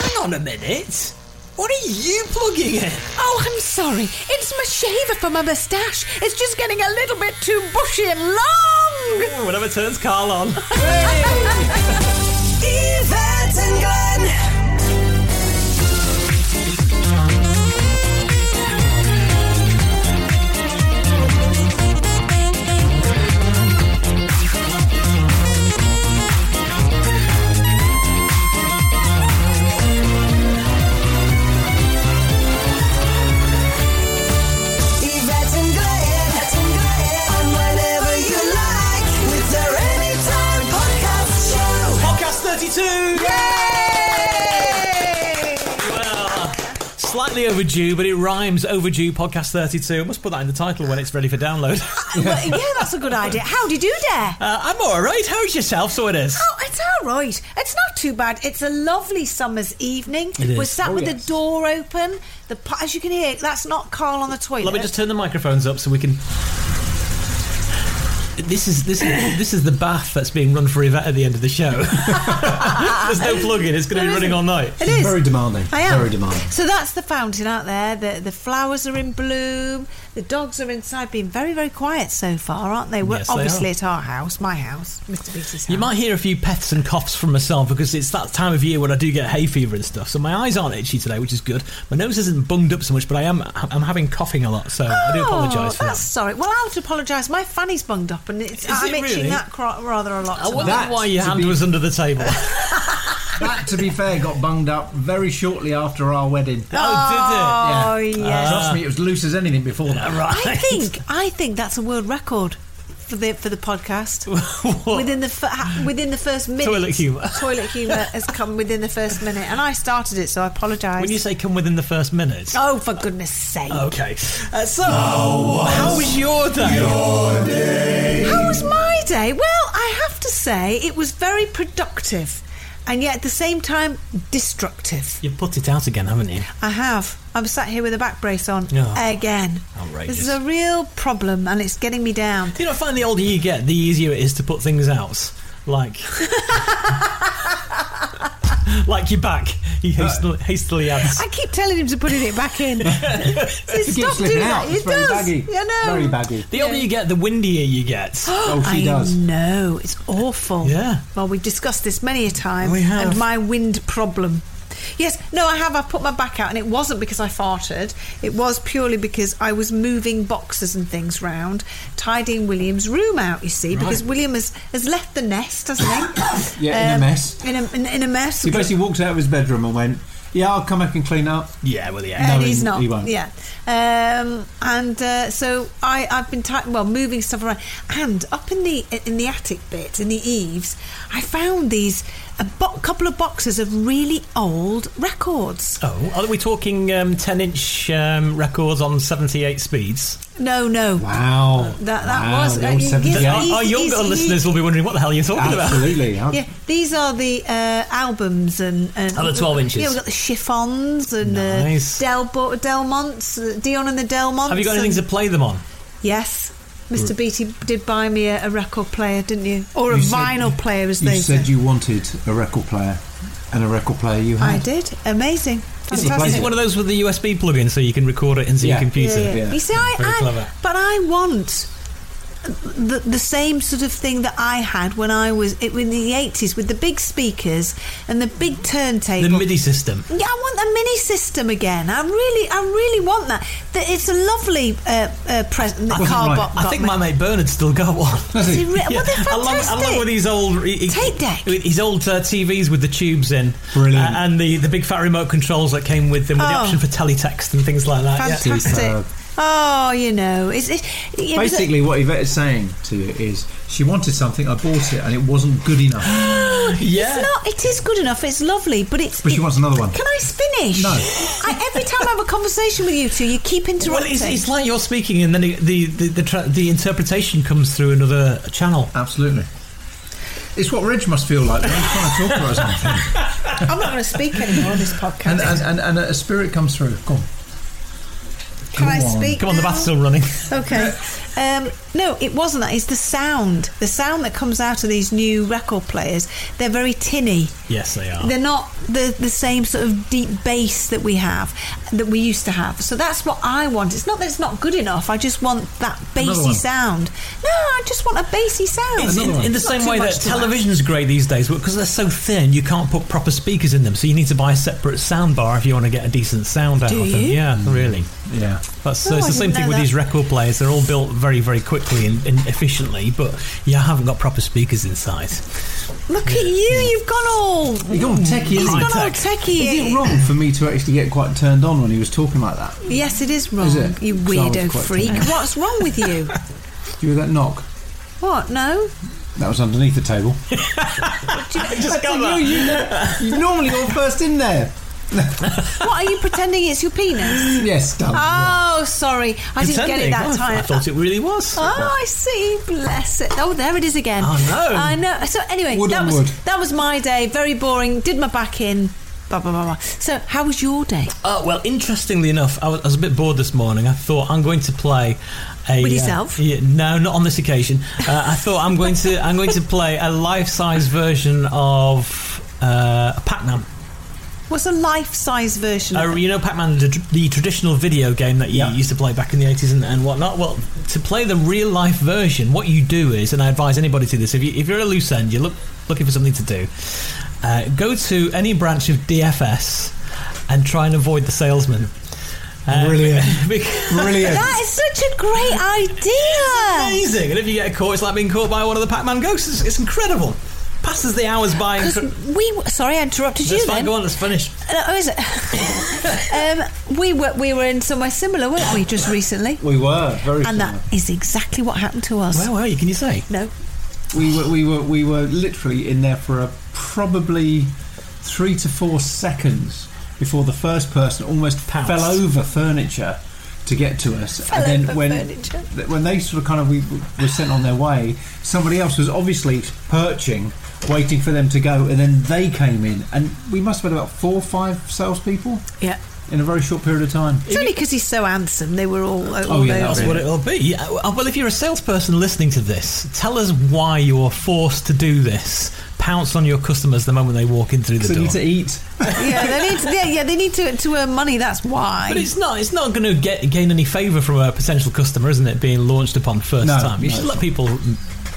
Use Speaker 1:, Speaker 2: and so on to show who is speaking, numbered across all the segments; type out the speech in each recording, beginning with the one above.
Speaker 1: Hang on a minute. What are you plugging in?
Speaker 2: Oh, I'm sorry. It's my shaver for my moustache. It's just getting a little bit too bushy and long.
Speaker 1: Oh, whatever turns Carl on.
Speaker 3: Yvette and Glenn. Yvette and Glenn. On whenever you like with their Anytime podcast show.
Speaker 1: Podcast 32! Yay! Well, slightly overdue, but it rhymes overdue podcast 32. I must put that in the title when it's ready for download.
Speaker 2: Oh, well, yeah, that's a good idea. How did you dare?
Speaker 1: Uh, I'm alright. How's yourself? So it is.
Speaker 2: Oh, it's all right. It's not too bad. It's a lovely summer's evening.
Speaker 1: It
Speaker 2: We're
Speaker 1: is.
Speaker 2: sat
Speaker 1: Oh,
Speaker 2: with
Speaker 1: yes.
Speaker 2: the door open. The pi- as you can hear, that's not Carl on the toilet.
Speaker 1: Let me just turn the microphones up so we can. This is this is this is the bath that's being run for Yvette at the end of the show. There's no plug-in. It's going to be running all night.
Speaker 2: It is.
Speaker 4: Very demanding.
Speaker 2: I am.
Speaker 4: Very demanding.
Speaker 2: So that's the fountain out there. The the flowers are in bloom. The dogs are inside, being very very quiet so far, aren't they? We're
Speaker 1: Yes, they
Speaker 2: obviously
Speaker 1: are.
Speaker 2: at our house, my house, Mr. Beatty's house.
Speaker 1: You might hear a few pets and coughs from myself because it's that time of year when I do get hay fever and stuff. So my eyes aren't itchy today, which is good. My nose isn't bunged up so much, but I am I'm having coughing a lot, so I do apologise
Speaker 2: Oh,
Speaker 1: for
Speaker 2: that's
Speaker 1: that.
Speaker 2: sorry. Well, I'll have to apologise. My fanny's bunged up, and it's,
Speaker 1: Is
Speaker 2: I'm
Speaker 1: it
Speaker 2: itching
Speaker 1: really?
Speaker 2: that cro- rather a lot.
Speaker 1: I
Speaker 2: tonight.
Speaker 1: wonder
Speaker 4: That,
Speaker 1: why your
Speaker 4: to
Speaker 1: hand
Speaker 4: be-
Speaker 1: was under the table.
Speaker 4: That, to be fair, got bunged up very shortly after our wedding.
Speaker 1: oh,
Speaker 2: Oh
Speaker 4: Yeah.
Speaker 2: yes.
Speaker 4: Trust me, it was loose as anything before that.
Speaker 1: did it? Right.
Speaker 2: I think I think that's a world record for the for the podcast.
Speaker 1: What?
Speaker 2: Within the fir- ha- within the first minute,
Speaker 1: Toilet humour.
Speaker 2: Toilet humour has come within the first minute, and I started it, so I apologise.
Speaker 1: When you say come within the first minute.
Speaker 2: oh, for goodness' sake!
Speaker 1: Okay. Uh, so, how was your day?
Speaker 2: How was my day? Well, I have to say it was very productive, and yet at the same time destructive.
Speaker 1: You've put it out again, haven't you?
Speaker 2: I have. I'm sat here with a back brace on
Speaker 1: Oh.
Speaker 2: again.
Speaker 1: Outrageous.
Speaker 2: This is a real problem, and it's getting me down.
Speaker 1: You know, I find the older you get, the easier it is to put things out. Like, like your back. He
Speaker 4: Uh,
Speaker 1: hastily, hastily adds.
Speaker 2: I keep telling him to put it back in.
Speaker 4: It keeps slipping out. It's very baggy.
Speaker 2: I know.
Speaker 4: Very baggy.
Speaker 1: The older you get, the windier you get.
Speaker 4: Oh, she
Speaker 2: I
Speaker 4: does.
Speaker 2: know. It's awful.
Speaker 1: Yeah.
Speaker 2: Well, we've discussed this many a time.
Speaker 1: We have.
Speaker 2: And my wind problem. Yes, no, I have. I put my back out, and it wasn't because I farted. It was purely because I was moving boxes and things round, tidying William's room out. You see, because William has, has left the nest, hasn't he? Um,
Speaker 4: Yeah, in a mess.
Speaker 2: In a, in, in a mess.
Speaker 4: He basically walked out of his bedroom and went, "Yeah, I'll come back and clean up."
Speaker 1: Yeah, well, yeah.
Speaker 2: and
Speaker 4: No, he-
Speaker 2: he's not.
Speaker 4: he won't.
Speaker 2: Yeah. Um, and uh, so I, I've been ti well moving stuff around, and up in the in the attic bit in the eaves, I found these a bo- couple of boxes of really old records.
Speaker 1: Oh, are we talking um, 10 inch um, records on 78 speeds?
Speaker 2: No, no.
Speaker 4: Wow.
Speaker 2: Uh, That- that
Speaker 4: Wow,
Speaker 2: was-
Speaker 4: the
Speaker 2: uh,
Speaker 4: old
Speaker 2: you-
Speaker 4: 70s.
Speaker 2: yeah,
Speaker 1: Our,
Speaker 2: he-
Speaker 1: our
Speaker 2: he's-
Speaker 1: younger
Speaker 2: he-
Speaker 1: listeners will be wondering what the hell you're talking about.
Speaker 4: Absolutely. huh?
Speaker 2: Yeah, these are the uh, albums and, and
Speaker 1: Oh, the 12 inches.
Speaker 2: Yeah, we've got the chiffons and uh,
Speaker 1: Nice.
Speaker 2: the Del Delmonts, uh, Dion and the Delmonts.
Speaker 1: Have you got anything to
Speaker 2: and-
Speaker 1: play them on?
Speaker 2: Yes. Mr. Beatty did buy me a, a record player, didn't you? Or a
Speaker 4: You said-
Speaker 2: vinyl player, as
Speaker 4: You
Speaker 2: they
Speaker 4: said
Speaker 2: say.
Speaker 4: you wanted a record player, and a record player you
Speaker 2: I
Speaker 4: had.
Speaker 2: did. Amazing.
Speaker 4: Is it
Speaker 2: Fantastic.
Speaker 1: Is it one of those with the USB plug-in so you can record it into
Speaker 4: Yeah.
Speaker 1: your computer?
Speaker 2: Yeah, yeah.
Speaker 4: Yeah.
Speaker 2: You see, I,
Speaker 1: Very
Speaker 2: I-
Speaker 1: clever.
Speaker 2: but I want the, the same sort of thing that I had when I was it, in the eighties with the big speakers and the big turntable.
Speaker 1: The MIDI system.
Speaker 2: yeah, I want the mini system again. I really, I really want that. That it's a lovely uh, uh, present. that
Speaker 4: wasn't
Speaker 2: Carl
Speaker 4: right.
Speaker 2: got,
Speaker 1: I
Speaker 2: got
Speaker 1: think
Speaker 2: me.
Speaker 1: my mate Bernard's still got one.
Speaker 4: Does
Speaker 2: Is
Speaker 4: he?
Speaker 2: it re- Well, they're
Speaker 1: I love,
Speaker 2: fantastic.
Speaker 1: I love with these old he- he-
Speaker 2: Tape deck.
Speaker 1: with His old uh, TVs with the tubes in,
Speaker 4: Brilliant.
Speaker 1: Uh, and the, the big fat remote controls that came with them, with the
Speaker 2: Oh.
Speaker 1: option for teletext and things like that. yeah.
Speaker 4: Superb.
Speaker 2: fantastic. Oh, you know, it's it, it was a-
Speaker 4: Basically, what Yvette is saying to you is she wanted something, I bought it, and it wasn't good enough.
Speaker 1: Yeah.
Speaker 2: It's not. It is good enough. It's lovely, but it's.
Speaker 4: But she
Speaker 2: it-
Speaker 4: wants another one.
Speaker 2: Can I finish?
Speaker 4: No.
Speaker 2: I, every time I have a conversation with you two, you keep
Speaker 1: Well,
Speaker 2: interrupting.
Speaker 1: it's, it's like you're speaking, and then the the the, the, tra- the interpretation comes through another channel.
Speaker 4: Absolutely. It's what Reg must feel like when he's trying to talk about something.
Speaker 2: I'm not going to speak anymore on this podcast.
Speaker 4: And, and, and, and a spirit comes through. Come on.
Speaker 2: Can I
Speaker 4: Go on.
Speaker 2: speak?
Speaker 1: Come on, the
Speaker 2: now?
Speaker 1: bath's still running.
Speaker 2: Okay. Um, no, it wasn't that. It's the sound. The sound that comes out of these new record players. They're very tinny.
Speaker 1: yes, they are.
Speaker 2: They're not the, the same sort of deep bass that we have, that we used to have. So that's what I want. It's not that it's not good enough. I just want that
Speaker 4: Another
Speaker 2: bassy
Speaker 4: one.
Speaker 2: sound. No, I just want a bassy sound.
Speaker 1: It's in, in the
Speaker 2: Not
Speaker 1: same
Speaker 2: too
Speaker 1: way
Speaker 2: much
Speaker 1: that
Speaker 2: to ask.
Speaker 1: television's great these days because they're so thin, you can't put proper speakers in them. So you need to buy a separate sound bar if you want to get a decent sound out
Speaker 2: Do
Speaker 1: of them.
Speaker 2: you?
Speaker 1: Yeah, really.
Speaker 4: Yeah.
Speaker 1: That's, so
Speaker 2: Oh,
Speaker 1: it's
Speaker 2: I
Speaker 1: the same
Speaker 2: didn't
Speaker 1: thing
Speaker 2: know
Speaker 1: with
Speaker 2: that.
Speaker 1: these record players. They're all built very, very quickly and, and efficiently, but you haven't got proper speakers inside.
Speaker 2: Look at you, you've gone all.
Speaker 4: He got techie,
Speaker 2: He's
Speaker 4: isn't
Speaker 2: gone
Speaker 4: he?
Speaker 2: all
Speaker 1: High-tech.
Speaker 4: Is it
Speaker 2: techie.
Speaker 4: wrong for me to actually get quite turned on when he was talking like that?
Speaker 2: Yes, it is wrong.
Speaker 4: Is it?
Speaker 2: You
Speaker 4: Because I was
Speaker 2: weirdo
Speaker 4: quite
Speaker 2: freak.
Speaker 4: tempted.
Speaker 2: What's wrong with you?
Speaker 4: Do you hear that knock?
Speaker 2: What? No?
Speaker 4: That was underneath the table.
Speaker 1: Just got that.
Speaker 4: you normally all first in there.
Speaker 2: What are you pretending it's your penis?
Speaker 4: Yes, done.
Speaker 2: Oh, sorry. I didn't get it
Speaker 1: Pretending.
Speaker 2: that
Speaker 1: Oh, I
Speaker 2: time.
Speaker 1: thought it really was.
Speaker 2: Oh, I see. Bless it. Oh, there it is again.
Speaker 1: Oh, no.
Speaker 2: I know. So anyway,
Speaker 4: Wood
Speaker 2: that
Speaker 4: on
Speaker 2: was
Speaker 4: wood.
Speaker 2: that was my day. Very boring. Did my back in. Blah blah blah blah. So how was your day?
Speaker 1: Oh, well, interestingly enough, I was, I was a bit bored this morning. I thought I'm going to play a
Speaker 2: With
Speaker 1: uh,
Speaker 2: yourself?
Speaker 1: yeah, no, not on this occasion. Uh, I thought I'm going to I'm going to play a life-size version of uh, Pac-Man.
Speaker 2: What's a life-size version?
Speaker 1: Uh,
Speaker 2: of it?
Speaker 1: you know, Pac-Man, the, the traditional video game that you
Speaker 4: Yeah.
Speaker 1: used to play back in the eighties and, and whatnot. Well, to play the real life version, what you do is, and I advise anybody to this: if you if you're a loose end, you're look, looking for something to do, uh, go to any branch of DFS and try and avoid the salesman. Uh,
Speaker 4: Brilliant.
Speaker 1: because-
Speaker 4: Brilliant.
Speaker 2: That is such a great idea.
Speaker 1: amazing. And if you get caught, it's like being caught by one of the Pac-Man ghosts. It's, it's incredible. Passes the hours by.
Speaker 2: Because
Speaker 1: Incre-
Speaker 2: we were- sorry, I interrupted
Speaker 1: That's
Speaker 2: you.
Speaker 1: fine.
Speaker 2: Then
Speaker 1: Go on. Let's finish.
Speaker 2: Uh, oh, is it? um, we were we were in somewhere similar, weren't we, just recently?
Speaker 4: We were very.
Speaker 2: And that
Speaker 4: similar.
Speaker 2: is exactly what happened to us.
Speaker 1: Where were you? Can you say?
Speaker 2: no,
Speaker 4: we were we were we were literally in there for a probably three to four seconds before the first person almost
Speaker 1: Pounced.
Speaker 4: fell over furniture to get to us
Speaker 2: Fell
Speaker 4: and then
Speaker 2: over
Speaker 4: when
Speaker 2: furniture.
Speaker 4: th- when they sort of kind of we were sent on their way somebody else was obviously perching waiting for them to go and then they came in and we must have had about four or five salespeople
Speaker 2: yeah.
Speaker 4: in a very short period of time
Speaker 2: It's only because he's so handsome. They were all. uh, all
Speaker 4: Oh, yeah, that
Speaker 2: over.
Speaker 1: That's what it'll be. Yeah, uh, Well, if you're a salesperson listening to this, tell us why you are forced to do this. Pounce on your customers the moment they walk in through the
Speaker 4: they
Speaker 1: door.
Speaker 4: need to eat
Speaker 2: yeah, they need. To, yeah, yeah, they need to, to earn money. That's why.
Speaker 1: But it's not. It's not going to get gain any favour from a potential customer, isn't it? Being launched upon first
Speaker 4: No,
Speaker 1: time. You
Speaker 4: no.
Speaker 1: should let people,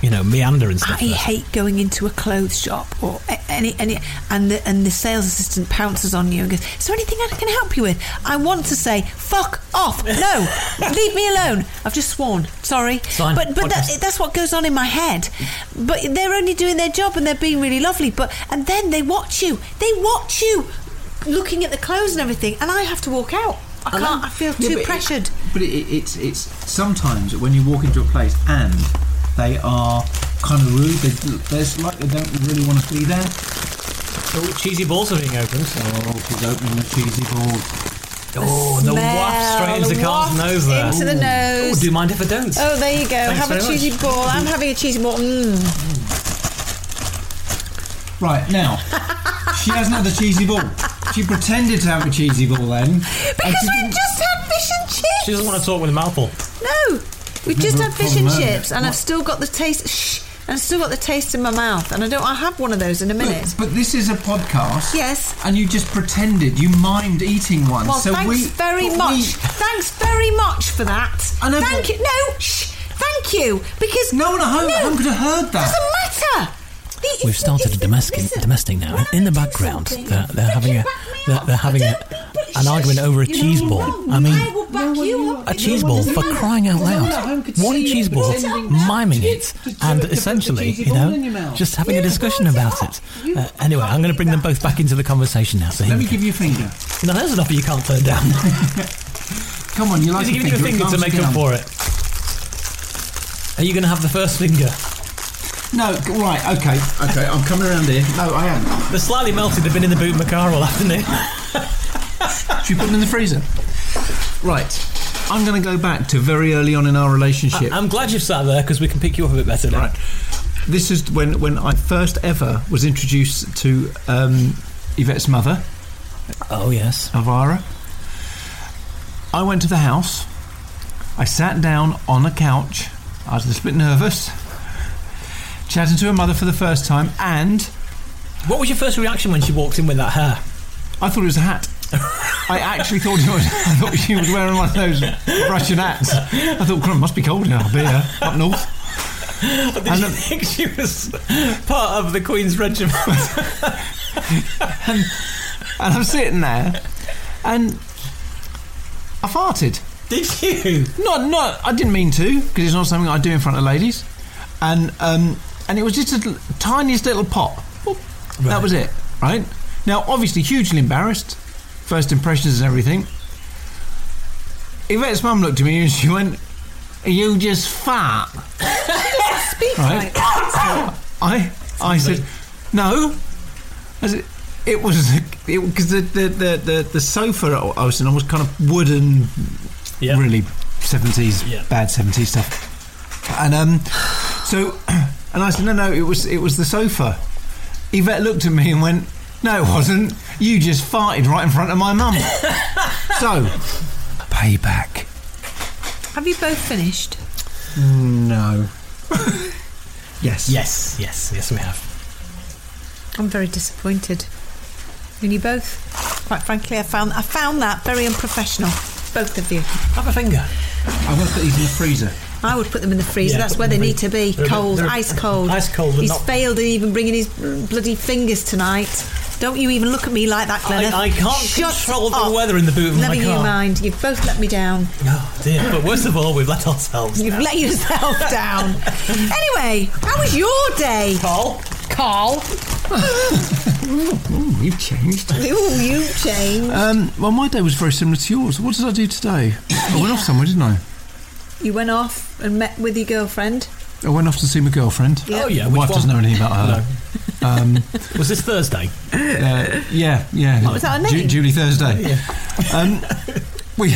Speaker 1: you know, meander and
Speaker 2: I
Speaker 1: stuff. first.
Speaker 2: hate going into a clothes shop or a- any any and the and the sales assistant pounces on you and goes, "Is there anything I can help you with?" I want to say, "Fuck off! No, leave me alone." I've just sworn. Sorry,
Speaker 1: fine.
Speaker 2: but but that,
Speaker 1: Podcast.
Speaker 2: that's what goes on in my head. But they're only doing their job and they're being really lovely. But and then they watch you. They watch you looking at the clothes and everything, and I have to walk out. I can't.
Speaker 4: And I'm-
Speaker 2: I feel
Speaker 4: Yeah,
Speaker 2: too
Speaker 4: but it-
Speaker 2: pressured.
Speaker 4: but it, it, it's it's sometimes when you walk into a place and they are kind of rude. They, there's like they don't really want to be there.
Speaker 1: Oh, cheesy balls are being opened.
Speaker 4: Oh, she's opening the cheesy balls.
Speaker 1: Oh, the waft straight
Speaker 2: Smell,
Speaker 1: into
Speaker 2: the
Speaker 1: Carl's
Speaker 2: waft
Speaker 1: nose there.
Speaker 2: into the
Speaker 1: Oh,
Speaker 2: nose.
Speaker 1: do you mind if I don't?
Speaker 2: Oh, there you go.
Speaker 1: Thanks
Speaker 2: Have a
Speaker 1: very much.
Speaker 2: cheesy ball. I'm having a cheesy ball. Mm.
Speaker 4: Right now, she hasn't had the cheesy ball. She pretended to have a cheesy ball then. and
Speaker 2: Because
Speaker 4: she
Speaker 2: we've
Speaker 4: didn't-
Speaker 2: just had fish and chips.
Speaker 1: She doesn't want to talk with a mouthful.
Speaker 2: No. We
Speaker 4: Never
Speaker 2: just
Speaker 4: a
Speaker 2: had fish
Speaker 4: problem,
Speaker 2: and
Speaker 4: have you?
Speaker 2: chips, and I've
Speaker 4: What?
Speaker 2: still got the taste. Shh, and I've still got the taste in my mouth, and I don't. I'll have one of those in a minute.
Speaker 4: But this is a podcast.
Speaker 2: Yes.
Speaker 4: And you just pretended you mind eating one.
Speaker 2: Well,
Speaker 4: so
Speaker 2: thanks
Speaker 4: we,
Speaker 2: very
Speaker 4: but we-
Speaker 2: much. Thanks very much for that.
Speaker 4: I know,
Speaker 2: thank
Speaker 4: but-
Speaker 2: you. No, shh, thank you. Because
Speaker 4: no one at home, at
Speaker 2: No.
Speaker 4: home could have heard that.
Speaker 2: doesn't matter. The-
Speaker 5: We've
Speaker 2: it's-
Speaker 5: started
Speaker 2: it's
Speaker 5: a
Speaker 2: the-
Speaker 5: domestic
Speaker 2: listen,
Speaker 5: domestic now.
Speaker 2: when I'm
Speaker 5: In the
Speaker 2: eating
Speaker 5: background,
Speaker 2: something,
Speaker 5: they're, they're
Speaker 2: you
Speaker 5: having a
Speaker 2: back me
Speaker 5: they're,
Speaker 2: up.
Speaker 5: they're having a,
Speaker 2: Don't- but
Speaker 5: an
Speaker 2: shh,
Speaker 5: argument over a
Speaker 2: you know
Speaker 5: cheese
Speaker 2: you're
Speaker 5: ball.
Speaker 2: wrong.
Speaker 5: I mean,
Speaker 2: I will back you up
Speaker 5: a
Speaker 2: if
Speaker 5: cheese
Speaker 2: you
Speaker 5: ball
Speaker 2: want
Speaker 5: for
Speaker 2: to.
Speaker 5: crying out
Speaker 4: No one at
Speaker 5: loud.
Speaker 4: home could
Speaker 5: One
Speaker 4: see you
Speaker 5: cheese ball,
Speaker 4: pretending that.
Speaker 5: miming it,
Speaker 4: Just- just
Speaker 5: and
Speaker 4: put the
Speaker 5: essentially,
Speaker 4: cheesy
Speaker 5: you
Speaker 4: ball in your
Speaker 5: know,
Speaker 4: mouth.
Speaker 5: just having a
Speaker 2: Yeah,
Speaker 5: discussion
Speaker 2: but
Speaker 5: about
Speaker 2: it's-
Speaker 5: it.
Speaker 2: you
Speaker 5: Uh, anyway, I'm going to bring them both back into the conversation now. So here
Speaker 4: Let
Speaker 5: we
Speaker 4: me
Speaker 5: go.
Speaker 4: give you a finger.
Speaker 1: No, there's an offer you can't turn down.
Speaker 4: Come on, you like
Speaker 1: He's
Speaker 4: a
Speaker 1: giving you a finger
Speaker 4: It
Speaker 1: to
Speaker 4: calms
Speaker 1: make
Speaker 4: you
Speaker 1: up
Speaker 4: down.
Speaker 1: for it. Are you going to have the first finger?
Speaker 4: No, g- right, okay, okay. I'm coming around here. No, I am.
Speaker 1: They're slightly melted. They've been in the boot macar all afternoon.
Speaker 4: Should we put them in the freezer? Right. I'm going to go back to very early on in our relationship.
Speaker 1: I'm glad you've sat there because we can pick you up a bit better now.
Speaker 4: Right. This is when, when I first ever was introduced to um, Yvette's mother,
Speaker 5: Oh yes,
Speaker 4: Elvira. I went to the house. I sat down on a couch. I was a little bit nervous. Chatting to her mother for the first time, and
Speaker 1: What was your first reaction when she walked in with that hair?
Speaker 4: I thought it was a hat. I actually thought it was. I thought she was wearing one of those Russian hats. I thought, "Crumb, must be cold now. I'll be here up north.
Speaker 1: Did
Speaker 4: And
Speaker 1: you
Speaker 4: then-
Speaker 1: think she was part of the Queen's regiment?
Speaker 4: And I'm sitting there, and I farted.
Speaker 1: Did you?
Speaker 4: No, no, I didn't mean to because it's not something I do in front of ladies. And um, and it was just a l- tiniest little pop. Boop. That was it, right? Now, obviously, hugely embarrassed. First impressions and everything. Yvette's mum looked at me and she went, "You just fat."
Speaker 2: Speak like-
Speaker 4: Right. I I said no. I said, it was because the, the, the, the, the sofa I was in was kind of wooden,
Speaker 1: Yeah.
Speaker 4: really seventies
Speaker 1: Yeah.
Speaker 4: bad seventies stuff. And um, so and I said no no it was it was the sofa. Yvette looked at me and went no it wasn't. You just farted right in front of my mum. so payback.
Speaker 2: Have you both finished?
Speaker 4: No. yes.
Speaker 1: Yes, yes, yes, we have.
Speaker 2: I'm very disappointed. And you both, quite frankly, I found I found that very unprofessional. Both of you.
Speaker 1: Have a finger.
Speaker 4: I'm going to put these in the freezer.
Speaker 2: I would put them in the freezer.
Speaker 1: Yeah,
Speaker 2: That's
Speaker 1: put
Speaker 2: where
Speaker 1: them
Speaker 2: they
Speaker 1: in the
Speaker 2: need to be.
Speaker 1: They're a bit-
Speaker 2: Cold,
Speaker 1: they're-
Speaker 2: ice cold.
Speaker 1: ice cold and
Speaker 2: He's
Speaker 1: not-
Speaker 2: failed in even bringing his bloody fingers tonight. Don't you even look at me like that, Glenna.
Speaker 1: I can't
Speaker 2: Shut
Speaker 1: control the
Speaker 2: up.
Speaker 1: weather in the boot of
Speaker 2: Never
Speaker 1: my
Speaker 2: you
Speaker 1: car.
Speaker 2: mind. You've both let me down.
Speaker 1: Oh dear. But worst of all, we've let ourselves.
Speaker 2: You've let yourself down. Anyway, how was your day,
Speaker 1: Paul,
Speaker 2: Carl?
Speaker 4: Ooh, you've changed.
Speaker 2: Ooh, you changed.
Speaker 4: Um, well, my day was very similar to yours. What did I do today? I went off somewhere, didn't I?
Speaker 2: You went off and met with your girlfriend.
Speaker 4: I went off to see my girlfriend.
Speaker 2: Yeah.
Speaker 1: Oh, yeah,
Speaker 4: My
Speaker 1: which
Speaker 4: wife
Speaker 1: one?
Speaker 4: doesn't know anything about her. Um,
Speaker 1: was this Thursday?
Speaker 4: Uh, yeah, yeah. What
Speaker 2: Oh, was that her name?
Speaker 4: Julie Thursday.
Speaker 1: Oh,
Speaker 4: Um, we.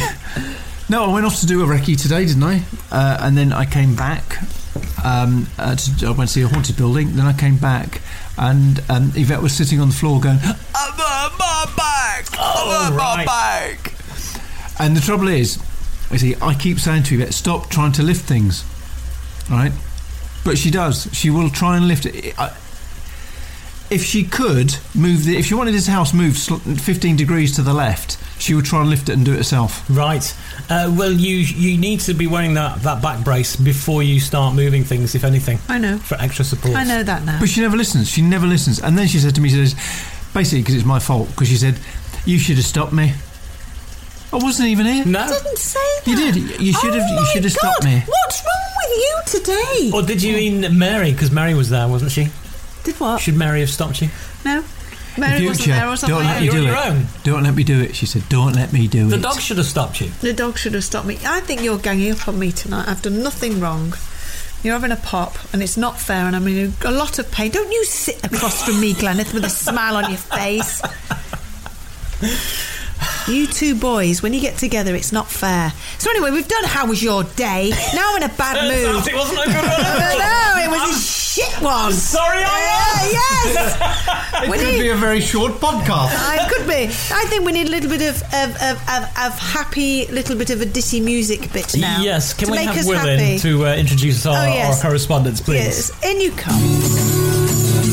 Speaker 4: No, I went off to do a recce today, didn't I? Uh, and then I came back. Um, uh, to, I went to see a haunted building. Then I came back, and um, Yvette was sitting on the floor going, "I've hurt my back.
Speaker 1: Oh,
Speaker 4: I've hurt my
Speaker 1: right.
Speaker 4: back." And the trouble is, you see, I keep saying to Yvette, "Stop trying to lift things," right? But she does. She will try and lift it. I, if she could move the, if she wanted this house moved sl- 15 degrees to the left, she would try and lift it and do it herself.
Speaker 1: Right. Uh, well, you you need to be wearing that, that back brace before you start moving things, if anything,
Speaker 2: I know.
Speaker 1: for extra support.
Speaker 2: I know that now.
Speaker 4: But she never listens. She never listens. And then she said to me, she says, basically because it's my fault, because she said, you should have stopped me. I wasn't even here.
Speaker 1: No.
Speaker 2: didn't say that.
Speaker 4: You did. You should have-
Speaker 2: Oh
Speaker 4: you
Speaker 2: my
Speaker 4: should have stopped
Speaker 2: God.
Speaker 4: me.
Speaker 2: What's wrong with you today?
Speaker 1: Or did you mean Mary? Because Mary was there, wasn't she?
Speaker 2: Did what?
Speaker 1: Should Mary have stopped you?
Speaker 2: No. Mary wasn't
Speaker 4: Future,
Speaker 2: there or something.
Speaker 4: Don't let
Speaker 1: Yeah,
Speaker 4: me
Speaker 1: you're
Speaker 4: do
Speaker 1: on
Speaker 4: it.
Speaker 1: your own.
Speaker 4: Don't let me do it. She said, don't let me do
Speaker 1: The
Speaker 4: it.
Speaker 1: dog should have stopped you.
Speaker 2: The dog should have stopped me. I think you're ganging up on me tonight. I've done nothing wrong. You're having a pop, and it's not fair, and I'm in a lot of pain. Don't you sit across from me, Gleneth, with a smile on your face. You two boys, when you get together, it's not fair. So anyway, we've done how was your day. Now I'm in a bad
Speaker 1: Turns
Speaker 2: mood.
Speaker 1: out it wasn't a good one.
Speaker 2: no, it was a
Speaker 1: I'm
Speaker 2: shit one.
Speaker 1: sorry
Speaker 2: Yeah,
Speaker 1: I am.
Speaker 2: yes.
Speaker 4: It
Speaker 2: We
Speaker 4: could
Speaker 2: need-
Speaker 4: be a very short podcast.
Speaker 2: I could be. I think we need a little bit of of, of, of, of happy, little bit of a ditty music bit now.
Speaker 1: Yes, can
Speaker 2: to
Speaker 1: we
Speaker 2: make
Speaker 1: have
Speaker 2: us
Speaker 1: Will
Speaker 2: happy.
Speaker 1: in to uh, introduce our,
Speaker 2: Oh, yes.
Speaker 1: our correspondence, please?
Speaker 2: Yes, in you come.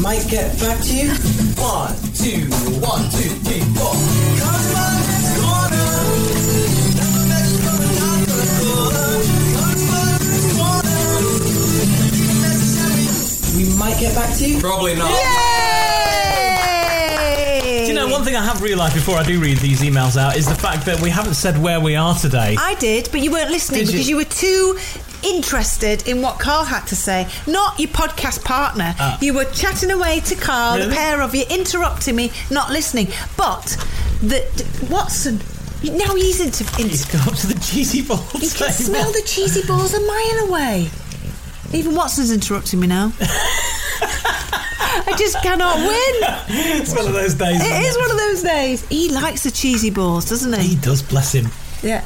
Speaker 6: Might get back to you. One, two, one, two, three, four. Comes by this corner. Never measure from another corner. Comes by this corner. You necessary- We might get back to you. Probably not.
Speaker 2: Yay!
Speaker 1: Do you know, one thing I have realised before I do read these emails out is the fact that we haven't said where we are today.
Speaker 2: I did, but you weren't listening
Speaker 1: Did you?
Speaker 2: because you? were too interested in what Carl had to say. Not your podcast partner.
Speaker 1: Ah.
Speaker 2: You were chatting away to Carl,
Speaker 1: Really?
Speaker 2: the pair of you, interrupting me, not listening. But the d- Watson, now he's into.
Speaker 1: He's
Speaker 2: into
Speaker 1: got up to the cheesy balls.
Speaker 2: he can
Speaker 1: table.
Speaker 2: smell the cheesy balls a mile away. Even Watson's interrupting me now. I just cannot win.
Speaker 1: It's one of those days.
Speaker 2: It is one of those days. He likes the cheesy balls, doesn't
Speaker 1: He
Speaker 2: he?
Speaker 1: does, bless him.
Speaker 2: Yeah.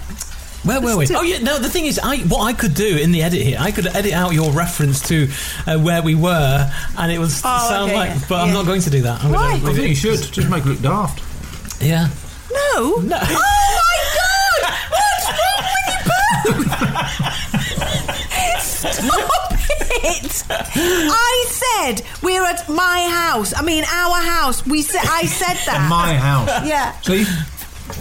Speaker 1: Where were we?
Speaker 2: Let's do-
Speaker 1: Oh yeah, no. The thing is, I what I could do in the edit here, I could edit out your reference to uh, where we were, and it would s-
Speaker 2: Oh,
Speaker 1: sound
Speaker 2: okay,
Speaker 1: like.
Speaker 2: yeah,
Speaker 1: But I'm
Speaker 2: yeah.
Speaker 1: not going to do that. I'm
Speaker 2: Why?
Speaker 1: Gonna
Speaker 4: I
Speaker 1: leave
Speaker 4: think
Speaker 1: it.
Speaker 4: you should just make it look daft.
Speaker 1: Yeah.
Speaker 2: No.
Speaker 1: No.
Speaker 2: Oh my god! What's wrong with you both? Stop it! I said we're at my house. I mean, our house. We said I said that.
Speaker 4: My house.
Speaker 2: yeah.
Speaker 4: See,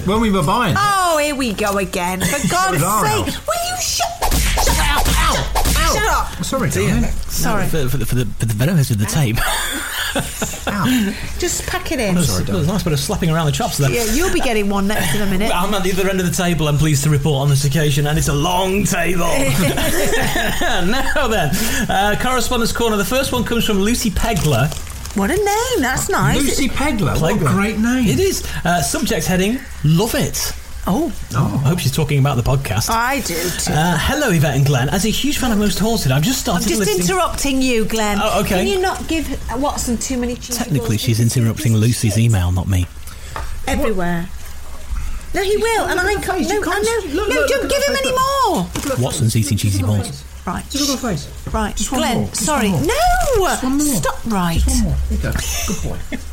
Speaker 4: when we were buying, it,
Speaker 2: Oh, here we go again. For God's
Speaker 4: our
Speaker 2: sake,
Speaker 4: house.
Speaker 2: will you shut? Shut up! Ow! Ow! Shut up!
Speaker 4: Oh, sorry, darling.
Speaker 2: Sorry. Ah,
Speaker 5: For, for, the, for, the, for the benefit of the tape.
Speaker 2: Just pack it in.
Speaker 1: Sorry, that was a nice bit of slapping around the chops there.
Speaker 2: Yeah, you'll be getting one next in a minute.
Speaker 1: I'm at the other end of the table. I'm pleased to report on this occasion, and it's a long table. now then, uh, correspondence corner. The first one comes from Lucy Pegler.
Speaker 2: What a name! That's nice.
Speaker 4: Lucy Pegler. What a
Speaker 1: Pegler.
Speaker 4: great name.
Speaker 1: It is uh, subject heading. Love it.
Speaker 2: Oh,
Speaker 1: I hope she's talking about the podcast.
Speaker 2: I do too.
Speaker 1: Uh, hello, Yvette and Glenn. As a huge fan of Most Haunted, I've just started
Speaker 2: I'm just
Speaker 1: listening.
Speaker 2: interrupting you, Glenn.
Speaker 1: Oh, okay.
Speaker 2: Can you not give Watson too many cheesy
Speaker 5: Technically,
Speaker 2: balls?
Speaker 5: she's interrupting Lucy's email, not me.
Speaker 2: everywhere. No, he will, and I can't. No, I know. no, don't give him any more.
Speaker 5: Watson's eating cheesy balls.
Speaker 2: Right,
Speaker 4: Look at her face.
Speaker 2: right,
Speaker 4: Just one
Speaker 2: Glenn.
Speaker 4: more, just
Speaker 2: sorry,
Speaker 4: one more.
Speaker 2: no.
Speaker 4: Just one more.
Speaker 2: Stop. Right.
Speaker 4: Just one more. There you go. Good boy.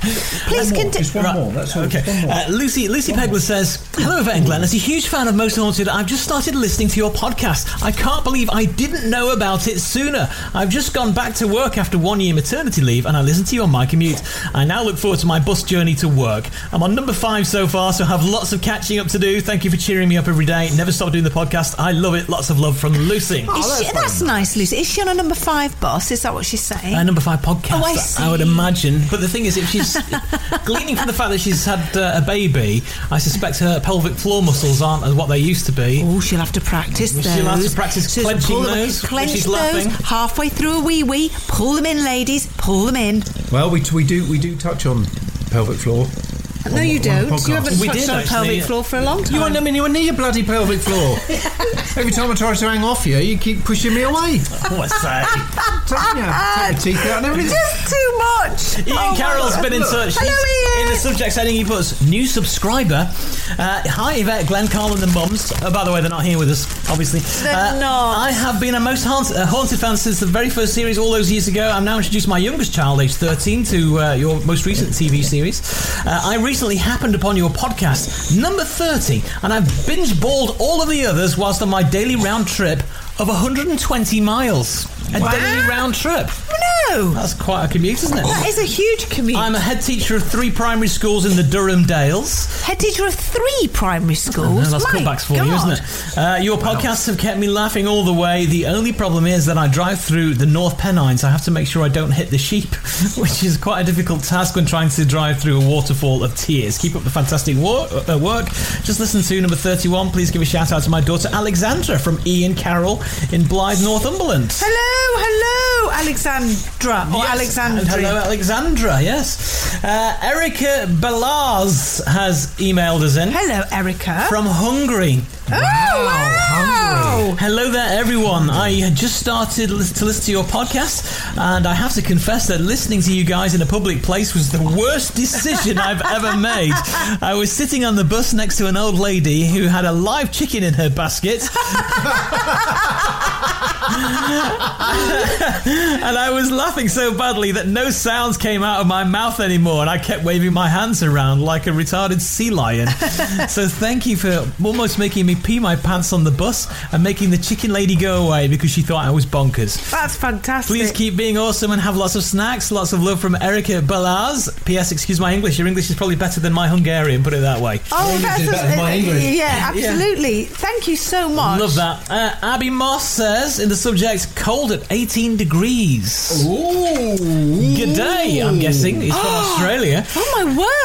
Speaker 2: Please
Speaker 4: One more,
Speaker 2: continue.
Speaker 4: Just one more. That's all.
Speaker 1: Okay.
Speaker 4: Just one more.
Speaker 1: Uh, Lucy Lucy Pegler says, "Hello, Yvette and Glenn. As a huge fan of Most Haunted, I've just started listening to your podcast. I can't believe I didn't know about it sooner. I've just gone back to work after one year maternity leave, and I listened to you on my commute. I now look forward to my bus journey to work. I'm on number five so far, so have lots of catching up to do. Thank you for cheering me up every day. Never stop doing the podcast. I love it. Lots of love from Lucy.
Speaker 2: Is
Speaker 4: Oh,
Speaker 2: she- Oh, that's nice, Lucy. Is she on a number five boss? Is that what she's saying?
Speaker 4: Uh,
Speaker 1: A number five podcast,
Speaker 2: Oh, I
Speaker 1: I would
Speaker 2: see.
Speaker 1: imagine. But the thing is, if she's gleaning from the fact that she's had uh, a baby, I suspect her pelvic floor muscles aren't as what they used to be.
Speaker 2: Oh, she'll have to practice
Speaker 1: She'll
Speaker 2: those.
Speaker 1: have to practice
Speaker 2: Susan,
Speaker 1: clenching
Speaker 2: pull them-
Speaker 1: those when
Speaker 2: Clench
Speaker 1: she's
Speaker 2: those
Speaker 1: laughing.
Speaker 2: halfway through a wee wee. Pull them in, ladies. Pull them in.
Speaker 4: Well, we, we do we do touch on pelvic floor.
Speaker 2: No, you don't.
Speaker 4: Oh, podcast.
Speaker 2: You haven't
Speaker 1: We
Speaker 2: touched
Speaker 1: did,
Speaker 2: on
Speaker 1: actually,
Speaker 2: pelvic
Speaker 1: yeah.
Speaker 2: floor for a long time.
Speaker 4: You want, I mean, you need a bloody pelvic floor. Every time I try to hang off you, you keep pushing me away.
Speaker 1: Oh, What's that?
Speaker 4: Take your- take your teeth out and everything.
Speaker 2: Just too much.
Speaker 1: Ian
Speaker 2: Oh, my
Speaker 1: Carroll's
Speaker 2: God.
Speaker 1: been in
Speaker 2: Look.
Speaker 1: touch.
Speaker 2: Hello, Ian.
Speaker 1: He's- In the subject heading, he puts new subscriber. Uh, hi, Yvette, Glenn, Carl, and the mums. Oh, by the way, they're not here with us, obviously. Uh,
Speaker 2: They're not.
Speaker 1: I have been a most haunt- uh, haunted fan since the very first series all those years ago. I've now introduced my youngest child, aged 13, to uh, your most recent TV series. Uh, I recently happened upon your podcast, number 30, and I've binge balled all of the others whilst on my daily round trip of 120 miles. A daily round trip.
Speaker 2: No,
Speaker 1: That's quite a commute, isn't it?
Speaker 2: that is a huge commute.
Speaker 1: I'm a head teacher of three primary schools in the Durham Dales.
Speaker 2: head teacher of three primary schools.
Speaker 1: that's
Speaker 2: My
Speaker 1: callbacks for
Speaker 2: God.
Speaker 1: you, isn't it? Uh, your podcasts have kept me laughing all the way. The only problem is that I drive through the North Pennines. I have to make sure I don't hit the sheep, which is quite a difficult task when trying to drive through a waterfall of tears. Keep up the fantastic wor- uh, work. Just listen to number 31. Please give a shout out to my daughter Alexandra from Ian Carroll in Blythe, Northumberland.
Speaker 2: Hello, hello, Alexandra or
Speaker 1: Yes,
Speaker 2: Alexandra.
Speaker 1: and hello, Alexandra. Yes, uh, Erica Belaz has emailed us in
Speaker 2: Hello, Erica.
Speaker 1: from Hungary.
Speaker 2: oh, wow. Wow!
Speaker 1: Hello there, everyone. I had just started lis- to listen to your podcast, and I have to confess that listening to you guys in a public place was the worst decision I've ever made. I was sitting on the bus next to an old lady who had a live chicken in her basket. and I was laughing so badly that no sounds came out of my mouth anymore, and I kept waving my hands around like a retarded sea lion. so thank you for almost making me pee my pants on the bus and making the chicken lady go away because she thought I was bonkers.
Speaker 2: That's fantastic.
Speaker 1: Please keep being awesome and have lots of snacks. Lots of love from Erica Balaz. P.S. Excuse my English. Your English is probably better than my Hungarian. Put it that way.
Speaker 2: Oh, that's
Speaker 4: did
Speaker 2: a-
Speaker 4: better than my English.
Speaker 2: yeah, absolutely. Thank you so much.
Speaker 1: Love that. Uh, Abby Moss says in the subject, cold at 18 degrees.
Speaker 4: Ooh.
Speaker 1: Good day, I'm guessing. He's from Australia.
Speaker 2: Oh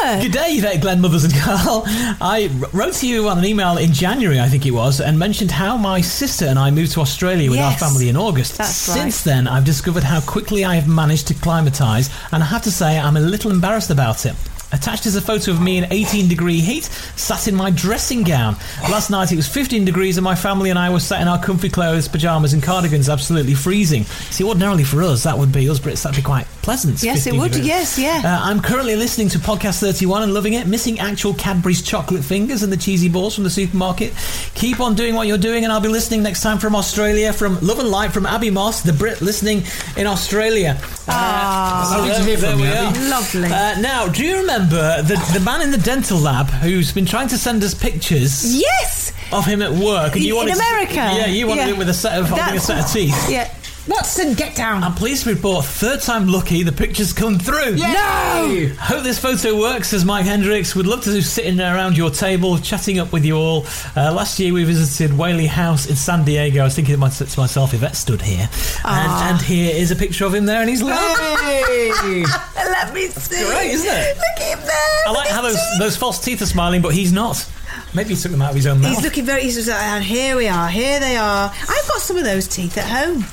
Speaker 2: my word!
Speaker 1: Good day there, Glenn Mothers and Carl. I r- wrote to you on an email in January, I think it was, and mentioned how my sister and I moved to Australia with
Speaker 2: Yes.
Speaker 1: our family in August.
Speaker 2: That's right.
Speaker 1: Since then, I've discovered how quickly I have managed to climatise, and I have to say, I'm a little embarrassed about it. Attached is a photo of me in 18 degree heat, sat in my dressing gown. Last night it was 15 degrees, and my family and I were sat in our comfy clothes, pyjamas, and cardigans, absolutely freezing. See, ordinarily for us, that would be us Brits, that'd be quite pleasant.
Speaker 2: Yes, it
Speaker 1: 15
Speaker 2: would.
Speaker 1: degrees.
Speaker 2: Yes, yeah.
Speaker 1: Uh, I'm currently listening to Podcast 31 and loving it. Missing actual Cadbury's chocolate fingers and the cheesy balls from the supermarket. Keep on doing what you're doing, and I'll be listening next time from Australia. From Love and Light from Abby Moss, the Brit listening in Australia. Ah,
Speaker 4: Lovely to hear from you, Abby.
Speaker 2: Lovely.
Speaker 1: Uh, now, do you remember the the man in the dental lab who's been trying to send us pictures
Speaker 2: yes,
Speaker 1: of him at work?
Speaker 2: in
Speaker 1: wanted to-
Speaker 2: America.
Speaker 1: yeah, you wanted it with a set of holding a
Speaker 2: That's-
Speaker 1: set of teeth.
Speaker 2: Yeah, Watson, get down.
Speaker 1: I'm pleased to report, third time lucky, the pictures come through.
Speaker 2: No.
Speaker 1: Hope this photo works, says Mike Hendricks. Would love to be sitting around your table, chatting up with you all. Uh, last year we visited Whaley House in San Diego. I was thinking to my- to myself, Yvette stood here. And, and here is a picture of him there, and he's laughing.
Speaker 4: Hey!
Speaker 2: Let me see.
Speaker 1: great, isn't it?
Speaker 2: Look at him there.
Speaker 1: I like how those, those false teeth are smiling, but he's not. Maybe he took them out of his own mouth.
Speaker 2: He's looking very. He's just like, and here we are. Here they are. I've got some of those teeth at home.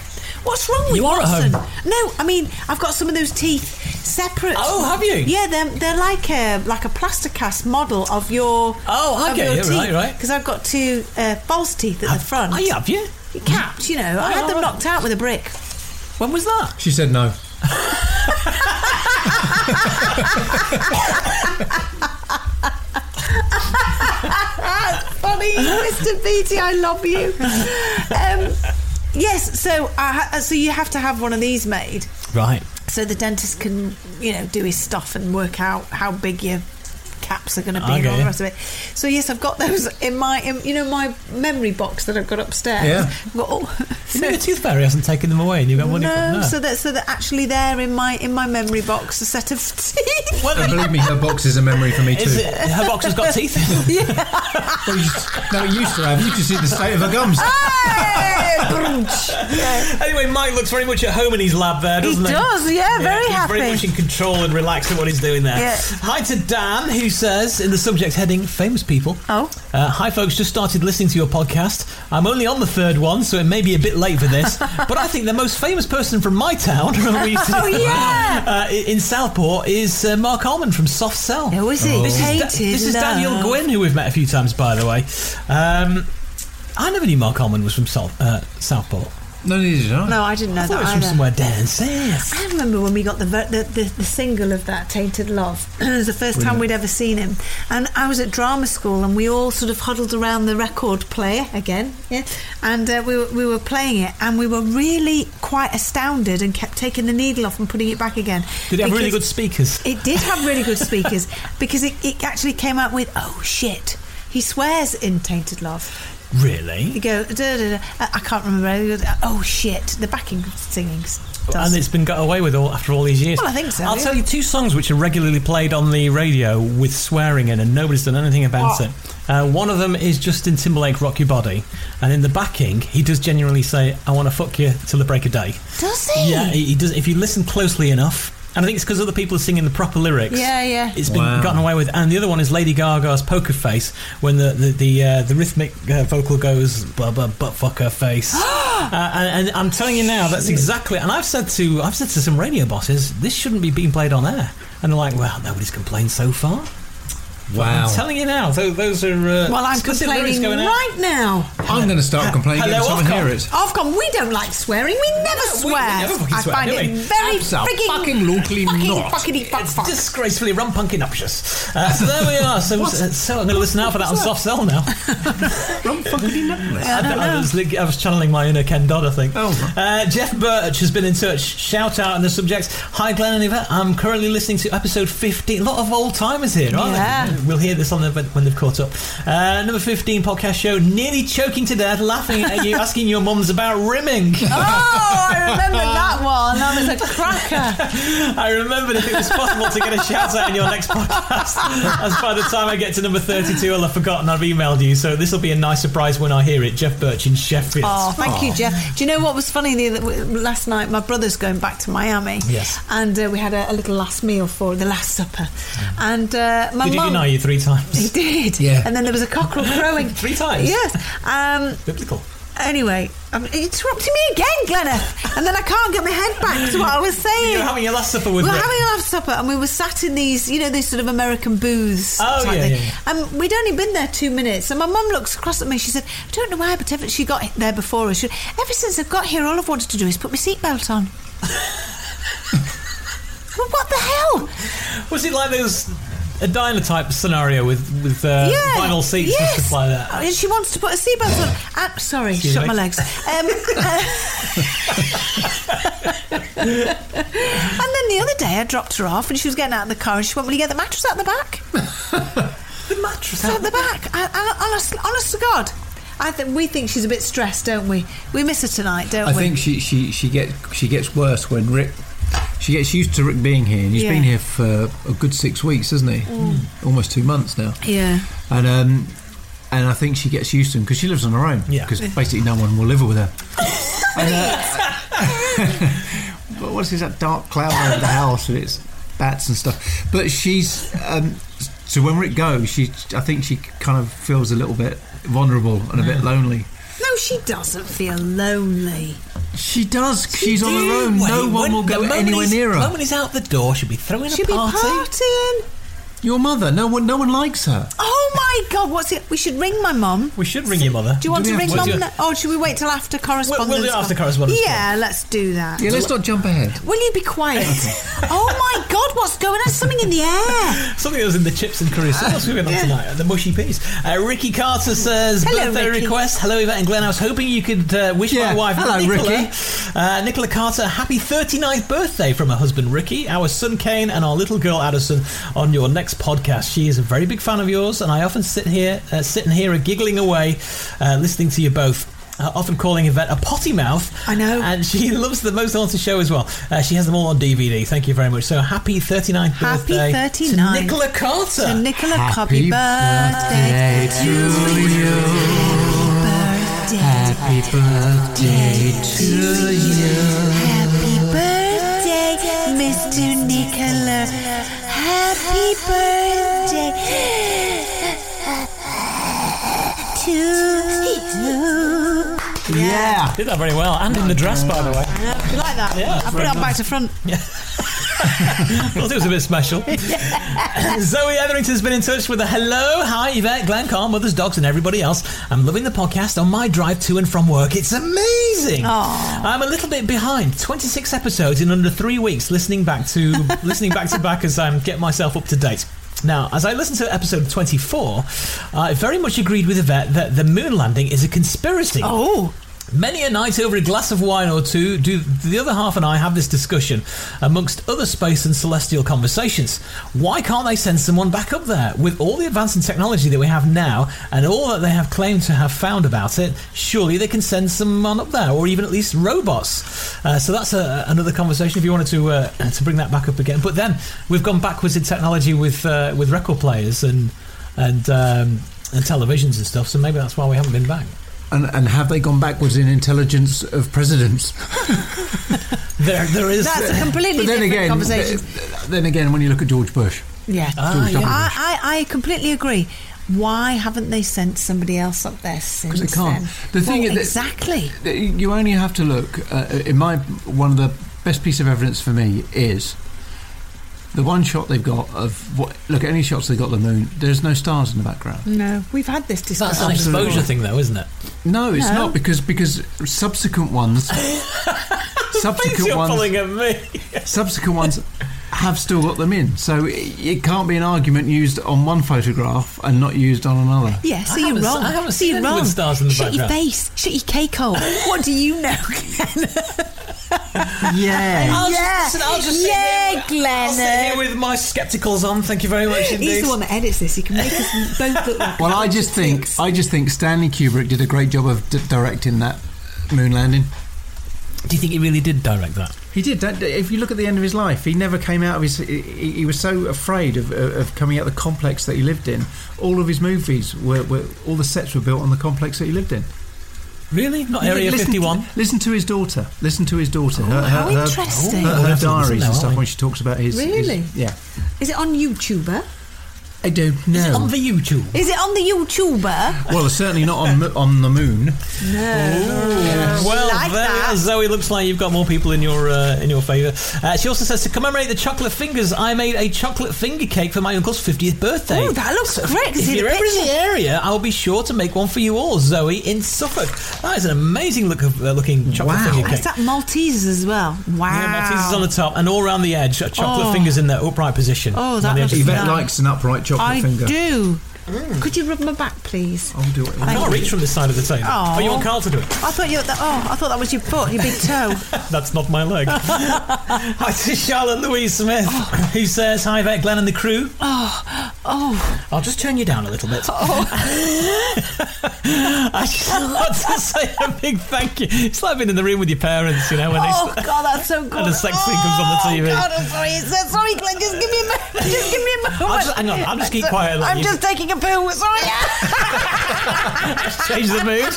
Speaker 2: What's wrong with
Speaker 1: You are at
Speaker 2: Watson?
Speaker 1: home.
Speaker 2: No, I mean I've got some of those teeth separate.
Speaker 1: Oh, have you?
Speaker 2: Yeah, they're, they're like a like a plaster cast model of your.
Speaker 1: Oh, I
Speaker 2: of
Speaker 1: get
Speaker 2: your
Speaker 1: it, right, right.
Speaker 2: Because I've got two uh, false teeth at the front.
Speaker 1: Oh, yeah, have you?
Speaker 2: Capped, you know. I
Speaker 1: Oh,
Speaker 2: had them
Speaker 1: right.
Speaker 2: knocked out with a brick.
Speaker 1: When was that?
Speaker 4: She said no.
Speaker 2: Ah, funny, Mr. Beatty. I love you. Um, yes, so I ha- so you have to have one of these made,
Speaker 1: Right.
Speaker 2: so the dentist can you know do his stuff and work out how big your caps are going to be and
Speaker 1: Okay.
Speaker 2: all the rest of it. So yes, I've got those in my in, you know my memory box that I've got upstairs.
Speaker 4: Yeah.
Speaker 2: I've got all-
Speaker 1: You mean the tooth fairy hasn't taken them away and you got one
Speaker 2: no,
Speaker 1: from
Speaker 2: so that so that actually there in my in my memory box a set of teeth.
Speaker 4: And believe me, her box is a memory for me too.
Speaker 1: Is it, her box has got teeth in it.
Speaker 4: Well, you just- no, it used to have. You can see the state of her gums.
Speaker 2: Hey! Brunch. Yeah.
Speaker 1: Anyway, Mike looks very much at home in his lab there, doesn't he?
Speaker 2: does, yeah, very
Speaker 1: he's
Speaker 2: happy.
Speaker 1: Very much in control and relaxed at what he's doing there.
Speaker 2: Yeah.
Speaker 1: Hi to Dan, who says in the subject heading, famous people.
Speaker 2: Oh.
Speaker 1: Uh, hi, folks, just started listening to your podcast. I'm only on the third one, so it may be a bit late for this, but I think the most famous person from my town, we used to-
Speaker 2: Oh, yeah.
Speaker 1: uh, i- in Southport, is uh, Mark Holman from Soft Cell.
Speaker 2: Oh, is he?
Speaker 1: This is, Da-
Speaker 2: Hated
Speaker 1: this is Daniel
Speaker 2: love.
Speaker 1: Gwynn, who we've met a few times, by the way. Um, I never knew Mark Holman was from South, uh, Southport.
Speaker 4: No, neither did I.
Speaker 2: No, I didn't know
Speaker 1: I
Speaker 2: that
Speaker 1: thought it was
Speaker 2: either.
Speaker 1: from somewhere down south.
Speaker 2: I remember when we got the ver- the, the, the single of that Tainted Love. it was the first time we'd ever seen him, and I was at drama school, and we all sort of huddled around the record player again, yeah, and uh, we were, we were playing it, and we were really quite astounded, and kept taking the needle off and putting it back again.
Speaker 1: Did it have really good
Speaker 2: because-
Speaker 1: speakers?
Speaker 2: It did have really good speakers because it, it actually came out with oh shit. He swears in Tainted Love.
Speaker 1: Really?
Speaker 2: You go, da, da, da. I I can't remember. Oh shit! The backing singing s- does.
Speaker 1: And it's been got away with all after all these years.
Speaker 2: Well, I think so,
Speaker 1: I'll
Speaker 2: yeah.
Speaker 1: tell you two songs which are regularly played on the radio with swearing in, and nobody's done anything about it. Uh, one of them is Justin Timberlake, "Rock Your Body," and in the backing, he does genuinely say, "I want to fuck you till the break of day."
Speaker 2: does he?
Speaker 1: Yeah, he, he does. If you listen closely enough, and I think it's because other people are singing the proper lyrics.
Speaker 2: Yeah, yeah.
Speaker 1: It's been
Speaker 4: Wow.
Speaker 1: gotten away with. And the other one is Lady Gaga's Poker Face, when the the the, uh, the rhythmic uh, vocal goes blah blah butt fucker face. uh, and, and I'm telling you now, that's exactly. And I've said to I've said to some radio bosses, this shouldn't be being played on air. And they're like, well, nobody's complained so far.
Speaker 4: Wow.
Speaker 1: I'm telling you now, tho- those are uh,
Speaker 2: Well, I'm
Speaker 1: explicit lyrics
Speaker 2: complaining
Speaker 1: going out.
Speaker 2: right now. Uh,
Speaker 4: I'm going to start complaining every
Speaker 1: Hello,
Speaker 4: time I hear
Speaker 1: Ofcom.
Speaker 4: it.
Speaker 2: Ofcom, we don't like swearing. We never
Speaker 1: No, we- we
Speaker 2: swear.
Speaker 1: never fucking
Speaker 2: I
Speaker 1: swear,
Speaker 2: find
Speaker 1: do
Speaker 2: it
Speaker 1: we?
Speaker 2: very
Speaker 4: Absolutely
Speaker 2: frigging
Speaker 4: fucking locally
Speaker 2: fucking
Speaker 4: not.
Speaker 2: fuckity fuck
Speaker 1: It's
Speaker 2: fuck.
Speaker 1: disgracefully rumpunkin obnoxious. Uh, so there we are. So, uh, so I'm going to listen out for that on soft sell now. I, I was, li- I was channeling my inner Ken Dodd, I think.
Speaker 4: Oh.
Speaker 1: Uh, Jeff Birch has been in touch. Shout out in the subjects. Hi, Glenn and Yvette. I'm currently listening to episode 15. A lot of old timers here, aren't
Speaker 2: Yeah.
Speaker 1: they? We'll hear this on the event when they've caught up. Uh, number 15 podcast show. Nearly choking to death, laughing at you, asking your mums about rimming.
Speaker 2: Oh, I remember that one. That was a cracker.
Speaker 1: I remembered if it was possible to get a shout out in your next podcast. As by the time I get to number 32, I'll have forgotten I've emailed you. So this will be a nice surprise when I hear it. Jeff Birch in Sheffield.
Speaker 2: Oh, thank you, Jeff. Do you know what was funny? The other, last night, my brother's going back to Miami.
Speaker 1: Yes.
Speaker 2: And uh, we had a, a little last meal for the last supper. And uh, my
Speaker 1: Did he
Speaker 2: mum.
Speaker 1: deny you three
Speaker 2: He
Speaker 1: times?
Speaker 2: did.
Speaker 4: Yeah.
Speaker 2: And then there was a cockerel crowing.
Speaker 1: Three times?
Speaker 2: Yes. Um,
Speaker 1: Biblical.
Speaker 2: anyway, um, it interrupted me again, Gleneth. And then I can't get my head back to what I was saying.
Speaker 1: You're having your last supper with
Speaker 2: we were
Speaker 1: Rick.
Speaker 2: having a last supper and we were sat in these, you know, these sort of American booths.
Speaker 1: Oh,
Speaker 2: type
Speaker 1: yeah,
Speaker 2: thing.
Speaker 1: yeah, yeah.
Speaker 2: And we'd only been there two minutes. And my mum looks across at me. She said, I don't know why, but ever, she got there before us. She, ever since I've got here, all I've wanted to do is put my seatbelt on. well, what the hell?
Speaker 1: Was it like those a diner type scenario with with uh, vinyl seats
Speaker 2: yes.
Speaker 1: and stuff like that?
Speaker 2: Oh, and she wants to put a seatbelt on. Ah, sorry,
Speaker 1: Excuse
Speaker 2: shut
Speaker 1: me.
Speaker 2: my legs. Um, and then the other day, I dropped her off, and she was getting out of the car, and she went, "Will you get the mattress out the back?" the mattress out the back. I, I, honest, honest to God. I think we think she's a bit stressed, don't we? We miss her tonight, don't
Speaker 4: I
Speaker 2: we?
Speaker 4: think she, she, she gets she gets worse when Rick. She gets used to Rick being here, and he's
Speaker 2: Yeah. Mm.
Speaker 4: been here for a good six weeks, isn't he? Almost two months now.
Speaker 2: Yeah.
Speaker 4: And um, and I think she gets used to him because she lives on her own.
Speaker 1: Yeah.
Speaker 4: Because basically, no one will live with her. And, uh, but what's this that dark cloud over the house with its bats and stuff? But she's um, so when Rick goes, she I think she kind of feels a little bit vulnerable and a
Speaker 1: Mm.
Speaker 4: bit lonely.
Speaker 2: No, she doesn't feel lonely.
Speaker 4: She does. she's on her own. No one will go anywhere near
Speaker 1: The
Speaker 4: her.
Speaker 1: moment he's out the door, she'll be throwing
Speaker 2: She'll
Speaker 1: a
Speaker 2: be
Speaker 1: party.
Speaker 2: partying.
Speaker 4: Your mother. No one. No one likes her.
Speaker 2: Oh my God! What's it? We should ring my mum.
Speaker 1: We should ring your mother.
Speaker 2: Do you want
Speaker 4: Do
Speaker 2: to
Speaker 4: we
Speaker 2: ring
Speaker 4: have
Speaker 2: mum?
Speaker 4: to?
Speaker 2: now? Or should we wait till after correspondence?
Speaker 1: We'll- we'll do it after
Speaker 2: call?
Speaker 1: correspondence call.
Speaker 2: Yeah, let's do that.
Speaker 4: Yeah. Let's not jump ahead.
Speaker 2: Will you be quiet? oh my God, what's going on? Something in the air.
Speaker 1: Something that was in the chips and curry. So what's going on
Speaker 2: Yeah.
Speaker 1: tonight? The mushy peas. Uh, Ricky Carter says
Speaker 2: Hello,
Speaker 1: birthday
Speaker 2: Ricky.
Speaker 1: request. Hello, Yvette and Glenn. I was hoping you could uh, wish
Speaker 4: Yeah.
Speaker 1: my wife
Speaker 4: Hello,
Speaker 1: Nicola,
Speaker 4: Ricky.
Speaker 1: Uh, Nicola Carter a happy 39th birthday from her husband Ricky, our son Kane, and our little girl Addison on your next podcast. She is a very big fan of yours, and I often sit here, uh, sit and hear her giggling away, uh, listening to you both. Uh, often calling Yvette a potty mouth.
Speaker 2: I know.
Speaker 1: And she loves the Most Haunted show as well. Uh, she has them all on DVD. Thank you very much. So happy 39th
Speaker 2: Happy
Speaker 1: birthday
Speaker 2: 39th.
Speaker 1: to Nicola Carter.
Speaker 2: So Nicola, happy
Speaker 4: Happy
Speaker 2: birthday to you. Happy birthday to you. Happy birthday, Mr. Nicola. Happy birthday to you.
Speaker 4: Yeah.
Speaker 1: Did that very well, and in the dress, by the way.
Speaker 2: You like that?
Speaker 1: Yeah,
Speaker 2: I put it on back to front.
Speaker 1: Thought it was a bit special. Zoe Etherington's been in touch with a hello, hi Yvette, Glenn, Carl, mothers, dogs, and everybody else. I'm loving the podcast on my drive to and from work. It's amazing.
Speaker 2: Aw.
Speaker 1: I'm a little bit behind. 26 episodes in under three weeks. Listening back to listening back to back as I'm getting myself up to date. Now, as I listened to episode 24, I very much agreed with Yvette that the moon landing is a conspiracy.
Speaker 2: Oh,
Speaker 1: Many a night over a glass of wine or two, do the other half and I have this discussion amongst other space and celestial conversations. Why can't they send someone back up there? With all the advance in technology that we have now and all that they have claimed to have found about it, surely they can send someone up there, or even at least robots. Uh, so that's a, another conversation if you wanted to uh, to bring that back up again. But then we've gone backwards in technology with uh, with record players and and um, and televisions and stuff. So maybe that's why we haven't been back.
Speaker 4: And, and have they gone backwards in intelligence of presidents?
Speaker 1: There, there is.
Speaker 2: that's a completely
Speaker 4: But then
Speaker 2: different
Speaker 4: again,
Speaker 2: conversation.
Speaker 4: th- then again, when you look at George Bush,
Speaker 2: Yeah.
Speaker 1: Ah, yeah.
Speaker 2: I, I, I completely agree. Why haven't they sent somebody else up there since?
Speaker 4: because they can't.
Speaker 2: then?
Speaker 4: The thing
Speaker 2: Well,
Speaker 4: is, that-
Speaker 2: exactly.
Speaker 4: that you only have to look. Uh, in my one of the best piece of evidence for me is the one shot they've got of what look at any shots they've got of the moon. There's no stars in the background.
Speaker 2: No, we've had this discussion.
Speaker 1: That's an
Speaker 4: Absolutely.
Speaker 1: exposure thing, though, isn't it?
Speaker 4: No, it's
Speaker 2: No.
Speaker 4: not because because subsequent ones, subsequent ones,
Speaker 1: at me.
Speaker 4: subsequent ones have still got them in. So it, it can't be an argument used on one photograph and not used on another.
Speaker 2: Yeah, so
Speaker 1: I
Speaker 2: you're
Speaker 1: haven't-
Speaker 2: wrong.
Speaker 1: I haven't
Speaker 2: So
Speaker 1: seen
Speaker 2: you're
Speaker 1: anyone
Speaker 2: wrong.
Speaker 1: with stars in the
Speaker 2: Shut
Speaker 1: background.
Speaker 2: your face. Shut your cake hole. what do you know, Glenn?
Speaker 4: Yeah.
Speaker 2: yeah. yeah, Glenn.
Speaker 1: with my skepticals on. Thank you very much
Speaker 2: He's the one that edits this. He can make us both look like.
Speaker 4: Well, I just think I just think Stanley Kubrick did a great job of d- directing that moon landing.
Speaker 1: Do you think he really did direct that?
Speaker 4: He did. That, if you look at the end of his life, he never came out of his. He, he was so afraid of, of of coming out of the complex that he lived in. All of his movies were, were all the sets were built on the complex that he lived in.
Speaker 1: Really? Not Area
Speaker 4: Listen to-
Speaker 1: 51?
Speaker 4: listen to his daughter. Listen to his daughter. her,
Speaker 2: Oh, how
Speaker 4: her, her-
Speaker 2: interesting.
Speaker 4: Her, her
Speaker 1: We'll have to listen
Speaker 4: diaries
Speaker 1: now,
Speaker 4: and stuff
Speaker 1: aren't we?
Speaker 4: when she talks about his. his-
Speaker 2: Really?
Speaker 4: yeah.
Speaker 2: Is it on YouTuber?
Speaker 4: I don't
Speaker 1: On
Speaker 4: know.
Speaker 1: the YouTube.
Speaker 2: Is it on the YouTuber?
Speaker 4: Well, certainly not on mo- on the moon.
Speaker 1: Well,
Speaker 2: Like
Speaker 1: there
Speaker 2: Oh, that.
Speaker 1: we are. Zoe looks like you've got more people in your uh, in your favour. Uh, she also says to commemorate the chocolate fingers, I made a chocolate finger cake for my uncle's fiftieth birthday.
Speaker 2: Oh, that looks great. I can
Speaker 1: If
Speaker 2: see the
Speaker 1: you're ever in the
Speaker 2: picture.
Speaker 1: area, I will be sure to make one for you all, Zoe in Suffolk. That is an amazing look of, uh, looking chocolate
Speaker 4: Wow.
Speaker 1: finger
Speaker 2: Is
Speaker 1: cake.
Speaker 2: that Maltesers as well? Wow.
Speaker 1: Yeah, Maltesers on the top and all around the edge, uh, chocolate
Speaker 2: Oh.
Speaker 1: fingers in their upright position.
Speaker 2: Oh,
Speaker 1: On
Speaker 2: that
Speaker 1: the edge
Speaker 2: looks
Speaker 1: of the-
Speaker 2: Yvette
Speaker 4: Yvette
Speaker 2: Nice.
Speaker 4: likes
Speaker 2: likes
Speaker 4: an upright chocolate
Speaker 2: I
Speaker 4: finger. Oh.
Speaker 2: do. Mm. Could you rub my back, please?
Speaker 4: I'll do it.
Speaker 1: I can't
Speaker 2: Thank
Speaker 1: reach from this side of the table.
Speaker 2: Oh.
Speaker 1: Oh, you want Carl to do it?
Speaker 2: I thought you. Were the, oh, I thought that was your foot, your big toe.
Speaker 1: That's not my leg. Hi to Charlotte Louise Smith, who says, Hi there, Glenn and the crew.
Speaker 2: oh, oh,
Speaker 1: I'll just turn you down a little bit. I just want to say a big thank you. It's like being in the room with your parents, you know, when
Speaker 2: oh,
Speaker 1: they.
Speaker 2: God, that's so good.
Speaker 1: And a sex thing comes on the TV.
Speaker 2: Oh, God, I'm sorry. So- Sorry, Glenn, just give me a moment. Just give me a moment.
Speaker 1: I'll just- hang on, I'll just keep quiet and let
Speaker 2: I'm
Speaker 1: you-
Speaker 2: just taking a poo. Sorry.
Speaker 1: Change the mood.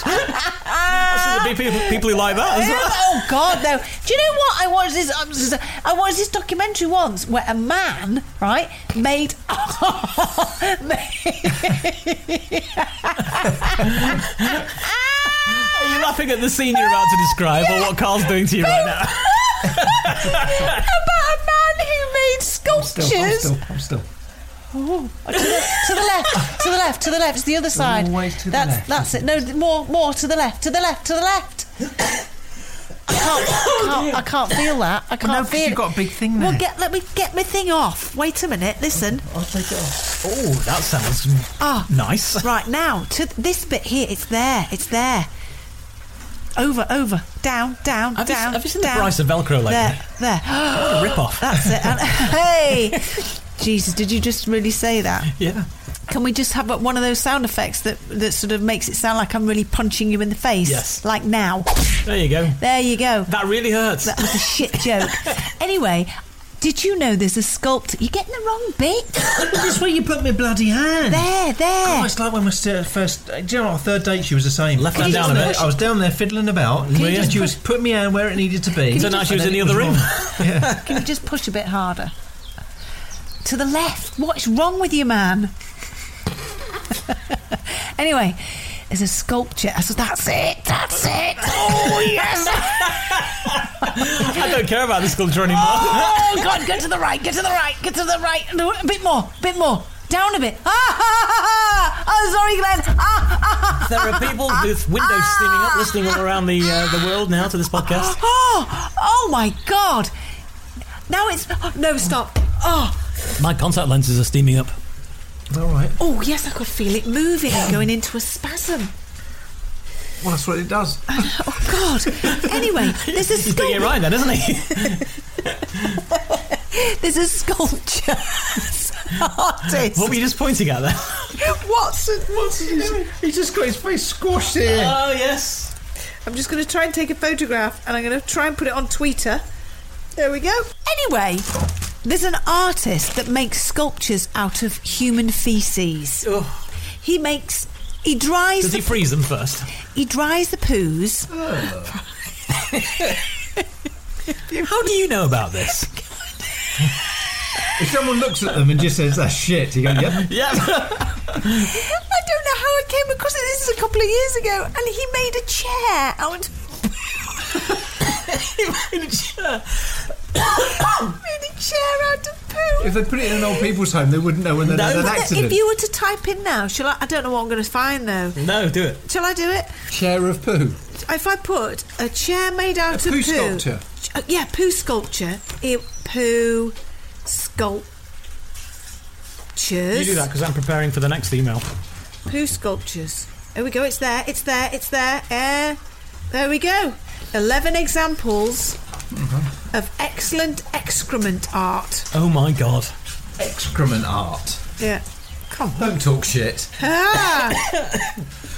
Speaker 1: That's the people, people who like that as well.
Speaker 2: oh God, no! Do you know what I watched this? I'm just- I watched this documentary once where a man, right, made
Speaker 1: Are you laughing at the scene you're about to describe or what Carl's doing to you right now?
Speaker 2: about a man who made
Speaker 4: Still, I'm
Speaker 2: sculptures.
Speaker 4: still, I'm still.
Speaker 2: Oh, to the left, to the left, to the left, to the other side.
Speaker 4: Always to the
Speaker 2: that's
Speaker 4: left.
Speaker 2: that's it. No, th- more, more to the left, to the left, to the left. I can't, I can't, I can't feel that. I can't
Speaker 4: no, 'cause
Speaker 2: feel.
Speaker 4: you've got a big thing
Speaker 2: Well,
Speaker 4: there.
Speaker 2: get let me get my thing off. Wait a minute. Listen.
Speaker 4: I'll take it off.
Speaker 1: Oh, that sounds
Speaker 2: Ah.
Speaker 1: nice.
Speaker 2: Right now, to th- this bit here. It's there. It's there. Over, over, down, down,
Speaker 1: Have you,
Speaker 2: down.
Speaker 1: have you seen
Speaker 2: down.
Speaker 1: the Bryson Velcro leg?
Speaker 2: There, there.
Speaker 1: What a rip-off.
Speaker 2: That's it. And- hey, Jesus! Did you just really say that?
Speaker 1: Yeah.
Speaker 2: Can we just have uh, one of those sound effects that that sort of makes it sound like I'm really punching you in the face?
Speaker 1: Yes.
Speaker 2: Like now.
Speaker 1: There you go.
Speaker 2: There you go.
Speaker 1: That really hurts.
Speaker 2: That was a shit joke. anyway, did you know there's a sculpt? You're getting the wrong bit.
Speaker 4: That's where you put my bloody hand.
Speaker 2: There, there.
Speaker 4: Oh, it's like when we st- first. uh, Do you know our third date? She was the same.
Speaker 1: Left
Speaker 4: I was
Speaker 1: hand down a
Speaker 4: there-
Speaker 1: bit.
Speaker 4: I was down there fiddling about.
Speaker 1: you
Speaker 4: and
Speaker 1: just
Speaker 4: she was putting me hand where it needed to be.
Speaker 1: So now she was in the other room.
Speaker 2: Can you just push a bit harder? To the left. What's wrong with you, man? anyway, there's a sculpture. I said, that's it. That's it. Oh, yes.
Speaker 1: I don't care about this culture anymore.
Speaker 2: Oh God! Go to the right. Go to the right. Go to the right. No, a bit more. Bit more. Down a bit. Ah, ha, ha, ha, ha. Oh, sorry, Glenn. Ah, ah, ha,
Speaker 1: There are people with windows steaming up, listening all around the uh, the world now to this podcast.
Speaker 2: oh, oh my God! Now it's no stop. Oh,
Speaker 5: My contact lenses are steaming up.
Speaker 4: All right.
Speaker 2: oh yes, I could feel it moving and going into a spasm.
Speaker 4: Well, that's what it does.
Speaker 2: Oh God! Anyway, there's a
Speaker 1: He's doing it
Speaker 2: sculpture.
Speaker 1: right then, isn't he?
Speaker 2: There's a sculpture artist.
Speaker 1: what were you just pointing at there?
Speaker 2: Watson.
Speaker 4: He just got his face squashed in.
Speaker 1: Oh yes.
Speaker 2: I'm just going to try and take a photograph and I'm going to try and put it on Twitter. There we go. Anyway, there's an artist that makes sculptures out of human feces.
Speaker 1: Ugh.
Speaker 2: He makes. He dries
Speaker 1: Does
Speaker 2: the
Speaker 1: he freeze them first?
Speaker 2: he dries the poos.
Speaker 1: How do you know about this?
Speaker 4: If someone looks at them and just says that's shit, you go, yep.
Speaker 1: Yeah.
Speaker 2: I don't know how I came across it. This is a couple of years ago, and he made a chair out.
Speaker 1: In a chair.
Speaker 2: made a chair out of poo.
Speaker 4: If they put it in an old people's home, they wouldn't know when they had an
Speaker 2: But
Speaker 4: accident.
Speaker 2: If you were to type in now, shall I? I don't know what I'm going to find though.
Speaker 1: No, do it.
Speaker 2: Shall I do it?
Speaker 4: Chair of poo.
Speaker 2: If I put a chair made out
Speaker 4: A
Speaker 2: of
Speaker 4: poo sculpture.
Speaker 2: Ch- uh, yeah, poo sculpture. It, poo sculptures.
Speaker 1: You do that because I'm preparing for the next email.
Speaker 2: Poo sculptures. Here we go. It's there. It's there. It's there. Eh, there we go. Eleven examples
Speaker 4: Mm-hmm.
Speaker 2: of excellent excrement art.
Speaker 1: Oh my god.
Speaker 4: Excrement art.
Speaker 2: Yeah. Come on.
Speaker 4: Don't talk shit.
Speaker 2: Ah,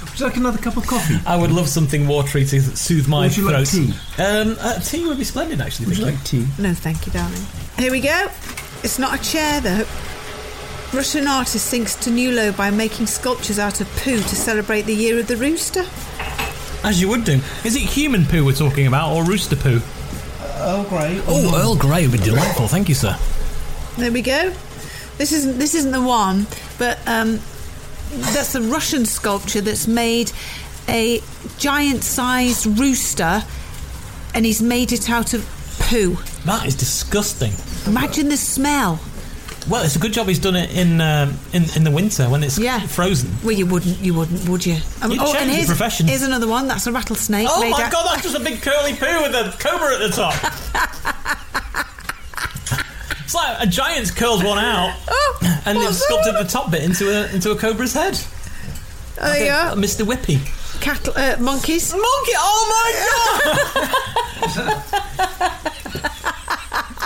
Speaker 4: Would you like another cup of coffee?
Speaker 1: I would love something watery to soothe my
Speaker 4: Would you like
Speaker 1: throat.
Speaker 4: tea?
Speaker 1: Um, uh, tea would be splendid, actually. thank you.
Speaker 4: tea?
Speaker 2: no, thank you, darling. Here we go. It's not a chair though. Russian artist sinks to new low by making sculptures out of poo to celebrate the year of the rooster.
Speaker 1: As you would do. Is it human poo we're talking about or rooster poo?
Speaker 4: Oh, great.
Speaker 5: Oh, Earl Grey would be delightful. Thank you, sir.
Speaker 2: There we go. This isn't this isn't the one, but um, that's the Russian sculpture that's made a giant-sized rooster, and he's made it out of poo.
Speaker 1: That is disgusting.
Speaker 2: Imagine the smell.
Speaker 1: Well, it's a good job he's done it in um, in, in the winter when it's
Speaker 2: Yeah.
Speaker 1: frozen.
Speaker 2: Well, you wouldn't, you wouldn't, would you? Um,
Speaker 1: You'd change your
Speaker 2: here's,
Speaker 1: profession.
Speaker 2: here's another one. That's a rattlesnake.
Speaker 1: Oh
Speaker 2: made
Speaker 1: my
Speaker 2: out-
Speaker 1: god, that's just a big curly poo with a cobra at the top. it's like a giant's curled one out
Speaker 2: Oh,
Speaker 1: and they've
Speaker 2: what's
Speaker 1: sculpted
Speaker 2: that?
Speaker 1: the top bit into a into a cobra's head.
Speaker 2: Oh, there you
Speaker 1: Uh,
Speaker 2: are.
Speaker 1: Mr. Whippy.
Speaker 2: Cattle, uh, monkeys.
Speaker 1: Monkey! Oh my god!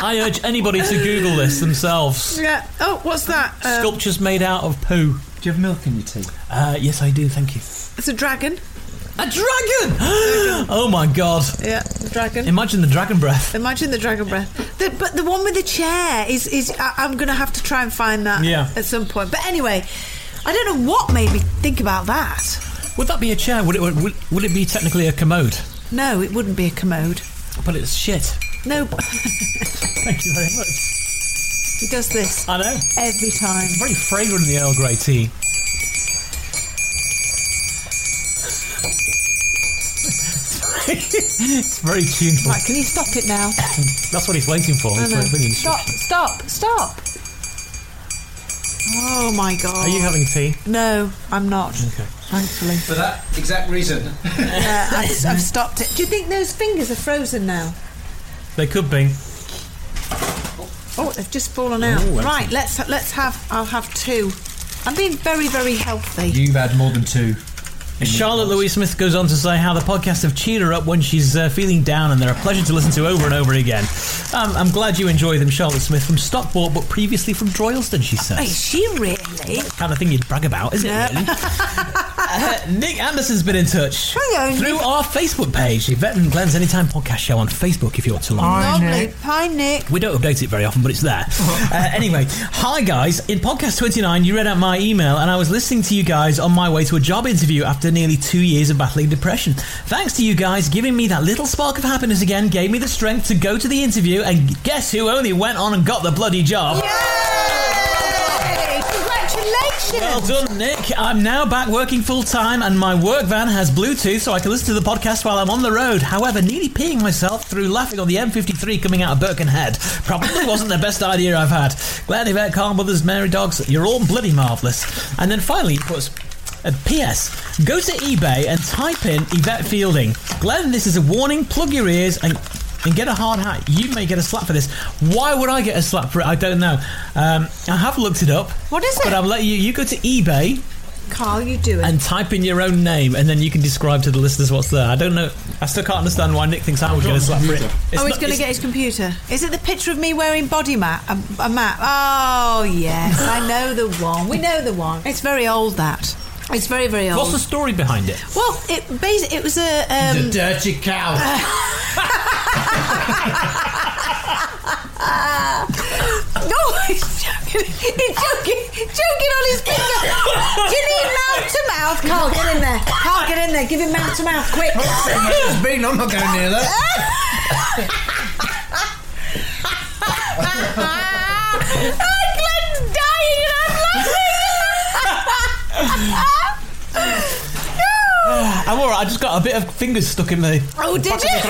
Speaker 1: I urge anybody to Google this themselves.
Speaker 2: Yeah. Oh, what's that? Uh,
Speaker 1: Sculptures made out of poo.
Speaker 4: Do you have milk in your tea?
Speaker 1: Uh, yes, I do. Thank you.
Speaker 2: it's a dragon.
Speaker 1: A dragon! oh my god!
Speaker 2: Yeah, a dragon.
Speaker 1: Imagine the dragon breath.
Speaker 2: Imagine the dragon breath. The, but the one with the chair is is I, I'm going to have to try and find that
Speaker 1: Yeah.
Speaker 2: at some point. But anyway, I don't know what made me think about that.
Speaker 1: Would that be a chair? Would it would, would it be technically a commode?
Speaker 2: No, it wouldn't be a commode.
Speaker 1: But it's shit.
Speaker 2: No, b-
Speaker 1: Thank you very much.
Speaker 2: he does this
Speaker 1: I know.
Speaker 2: every time.
Speaker 1: Very fragrant the Earl Grey tea. it's very tuneful.
Speaker 2: Right, can you stop it now?
Speaker 1: That's what he's waiting for.
Speaker 2: No,
Speaker 1: He's
Speaker 2: no.
Speaker 1: waiting for the
Speaker 2: Stop,
Speaker 1: instruction.
Speaker 2: stop, stop. Oh my god.
Speaker 1: Are you having tea? Mm.
Speaker 2: No, I'm not.
Speaker 1: Okay.
Speaker 2: Thankfully.
Speaker 4: For that exact reason.
Speaker 2: Uh, I've, I've stopped it. Do you think those fingers are frozen now?
Speaker 1: They could be.
Speaker 2: Oh, they've just fallen out. right, let's let's have. I'll have two. I'm being very very healthy.
Speaker 4: You've had more than two.
Speaker 1: Charlotte Louise Smith goes on to say how the podcast have cheered her up when she's uh, feeling down, and they're a pleasure to listen to over and over again. Um, I'm glad you enjoy them, Charlotte Smith from Stockport, but previously from Droylsden. She says.
Speaker 2: Hey, she really?
Speaker 1: kind of thing you'd brag about, isn't it? Really? Uh, Nick Anderson's been in touch
Speaker 2: Hello,
Speaker 1: through
Speaker 2: Nick.
Speaker 1: our Facebook page, the Veteran Glenn's Anytime Podcast Show on Facebook. If you're too long.
Speaker 2: Lovely. Hi, Nick.
Speaker 1: We don't update it very often, but it's there. uh, anyway, hi guys. In podcast 29, you read out my email, and I was listening to you guys on my way to a job interview after nearly two years of battling depression. Thanks to you guys giving me that little spark of happiness again, gave me the strength to go to the interview, and guess who only went on and got the bloody job?
Speaker 2: Yay! Congratulations.
Speaker 1: Well done, Nick. I'm now back working full time, and my work van has Bluetooth, so I can listen to the podcast while I'm on the road. However, nearly peeing myself through laughing on the M53 coming out of Birkenhead probably wasn't the best idea I've had. Glad Yvette, Carl Brothers, Mary Dogs, you're all bloody marvellous. And then finally, he puts. Uh, P.S. Go to eBay and type in Yvette Fielding. Glenn, this is a warning. Plug your ears and and get a hard hat. You may get a slap for this. Why would I get a slap for it? I don't know. Um, I have looked it up.
Speaker 2: What is it?
Speaker 1: But I'll let you. You go to eBay
Speaker 2: Carl, you do it.
Speaker 1: and type in your own name, and then you can describe to the listeners what's there. I don't know. I still can't understand why Nick thinks I would get a slap for it. It's
Speaker 2: oh, he's
Speaker 1: not-
Speaker 2: going to
Speaker 1: it's-
Speaker 2: get his computer. Is it the picture of me wearing body mat? A, a map? Oh yes, I know the one. We know the one. It's very old. That. It's very very
Speaker 1: What's
Speaker 2: old.
Speaker 1: the story behind it?
Speaker 2: well, it basi- it was a um, Uh,
Speaker 4: dirty cow.
Speaker 2: No, he's joking. He's joking. Joking on his finger. Do you need mouth to mouth? Carl, get in there. Carl, get in there. Give him mouth to mouth, quick.
Speaker 4: It's been, I'm not going near that.
Speaker 2: oh, Glenn's dying and I'm laughing. No.
Speaker 1: I'm all right. I just got a bit of fingers stuck in the
Speaker 2: Oh, did
Speaker 1: back of the
Speaker 2: you?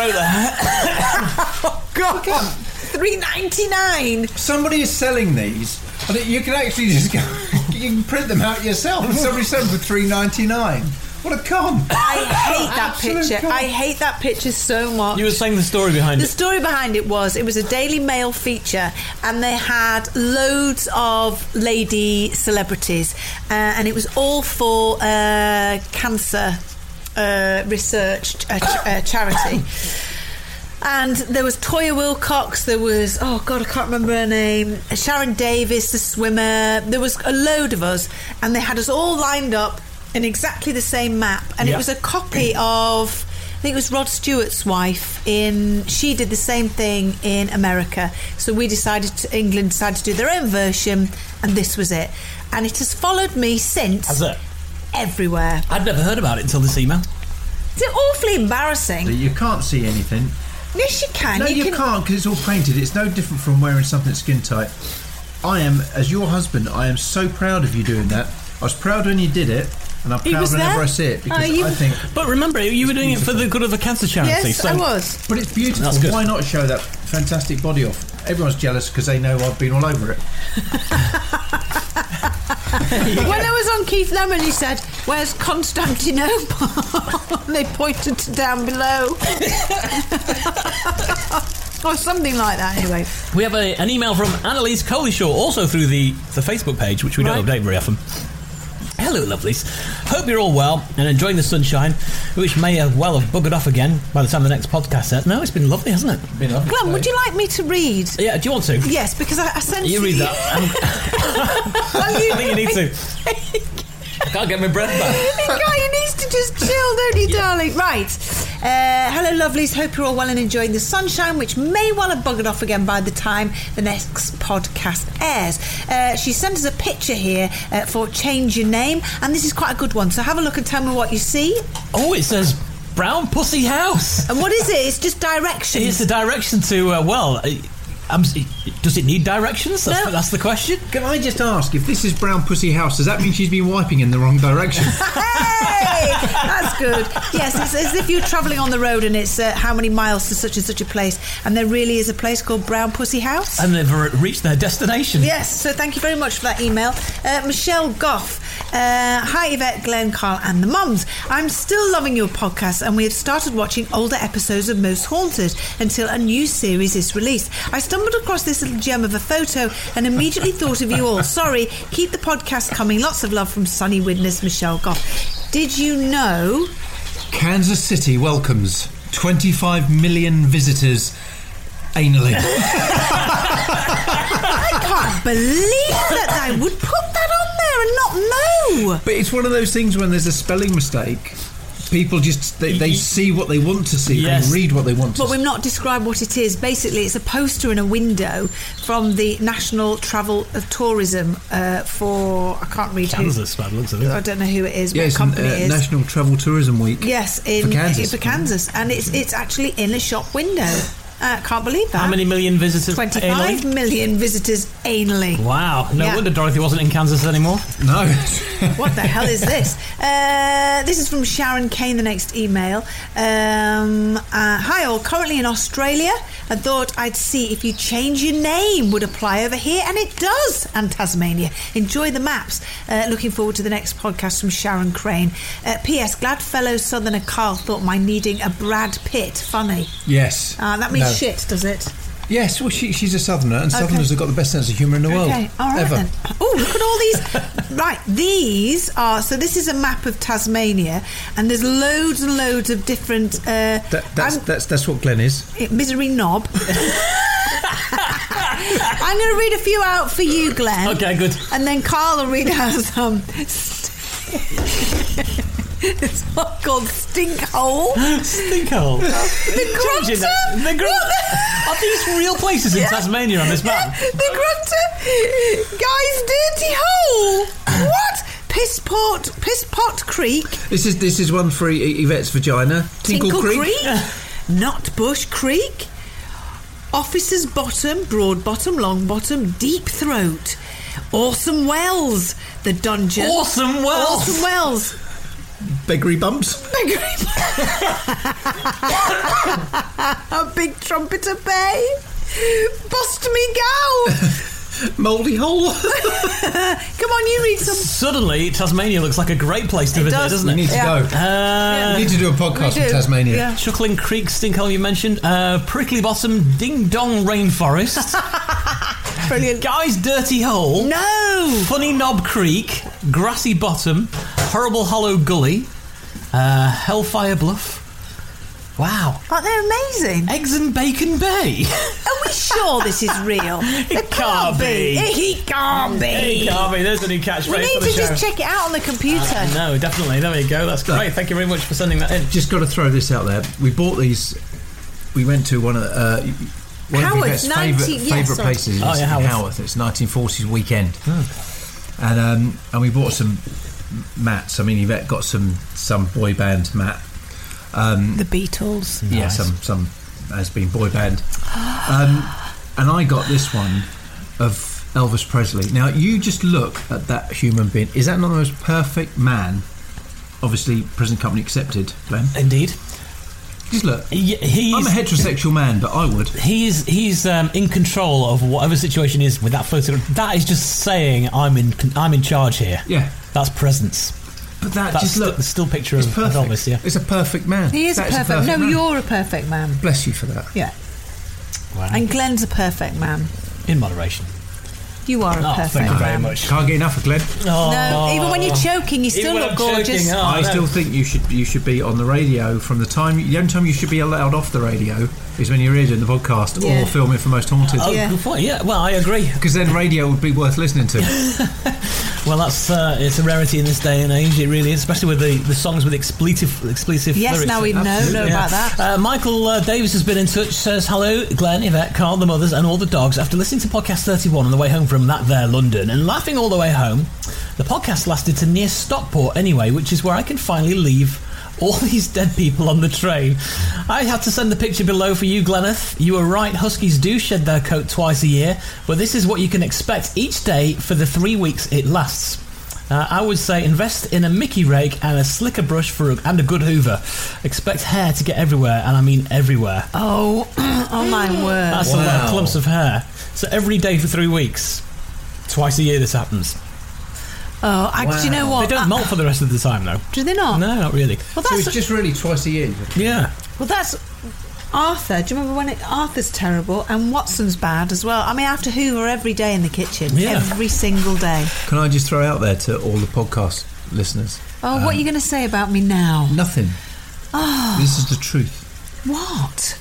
Speaker 2: God.
Speaker 1: throat there.
Speaker 2: The three ninety nine.
Speaker 4: Somebody is selling these. I think you can actually just go. You can print them out yourself. And somebody selling for three ninety nine. What a con!
Speaker 2: I hate that
Speaker 4: Absolute
Speaker 2: picture.
Speaker 4: con.
Speaker 2: I hate that picture so much.
Speaker 1: You were saying the story behind
Speaker 2: The
Speaker 1: it.
Speaker 2: story behind it was it was a Daily Mail feature, and they had loads of lady celebrities, uh, and it was all for uh, cancer uh, research ch- uh, ch- uh, charity. And there was Toya Wilcox, there was, oh God, I can't remember her name, Sharon Davis, the swimmer, there was a load of us, and they had us all lined up in exactly the same map. And it
Speaker 1: Yeah.
Speaker 2: was a copy of, I think it was Rod Stewart's wife in, she did the same thing in America. So we decided, to, England decided to do their own version, and this was it. And it has followed me since.
Speaker 1: Has it?
Speaker 2: Everywhere.
Speaker 1: I'd never heard about it until this email.
Speaker 2: It's awfully embarrassing.
Speaker 4: You can't see anything.
Speaker 2: Yes, you can.
Speaker 4: no, you,
Speaker 2: can,
Speaker 4: can't because it's all painted. It's no different from wearing something skin tight. I am, as your husband, I am so proud of you doing that. I was proud when you did it, and I'm
Speaker 2: He
Speaker 4: proud
Speaker 2: was
Speaker 4: whenever
Speaker 2: there?
Speaker 4: I see it because
Speaker 2: Oh, you-
Speaker 4: I think.
Speaker 1: But remember, you were doing it for the good of a cancer charity.
Speaker 2: Yes,
Speaker 1: so
Speaker 2: I was.
Speaker 4: But it's beautiful.
Speaker 1: That's good.
Speaker 4: Why not show that fantastic body off? Everyone's jealous because they know I've been all over it.
Speaker 2: When I was on Keith Lemon, he said, "Where's Constantinople?" and they pointed to down below, or something like that. Anyway,
Speaker 1: We have a, an email from Annalise Coleshaw, also through the, the Facebook page, which we don't update very often. Hello, lovelies. Hope you're all well and enjoying the sunshine, which may have well have buggered off again by the time the next podcast set. No, it's been lovely, hasn't it?
Speaker 4: Been lovely
Speaker 2: Glenn,
Speaker 4: today.
Speaker 2: would you like me to read?
Speaker 1: Yeah, do you want to?
Speaker 2: Yes, because I, I sense
Speaker 1: You read that. I'm-
Speaker 2: Well, you-
Speaker 1: I think you need to. I can't get my breath back.
Speaker 2: guy who needs to just chill, don't you, darling? Right. Uh, hello, lovelies. Hope you're all well and enjoying the sunshine, which may well have buggered off again by the time the next podcast airs. Uh, she sent us a picture here uh, for Change Your Name, and this is quite a good one. So have a look and tell me what you see.
Speaker 1: Oh, it says Brown Pussy House.
Speaker 2: And what is it? It's just directions.
Speaker 1: It's the direction to, uh, well, I- I'm, s- does it need directions? That's,
Speaker 2: No.
Speaker 1: that's the question.
Speaker 4: Can I just ask if this is Brown Pussy House? Does that mean she's been wiping in the wrong direction?
Speaker 2: hey, that's good. Yes, it's as if you're travelling on the road and it's uh, how many miles to such and such a place, and there really is a place called Brown Pussy House.
Speaker 1: And they've re- reached their destination.
Speaker 2: Yes, so thank you very much for that email. Uh, Michelle Goff. Uh, hi, Yvette, Glenn, Carl, and the mums. I'm still loving your podcast, and we have started watching older episodes of Most Haunted until a new series is released. I stumbled across this little gem of a photo and immediately thought of you all. Sorry, keep the podcast coming. Lots of love from Sunny Witness, Michelle Goff. Did you know?
Speaker 4: Kansas City welcomes 25 million visitors anally.
Speaker 2: I can't believe that I would put that on there and not know.
Speaker 4: But it's one of those things when there's a spelling mistake, people just they, they see what they want to see,
Speaker 1: Yes.
Speaker 4: they read what they want to
Speaker 2: But
Speaker 4: see.
Speaker 2: we've not described what it is. Basically, it's a poster in a window from the National Travel of Tourism uh, for I can't read
Speaker 1: Kansas, by the looks of
Speaker 2: who.
Speaker 1: it.
Speaker 2: I don't know who it is.
Speaker 4: Yeah,
Speaker 2: what
Speaker 4: it's an,
Speaker 2: company
Speaker 4: uh,
Speaker 2: it is.
Speaker 4: National Travel Tourism Week.
Speaker 2: yes, in
Speaker 4: for Kansas.
Speaker 2: for Kansas, and it's it's actually in a shop window. Uh, can't believe that.
Speaker 1: How many million visitors?
Speaker 2: Twenty-five
Speaker 1: annually?
Speaker 2: million visitors annually.
Speaker 1: Wow. No
Speaker 2: Yeah.
Speaker 1: wonder Dorothy wasn't in Kansas anymore.
Speaker 4: No.
Speaker 2: What the hell is this? Uh, this is from Sharon Kane, the next email. Um, uh, Hi, all. Currently in Australia and thought I'd see if you change your name would apply over here, and it does, and Tasmania. Enjoy the maps. Uh, looking forward to the next podcast from Sharon Crane. Uh, P.S. Glad fellow Southerner Carl thought my needing a Brad Pitt funny.
Speaker 4: yes.
Speaker 2: Uh, that means
Speaker 4: No.
Speaker 2: shit, does it?
Speaker 4: Yes, well, she, she's a southerner, and southerners have got the best sense of humour in the world.
Speaker 2: Okay, all right
Speaker 4: ever.
Speaker 2: then. Oh, look at all these. right, these are. So this is a map of Tasmania, and there's loads and loads of different. Uh,
Speaker 4: That, that's,
Speaker 2: I'm-
Speaker 4: that's, that's what Glenn is.
Speaker 2: it- Eh, misery knob. I'm going to read a few out for you, Glenn.
Speaker 1: Okay, good.
Speaker 2: And then Carl will read out some. it's one called Stinkhole.
Speaker 1: Stinkhole.
Speaker 2: The
Speaker 1: Changing that-
Speaker 2: Grunter.
Speaker 1: the Grun- Are these real places in
Speaker 2: Yeah.
Speaker 1: Tasmania on this map?
Speaker 2: the grunter guy's dirty hole. What? Pissport, Pisspot Creek,
Speaker 4: This is this is one for Y- Yvette's vagina. Tinkle,
Speaker 2: Tinkle
Speaker 4: Creek.
Speaker 2: Creek, Nut Bush Creek, Officer's Bottom, Broad Bottom, Long Bottom, Deep Throat, Awesome Wells, the Dungeon,
Speaker 1: Awesome Wells.
Speaker 2: Awesome Wells,
Speaker 4: Beggary bumps.
Speaker 2: a big trumpeter bay. Bust me go!
Speaker 1: Mouldy hole.
Speaker 2: Come on, you read some.
Speaker 1: Suddenly, Tasmania looks like a great place to
Speaker 2: It
Speaker 1: visit,
Speaker 2: does.
Speaker 1: does.
Speaker 2: We
Speaker 1: not it?
Speaker 2: need to Yeah. go.
Speaker 1: Uh,
Speaker 2: We
Speaker 4: need to do a podcast
Speaker 2: do.
Speaker 4: from Tasmania.
Speaker 2: Yeah.
Speaker 1: Chuckling Creek, Stinkholm, you mentioned. Uh, Prickly Bottom, Ding Dong Rainforest.
Speaker 2: Brilliant.
Speaker 1: Guy's Dirty Hole.
Speaker 2: No!
Speaker 1: Funny Knob Creek, Grassy Bottom, Horrible Hollow Gully, uh, Hellfire Bluff. Wow.
Speaker 2: Aren't they amazing?
Speaker 1: Eggs and Bacon Bay.
Speaker 2: Are we sure this is real?
Speaker 1: It can't be.
Speaker 2: It can't be.
Speaker 1: Carby, there's a new catchphrase
Speaker 2: We need
Speaker 1: for
Speaker 2: to
Speaker 1: the
Speaker 2: just
Speaker 1: show. Uh,
Speaker 2: check it out on the computer.
Speaker 1: No, definitely. There we go. That's great. Thank you very much for sending that in.
Speaker 4: Just got to throw this out there. We bought these. We went to one of uh, one of your
Speaker 2: Haworth,
Speaker 4: guests'
Speaker 2: 90
Speaker 4: favorite
Speaker 2: yes,
Speaker 4: favorite
Speaker 2: sorry.
Speaker 4: places. in
Speaker 1: Oh, yeah, Haworth.
Speaker 4: Haworth. It's 1940s weekend, and um, and we bought some mats. I mean, Yvette got some some boy band mat. Um,
Speaker 2: The Beatles.
Speaker 4: Yeah,
Speaker 1: Nice.
Speaker 4: some some has been boy band. Um, and I got this one of Elvis Presley. Now you just look at that human being. Is that not the most perfect man? Obviously, present company accepted. Glenn,
Speaker 1: Indeed.
Speaker 4: just look.
Speaker 1: He,
Speaker 4: I'm
Speaker 1: he's,
Speaker 4: a heterosexual man, but I would.
Speaker 1: he's, he's um, in control of whatever situation is with that photograph. That is just saying, I'm in, con- I'm in charge here.
Speaker 4: Yeah,
Speaker 1: That's presence.
Speaker 4: but that
Speaker 1: That's
Speaker 4: just look.
Speaker 1: the still picture
Speaker 4: it's
Speaker 1: of, of
Speaker 4: perfect.
Speaker 1: Elvis, yeah.
Speaker 4: It's a perfect man.
Speaker 2: He is
Speaker 4: That
Speaker 2: a perfect. no,
Speaker 4: man.
Speaker 2: you're a perfect man.
Speaker 4: Bless you for that.
Speaker 2: Yeah.
Speaker 1: Wow.
Speaker 2: And Glenn's a perfect man.
Speaker 1: In moderation.
Speaker 2: You are a
Speaker 1: Oh,
Speaker 2: perfect
Speaker 1: thank you
Speaker 2: man.
Speaker 1: very much.
Speaker 4: Can't get enough of Glenn.
Speaker 1: Oh.
Speaker 2: No, even when you're choking, you still
Speaker 1: when
Speaker 2: look
Speaker 1: I'm
Speaker 2: gorgeous.
Speaker 1: choking, oh,
Speaker 4: I
Speaker 1: no.
Speaker 4: still think you should you should be on the radio from the time the only time you should be allowed off the radio is when you're here doing the podcast
Speaker 2: Yeah.
Speaker 4: or filming for Most Haunted.
Speaker 1: Oh,
Speaker 2: Yeah.
Speaker 1: good point. Yeah, well, I agree.
Speaker 4: Because then radio would be worth listening to.
Speaker 1: Well, that's uh, it's a rarity in this day and age. It really is, especially with the, the songs with expletive expletive.
Speaker 2: Yes,
Speaker 1: lyrics.
Speaker 2: now we know-
Speaker 1: Absolutely,
Speaker 2: know about that.
Speaker 1: Uh, Michael uh, Davis has been in touch. Says hello, Glenn, Yvette, Carl, the mothers, and all the dogs. After listening to podcast thirty one on the way home from that there London and laughing all the way home, the podcast lasted to near Stockport anyway, which is where I can finally leave. All these dead people on the train. I had to send the picture below for you, Glenneth. You were right, huskies do shed their coat twice a year, but this is what you can expect each day for the three weeks it lasts. Uh, I would say invest in a Mickey rake and a slicker brush for a, and a good Hoover. Expect hair to get everywhere, and I mean everywhere.
Speaker 2: Oh, oh my word.
Speaker 1: That's a lot of
Speaker 4: Wow.
Speaker 1: clumps of hair. So every day for three weeks, twice a year this happens.
Speaker 2: Oh, I, do you know
Speaker 1: They
Speaker 2: what?
Speaker 1: don't
Speaker 2: I-
Speaker 1: molt for the rest of the time though.
Speaker 2: do they not?
Speaker 1: No, not really.
Speaker 2: Well, that's
Speaker 4: just really twice a year.
Speaker 1: Yeah,
Speaker 2: well, that's Arthur. Do you remember when it, Arthur's terrible and Watson's bad as well? I mean, I have to Hoover every day in the kitchen,
Speaker 1: Yeah.
Speaker 2: every single day.
Speaker 4: Can I just throw out there to all the podcast listeners? Um,
Speaker 2: Oh, what are
Speaker 1: Um,
Speaker 2: you Oh. going to say about me now? Ah.
Speaker 4: Nothing. This is the truth.
Speaker 2: What?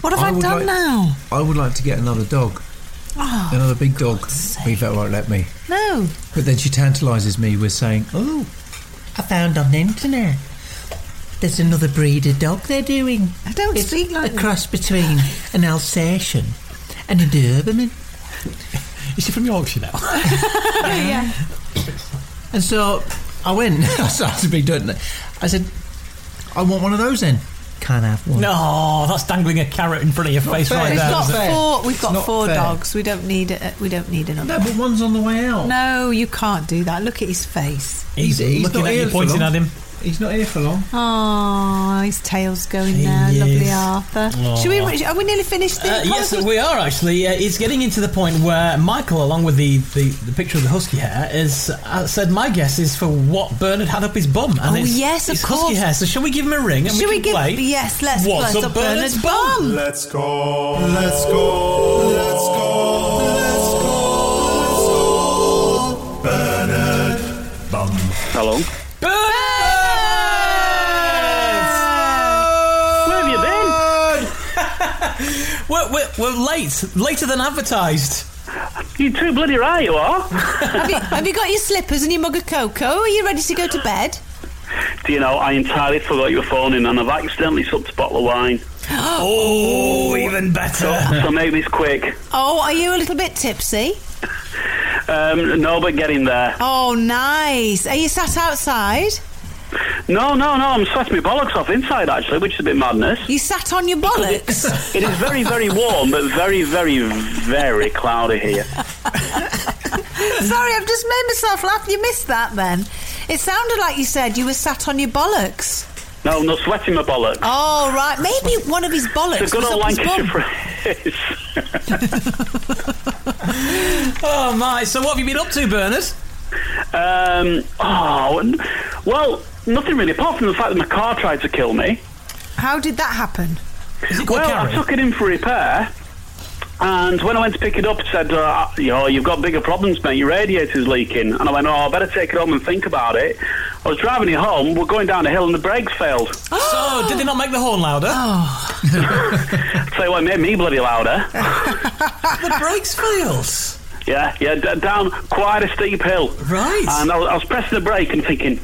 Speaker 2: What have
Speaker 4: I
Speaker 2: I,
Speaker 4: would
Speaker 2: done
Speaker 4: like-
Speaker 2: now?
Speaker 4: I would like to get another dog,
Speaker 2: Oh,
Speaker 4: another big dog. Yvette won't let me.
Speaker 2: no.
Speaker 4: But then she tantalises me with saying, "Oh,
Speaker 7: I found on the internet. There's another breed of dog they're doing.
Speaker 2: I don't
Speaker 7: It's
Speaker 2: speak like
Speaker 7: a cross between an Alsatian and a Doberman.
Speaker 1: is she from Yorkshire now?
Speaker 2: that. Yeah.
Speaker 4: And so I went. I started to be done. I said, I want one of those then.
Speaker 7: Can't have one.
Speaker 1: no, that's dangling a carrot in front of your face
Speaker 4: fair.
Speaker 1: right
Speaker 2: We've
Speaker 4: It's
Speaker 1: there.
Speaker 4: not
Speaker 2: got
Speaker 1: isn't it?
Speaker 4: fair.
Speaker 2: four. We've
Speaker 4: It's
Speaker 2: got
Speaker 4: not
Speaker 2: four
Speaker 4: fair.
Speaker 2: dogs. We don't need. A, we don't need another.
Speaker 4: No, but one's on the way out.
Speaker 2: No, you can't do that. Look at his face.
Speaker 1: He's, looking at you,
Speaker 4: for
Speaker 1: pointing at
Speaker 4: long.
Speaker 1: him.
Speaker 4: He's not here for long.
Speaker 2: Oh, his tail's going
Speaker 1: He
Speaker 2: now. Lovely
Speaker 1: is.
Speaker 2: Arthur. Should we? Are we nearly finished? The
Speaker 1: Uh, yes,
Speaker 2: podcast?
Speaker 1: we are actually. Uh, it's getting into the point where Michael, along with the, the, the picture of the husky hair, is uh, said my guess is for what Bernard had up his bum.
Speaker 2: Oh,
Speaker 1: And it's,
Speaker 2: yes, of
Speaker 1: it's
Speaker 2: course.
Speaker 1: husky hair. So shall we give him a ring? And
Speaker 2: Should
Speaker 1: we,
Speaker 2: we
Speaker 1: can
Speaker 2: give?
Speaker 1: Play?
Speaker 2: Yes, let's
Speaker 1: What's
Speaker 2: bless
Speaker 1: up Bernard's
Speaker 2: bum.
Speaker 8: Let's go. Let's go. Let's go. Let's go. Let's go. Bernard. Bum. Hello.
Speaker 1: Bernard!
Speaker 9: Where have you been?
Speaker 1: We're, we're, we're late, later than advertised.
Speaker 9: You're too bloody right, you are.
Speaker 2: have, you, have you got your slippers and your mug of cocoa? Are you ready to go to bed?
Speaker 9: Do you know, I entirely forgot you were phoning and I've accidentally supped a bottle of wine.
Speaker 1: Oh, even better.
Speaker 9: so make this quick.
Speaker 2: Oh, are you a little bit tipsy?
Speaker 9: Um, no, but get in there.
Speaker 2: Oh, nice. Are you sat outside?
Speaker 9: No, no, no, I'm sweating my bollocks off inside, actually, which is a bit madness.
Speaker 2: You sat on your bollocks?
Speaker 9: It is very, very warm, but very, very, very cloudy here.
Speaker 2: Sorry, I've just made myself laugh. You missed that then. It sounded like you said you were sat on your bollocks.
Speaker 9: No, I'm not sweating my bollocks.
Speaker 2: Oh, right. Maybe one of his bollocks
Speaker 9: It's a good
Speaker 2: was
Speaker 9: old
Speaker 2: up his
Speaker 9: Lancashire
Speaker 2: bum.
Speaker 9: phrase. is.
Speaker 1: Oh my! So what have you been up to, Bernard?
Speaker 9: Um, oh, n- well, nothing really, apart from the fact that my car tried to kill me.
Speaker 2: How did that happen?
Speaker 9: well, I took it in for repair, and when I went to pick it up, it said, uh, you know, you've got bigger problems, mate, your radiator's leaking. And I went, oh, I better take it home and think about it. I was driving it home, we're going down a hill, and the brakes failed.
Speaker 1: so did they not make the horn louder? Oh,
Speaker 9: Tell you what, it made me bloody louder.
Speaker 1: the brakes failed.
Speaker 9: Yeah, yeah, d- down quite a steep hill.
Speaker 1: Right.
Speaker 9: And I was, I was pressing the brake and thinking,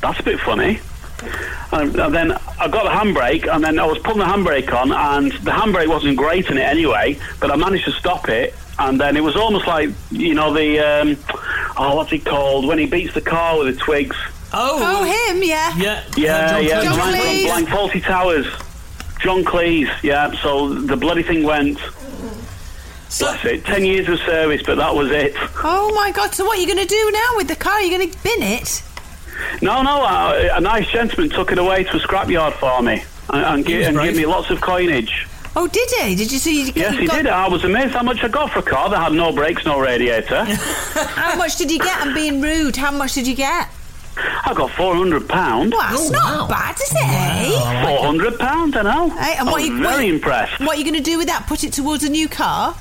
Speaker 9: that's a bit funny. And, and then I got the handbrake, and then I was pulling the handbrake on, and the handbrake wasn't great in it anyway, but I managed to stop it. And then it was almost like, you know, the, um, oh, what's it called? When he beats the car with the twigs.
Speaker 1: Oh,
Speaker 2: oh, him, yeah. Uh,
Speaker 1: Yeah,
Speaker 9: Yeah, yeah,
Speaker 2: John
Speaker 9: Blind,
Speaker 2: Cleese.
Speaker 9: Blind Faulty Towers. John Cleese, yeah, so the bloody thing went. That's it. Ten years of service, but that was it.
Speaker 2: Oh my god! So what are you going to do now with the car? Are you going to bin it?
Speaker 9: No, no, uh, a nice gentleman took it away to a scrapyard for me and, and,
Speaker 2: He
Speaker 9: gi-
Speaker 2: was
Speaker 9: and
Speaker 2: brave.
Speaker 9: gave me lots of coinage.
Speaker 2: Oh, did he? Did you see? You
Speaker 9: Yes,
Speaker 2: you
Speaker 9: he
Speaker 2: got-
Speaker 9: did. I was amazed how much I got for a car that had no brakes, no radiator.
Speaker 2: How much did you get? I'm being rude. How much did you get?
Speaker 9: I got £400.
Speaker 2: Well, that's not bad, is it? eh?
Speaker 9: £400, I know.
Speaker 2: Hey, and
Speaker 9: Oh, I
Speaker 2: what
Speaker 9: was
Speaker 2: you-
Speaker 9: very
Speaker 2: what you-
Speaker 9: impressed.
Speaker 2: What are you going to do with that? Put it towards a new car?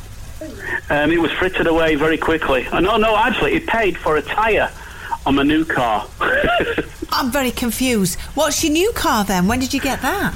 Speaker 9: Um, it was frittered away very quickly. Oh, no, no, actually, it paid for a tyre on my new car.
Speaker 2: I'm very confused. What's your new car then? When did you get that?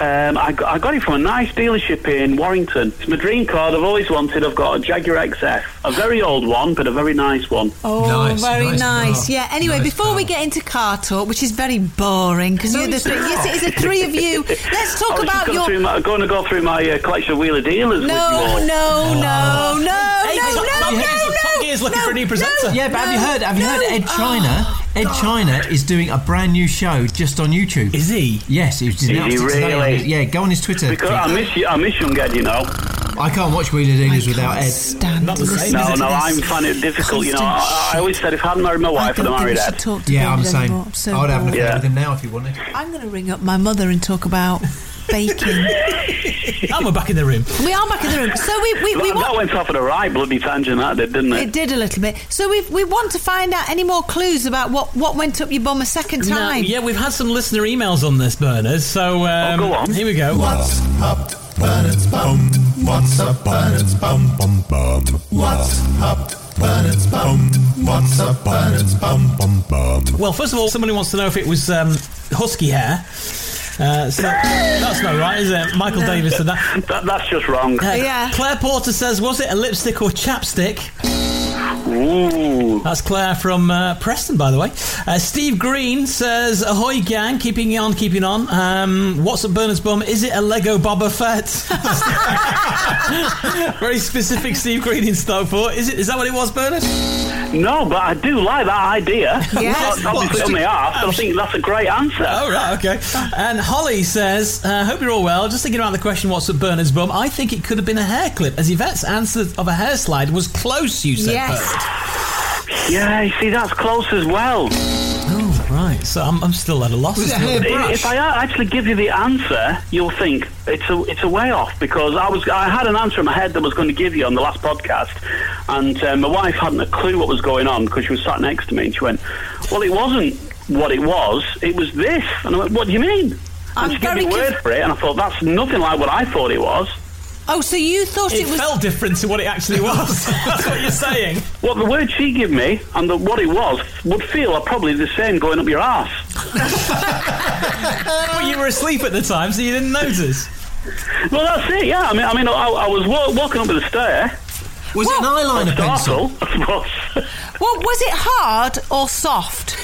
Speaker 9: Um, I, got, I got it from a nice dealership in Warrington. It's my dream car. that I've always wanted. I've got a Jaguar XF, a very old one, but a very nice one.
Speaker 2: Oh, very nice. Yeah. Anyway, before we get into car talk, which is very boring because you're the three. Yes, it is the three of you. Let's
Speaker 9: I
Speaker 2: talk
Speaker 9: was just
Speaker 2: about
Speaker 9: going,
Speaker 2: your.
Speaker 9: through my, going to go through my uh, collection of Wheeler dealers. with you
Speaker 2: No, Oh,
Speaker 9: all.
Speaker 2: no, no, no,
Speaker 1: Oh. Hey,
Speaker 2: no,
Speaker 1: Top-
Speaker 2: no,
Speaker 1: Top
Speaker 2: no,
Speaker 1: Gear's- Top Gear's looking for a new presenter.
Speaker 4: Yeah, but have you heard? Have you heard? Ed China, Ed China is doing a brand new show just on YouTube. Is
Speaker 1: he?
Speaker 4: Yes, it was
Speaker 9: Is he
Speaker 4: announced today. on
Speaker 9: really?
Speaker 4: his- Yeah, go on his Twitter.
Speaker 9: Because I miss you. I miss young Ed. You know.
Speaker 4: I can't watch Wheeler Dealers without Ed.
Speaker 2: Not
Speaker 4: the same.
Speaker 9: No, no. I'm finding it difficult. You know. I, I always said if I hadn't married my wife, I'd have married Ed.
Speaker 4: yeah, I'm the same.
Speaker 2: anymore. I'm so
Speaker 4: I would have an affair
Speaker 9: bored.
Speaker 4: with him now if he wanted.
Speaker 2: I'm going to ring up my mother and talk about baking.
Speaker 1: And we're back in the room.
Speaker 2: we are back in the room. So we, we, we
Speaker 9: that, that
Speaker 2: want.
Speaker 9: went off at a right bloody tangent. That did, didn't
Speaker 2: It
Speaker 9: it?
Speaker 2: did a little bit. So we we want to find out any more clues about what, what went up your bum a second
Speaker 1: Now,
Speaker 2: time.
Speaker 1: yeah, we've had some listener emails on this, Bernard. So
Speaker 8: Oh,
Speaker 1: um,
Speaker 9: go on.
Speaker 1: Here we go.
Speaker 8: What's up, Bernard's bum? What's up, Bernard's bum? Bum bum. What's up, Bernard's bum? What's up, Bernard's bum? Bum bum.
Speaker 1: Well, first of all, somebody wants to know if it was um, husky hair. Uh, so that's not right, is it? Michael Davis said that.
Speaker 9: That, that's just wrong.
Speaker 1: Uh,
Speaker 2: Yeah.
Speaker 1: Claire Porter says, was it a lipstick or chapstick?
Speaker 9: Ooh.
Speaker 1: That's Claire from uh, Preston, by the way. Uh, Steve Green says, "Ahoy, gang! Keeping on, keeping on. Um, what's up, Bernard's bum? Is it a Lego Boba Fett? Very specific, Steve Green in Stockport. Is it? Is that what it was, Bernard?
Speaker 9: No, but I do like that idea.
Speaker 2: Yes.
Speaker 9: Obviously on the arse, so I think that's a great answer.
Speaker 1: Oh right, okay. And Holly says, uh, "Hope you're all well. Just thinking about the question, what's up, Bernard's bum? I think it could have been a hair clip, as Yvette's answer of a hair slide was close. You said,
Speaker 2: Yes.
Speaker 1: Bernard.
Speaker 9: Yeah, you see, that's close as well.
Speaker 1: Oh right. So I'm, I'm still at a loss.
Speaker 4: Was it a hairbrush?
Speaker 9: If I actually give you the answer, you'll think it's a it's a way off because I was I had an answer in my head that I was going to give you on the last podcast, and uh, my wife hadn't a clue what was going on because she was sat next to me and she went, "Well, it wasn't what it was. It was this." And I went, "What do you mean?" And
Speaker 2: I'm
Speaker 9: she gave
Speaker 2: very
Speaker 9: me a word
Speaker 2: conf-
Speaker 9: for it, and I thought that's nothing like what I thought it was.
Speaker 2: Oh, so you thought it,
Speaker 1: It
Speaker 2: was.
Speaker 1: felt different to what it actually was. That's what you're saying.
Speaker 9: What the word she gave me and the, what it was would feel are probably the same going up your arse.
Speaker 1: But you were asleep at the time, so you didn't notice.
Speaker 9: Well, that's it. Yeah, I mean, I mean, I, I was wa- walking up the stair.
Speaker 4: Was it an eyeliner pencil?
Speaker 9: Startle, I suppose.
Speaker 2: Well, was it hard or soft?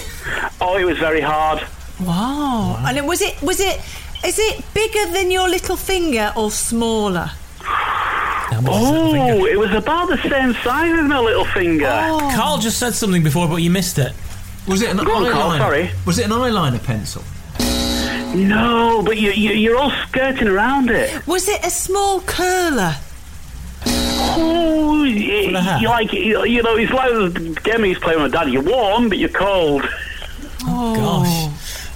Speaker 9: Oh, it was very hard.
Speaker 2: Wow. And it was it was it is it bigger than your little finger or smaller?
Speaker 9: Oh, it was about the same size as my little finger.
Speaker 1: Oh. Carl just said something before, but you missed it.
Speaker 4: Was it an
Speaker 9: Go on,
Speaker 4: eyeliner?
Speaker 9: Carl, sorry.
Speaker 4: Was it an eyeliner pencil?
Speaker 9: No, but you, you, you're all skirting around it.
Speaker 2: Was it a small curler?
Speaker 9: Oh, you,
Speaker 1: What a hat.
Speaker 9: you like you, you know, it's like the game he's
Speaker 2: Oh.
Speaker 9: playing with Dad. You're warm, but you're cold.
Speaker 1: Gosh.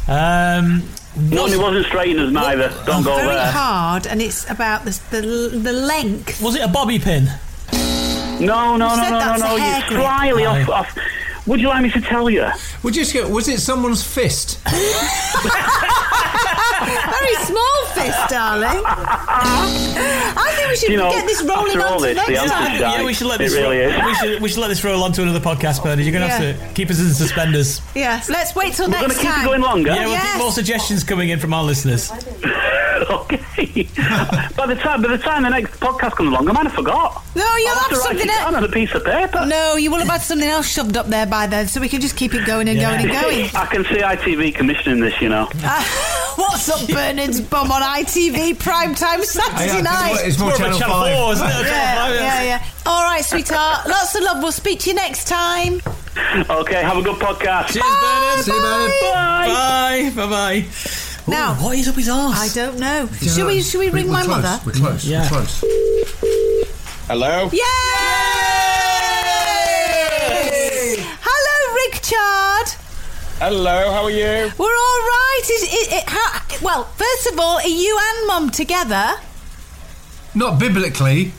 Speaker 1: Um,
Speaker 9: No, and it wasn't straighteners neither. Don't go
Speaker 2: Oh, very
Speaker 9: there.
Speaker 2: hard, and it's about the, the the length.
Speaker 1: Was it a bobby pin?
Speaker 9: No, no,
Speaker 2: You
Speaker 9: no,
Speaker 2: said
Speaker 9: no, no,
Speaker 2: that's a
Speaker 9: no.
Speaker 2: hair
Speaker 9: You
Speaker 2: grip.
Speaker 9: slyly off, off. Would you like me to tell you?
Speaker 4: Would you just go, was it someone's fist?
Speaker 2: Very small fist, darling. I think we should
Speaker 1: You know,
Speaker 2: get this rolling
Speaker 1: after all
Speaker 2: on to
Speaker 1: this, the
Speaker 2: next
Speaker 1: answer's
Speaker 2: time.
Speaker 1: Yeah, we should let this
Speaker 9: It really
Speaker 1: roll,
Speaker 9: is.
Speaker 1: We should, we should let this roll on to another podcast, Bernard. You're going to
Speaker 2: Yeah.
Speaker 1: have to keep us in suspenders.
Speaker 2: Yes, let's wait till
Speaker 9: We're gonna
Speaker 2: next
Speaker 9: keep it
Speaker 2: time.
Speaker 9: going longer?
Speaker 1: Yeah, we'll
Speaker 2: Yes.
Speaker 1: keep more suggestions coming in from our listeners.
Speaker 9: by the time by the time the next podcast comes along, I might have forgot.
Speaker 2: No, you'll
Speaker 9: I'll have
Speaker 2: have
Speaker 9: to write
Speaker 2: something
Speaker 9: it down on
Speaker 2: else.
Speaker 9: a piece of paper.
Speaker 2: No, you will have had something else shoved up there by then, so we can just keep it going and going and going.
Speaker 9: I can see ITV commissioning this, you know.
Speaker 2: Ah, What's up, Bernard's bum on ITV primetime Saturday
Speaker 9: Yeah, it's
Speaker 2: night?
Speaker 9: more- it's more It's more of a Channel Channel 5. 4, isn't it? Channel
Speaker 2: Yeah,
Speaker 9: 5, yeah.
Speaker 2: yeah, yeah. All right, sweetheart. Lots of love. We'll speak to you next time.
Speaker 9: Okay, have a good podcast.
Speaker 1: Cheers, Bernard. See you, Bernard.
Speaker 2: Bye.
Speaker 1: Bye. Bye. Bye.
Speaker 2: Now,
Speaker 1: what is up his
Speaker 2: I
Speaker 1: arse?
Speaker 2: don't know. Should we? Should we ring my mother?
Speaker 1: We're close. We're close.
Speaker 10: Hello?
Speaker 2: Yay! Hello, Richard.
Speaker 10: Hello, how are you?
Speaker 2: We're all right. Is it? it how, well, first of all, are you and Mum together?
Speaker 4: Not biblically,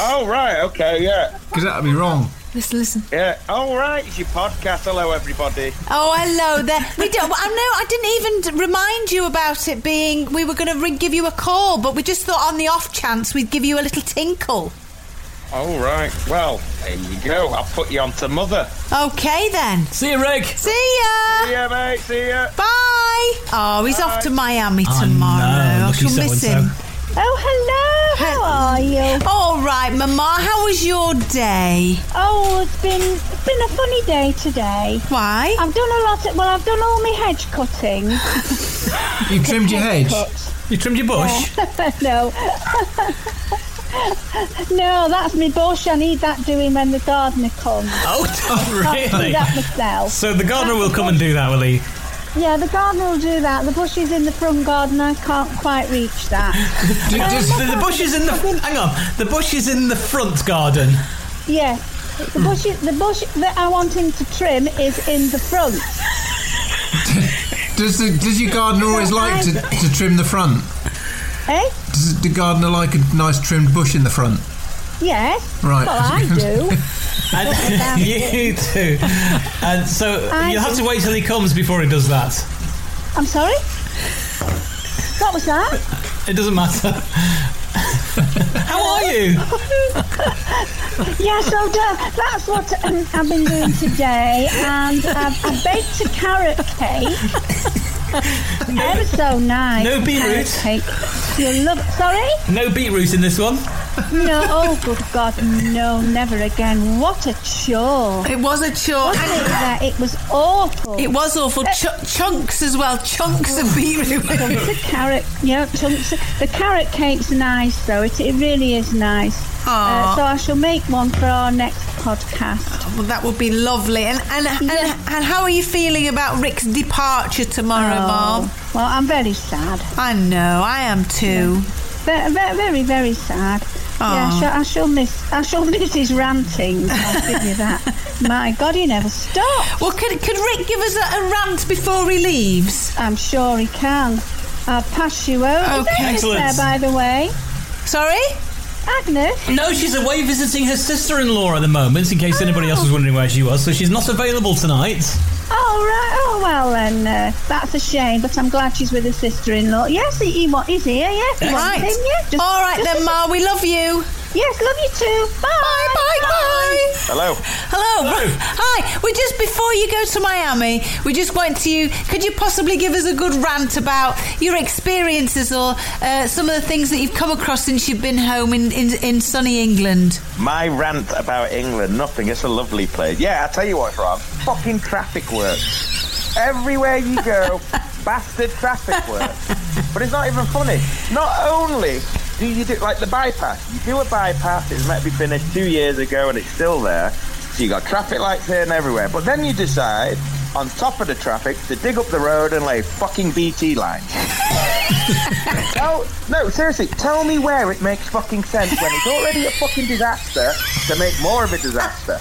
Speaker 10: Oh, right, okay, yeah.
Speaker 4: because that would be wrong.
Speaker 2: Listen, listen.
Speaker 10: Yeah, all right, it's your podcast. Hello, everybody.
Speaker 2: Oh, hello there. We don't. I know. I didn't even remind you about it being. We were going to give you a call, but we just thought on the off chance we'd give you a little tinkle.
Speaker 10: All right, well, there you go. I'll put you on to mother.
Speaker 2: Okay then.
Speaker 1: See you, Rick.
Speaker 2: See ya.
Speaker 10: See ya, mate. See ya.
Speaker 2: Bye. Oh, he's off to Miami
Speaker 1: I
Speaker 2: tomorrow.
Speaker 1: know,
Speaker 2: I
Speaker 1: lucky
Speaker 2: shall miss
Speaker 1: so-and-so.
Speaker 2: him. Oh, hello. How are you? All right, Mama. How was your day?
Speaker 11: Oh, it's been it's been a funny day today.
Speaker 2: Why?
Speaker 11: I've done a lot. Of, well, I've done all my hedge cutting.
Speaker 4: You trimmed your hedge.
Speaker 1: You trimmed your bush.
Speaker 11: no, no, that's my bush. I need that doing when the gardener comes.
Speaker 1: Oh,
Speaker 11: I'll do
Speaker 1: really?
Speaker 11: that myself.
Speaker 1: So the gardener will come and do that, will he?
Speaker 11: Yeah, the gardener will do that. The bush is in the front garden. I can't quite reach that.
Speaker 1: Do-
Speaker 11: Um,
Speaker 1: does-
Speaker 2: Oh,
Speaker 1: the, the bush is in the hang on. The bush is in the front garden.
Speaker 11: Yes, the bush. The bush that I want him to trim is in the front.
Speaker 4: Does the, does your gardener always like to, to trim the front?
Speaker 11: Eh?
Speaker 4: Does the gardener like a nice trimmed bush in the front?
Speaker 11: Yes.
Speaker 4: Right.
Speaker 11: Well, I do.
Speaker 1: And you too. And so
Speaker 11: I
Speaker 1: you'll have to
Speaker 11: do.
Speaker 1: wait till he comes before he does that.
Speaker 11: I'm sorry. What was that?
Speaker 1: It doesn't matter. How are you?
Speaker 11: yeah, so da- that's what um, I've been doing today, and I've, I baked a carrot cake. Ever so nice.
Speaker 1: no beetroot?
Speaker 11: carrot Cake. You love. Sorry.
Speaker 1: No beetroot in this one.
Speaker 11: No. Oh, good God, no, never again. What a chore.
Speaker 2: It was a chore.
Speaker 11: Wasn't it, that? It was awful. Uh,
Speaker 2: It was awful. Ch- chunks as well. Chunks of beetroot.
Speaker 11: Chunks of carrot. Yeah, chunks. Of, the carrot cake's nice though. It, it really is nice.
Speaker 2: Aw. Oh,
Speaker 11: Uh, so I shall make one for our next podcast.
Speaker 2: Well, that would be lovely. And and, and and how are you feeling about Rick's departure tomorrow, Mom?
Speaker 11: Oh, Well, I'm very sad.
Speaker 2: I know, I am too.
Speaker 11: Very, very, very sad. Yeah, I
Speaker 2: Aw.
Speaker 11: shall, I shall miss. I shall miss his ranting. I'll give you that. My God, he never stops.
Speaker 2: Well, could could Rick give us a, a rant before he leaves?
Speaker 11: I'm sure he can. I'll pass you over. Is
Speaker 2: Okay.
Speaker 11: Agnes
Speaker 1: Excellent.
Speaker 11: There, by the way.
Speaker 2: Sorry.
Speaker 11: Agnes.
Speaker 1: No, she's away visiting her sister-in-law at the moment. In case anybody else was
Speaker 10: Oh.
Speaker 1: wondering where she was, so she's not available tonight.
Speaker 11: Oh right. Oh well then. Uh, that's a shame. But I'm glad she's with her sister-in-law. Yes, he, he wa- he's here. Yes, he wants
Speaker 2: Right.
Speaker 11: him, yeah. Just-
Speaker 2: All right
Speaker 11: just-
Speaker 2: then, Ma. We love you.
Speaker 11: Yes, love you too. Bye.
Speaker 2: Bye, bye, bye.
Speaker 10: Hello.
Speaker 2: Hello. Hi. We just before you go to Miami, we just want to you. Could you possibly give us a good rant about your experiences or uh, some of the things that you've come across since you've been home in, in, in sunny England?
Speaker 10: My rant about England, nothing. It's a lovely place. Yeah, I tell you what's wrong. Fucking traffic works. Everywhere you go, bastard traffic works. But it's not even funny. Not only do you do like the bypass, you do a bypass. It's meant to be finished two years ago, and it's still there. So you got traffic lights here and everywhere. But then you decide, on top of the traffic, to dig up the road and lay fucking BT lines. Tell, Oh, no, seriously, tell me where it makes fucking sense when it's already a fucking disaster to make more of a disaster.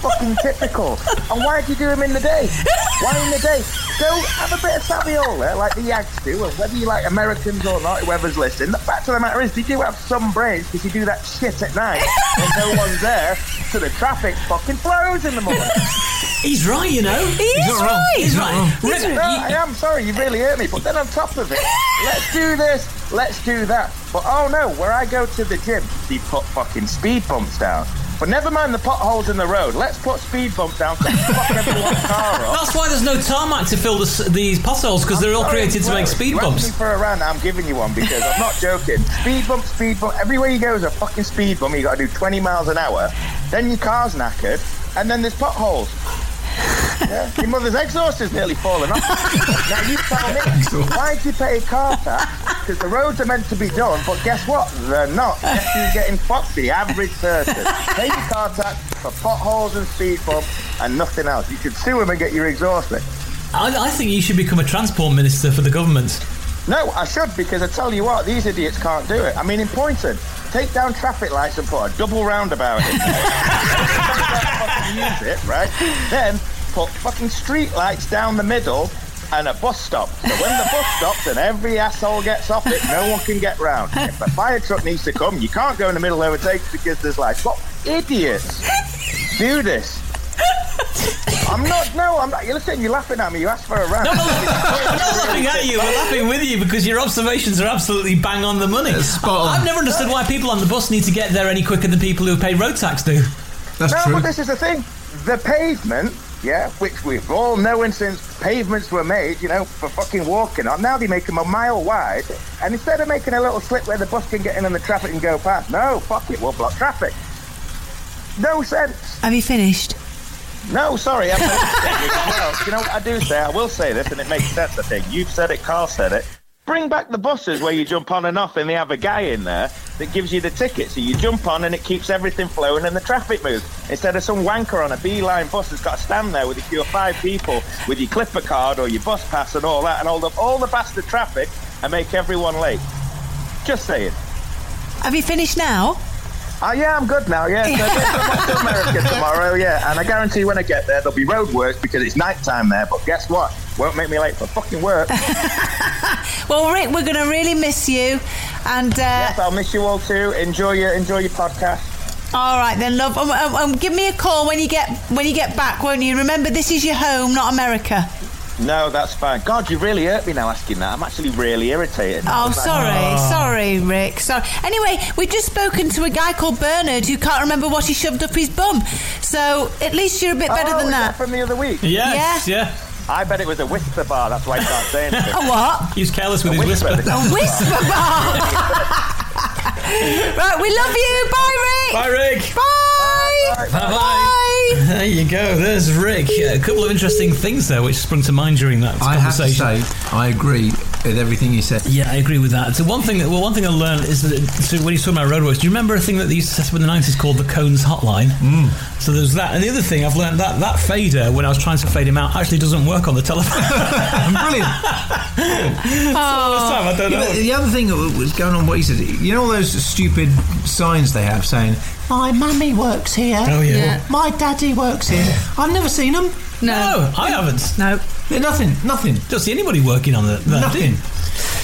Speaker 10: Fucking typical. And why do you do them in the day? Why in the day? Go have a bit of Saviola like the Yags do, and whether you like Americans or not, whoever's listening, the fact of the matter is they do have some brains because you do that shit at night when no one's there, so the traffic fucking flows in the morning.
Speaker 1: He's right, you know. He He's is not wrong. right. He's He's not right. wrong. Rick,
Speaker 10: no,
Speaker 1: you-
Speaker 10: I am sorry, you really hurt me. But then on top of it, let's do this, let's do that. But oh no, where I go to the gym, they put fucking speed bumps down. But never mind the potholes in the road. Let's put speed bumps down. So fuck everyone's car up.
Speaker 1: That's why there's no tarmac to fill the, s- these potholes because they're all
Speaker 10: Sorry,
Speaker 1: created to
Speaker 10: well,
Speaker 1: make speed
Speaker 10: you asked
Speaker 1: bumps.
Speaker 10: me for a run, I'm giving you one because I'm not joking. Speed bump, speed bump. Everywhere you go is a fucking speed bump. You got to do 20 miles an hour. Then your car's knackered, and then there's potholes. Yeah, your mother's exhaust is nearly fallen off. now you tell me, why do you pay car tax? Because the roads are meant to be done, but guess what? They're not. Guess who's getting fucked? The average person. Pay your car tax for potholes and speed bumps and nothing else. You should sue them and get your exhaust licked.
Speaker 1: I, I think you should become a transport minister for the government.
Speaker 10: No, I should because I tell you what, these idiots can't do it. I mean, in Poynton, take down traffic lights and put a double roundabout in there. Fucking use it, right? Then put fucking street lights down the middle and a bus stop. So when the bus stops and every asshole gets off it, no one can get round. If a fire truck needs to come, you can't go in the middle overtake because there's lights. What idiots do this? I'm not. No, I'm not. You're listening. You're laughing at me. You asked for a rant.
Speaker 1: I'm not laughing at you. We're laughing with you because your observations are absolutely bang on the money.
Speaker 4: on.
Speaker 1: I, have never understood why people on the bus need to get there any quicker than people who pay road tax do.
Speaker 10: no, but this is the thing. The pavement, yeah, which we've all known since pavements were made, you know, for fucking walking on. Now they make them a mile wide, and instead of making a little slip where the bus can get in and the traffic can go past, no, fuck it, we'll block traffic. No sense.
Speaker 2: Have you finished?
Speaker 10: No, sorry. I'm well, you know what I do say? I will say this, and it makes sense, I think. You've said it, Carl said it. Bring back the buses where you jump on and off, and they have a guy in there that gives you the ticket. So you jump on, and it keeps everything flowing and the traffic moves. Instead of some wanker on a beeline bus that's got to stand there with a queue of five people with your clipper card or your bus pass and all that, and hold up all the bastard traffic and make everyone late. Just saying.
Speaker 2: Have you finished now?
Speaker 10: Oh, yeah, I'm good now, yeah. So I'm off to America tomorrow, yeah. And I guarantee when I get there, there'll be road work because it's night time there. But guess what? Won't make me late for fucking work.
Speaker 2: Well, Rick, we're going to really miss you. And uh,
Speaker 10: yes, I'll miss you all too. Enjoy your enjoy your podcast.
Speaker 2: all right then, love. Um, um, um, give me a call when you get when you get back, won't you? Remember, this is your home, not America.
Speaker 10: No, that's fine. God, you really hurt me now asking that. I'm actually really irritated. now.
Speaker 2: Oh,
Speaker 10: It's like-
Speaker 2: sorry,
Speaker 10: Ah.
Speaker 2: sorry, Rick. Sorry. Anyway, we've just spoken to a guy called Bernard who can't remember what he shoved up his bum. So at least you're a bit better
Speaker 10: Oh,
Speaker 2: than
Speaker 10: is
Speaker 2: that.
Speaker 10: from the other week.
Speaker 2: Yeah.
Speaker 1: yeah.
Speaker 10: I bet it was a whisper bar. That's why I can't say anything.
Speaker 2: A what?
Speaker 1: He's careless with his whisper.
Speaker 2: A whisper bar. right, we love you. Bye, Rick.
Speaker 1: Bye, Rick.
Speaker 2: Bye.
Speaker 1: Bye-bye. There you go. There's Rick. A couple of interesting things there which sprung to mind during that
Speaker 4: I have to
Speaker 1: conversation.
Speaker 4: say, I agree with everything you said.
Speaker 1: Yeah, I agree with that. So one thing that well, one thing I learned is that so when you talk about roadworks, do you remember a thing that they used to set up in the nineties called the Cones Hotline? Mm. So there's that, and the other thing I've learned that that fader when I was trying to fade him out actually doesn't work on the telephone.
Speaker 4: Brilliant.
Speaker 1: I don't
Speaker 4: Yeah,
Speaker 1: know.
Speaker 4: but the other thing that was going on, what he said, you know, all those stupid signs they have saying, My mummy works here.
Speaker 1: Oh, yeah. Yeah.
Speaker 4: My daddy works here. I've never seen them.
Speaker 1: No, I haven't.
Speaker 2: No.
Speaker 4: They're nothing, nothing.
Speaker 1: Don't see anybody working on that. that
Speaker 4: Nothing.
Speaker 1: do you?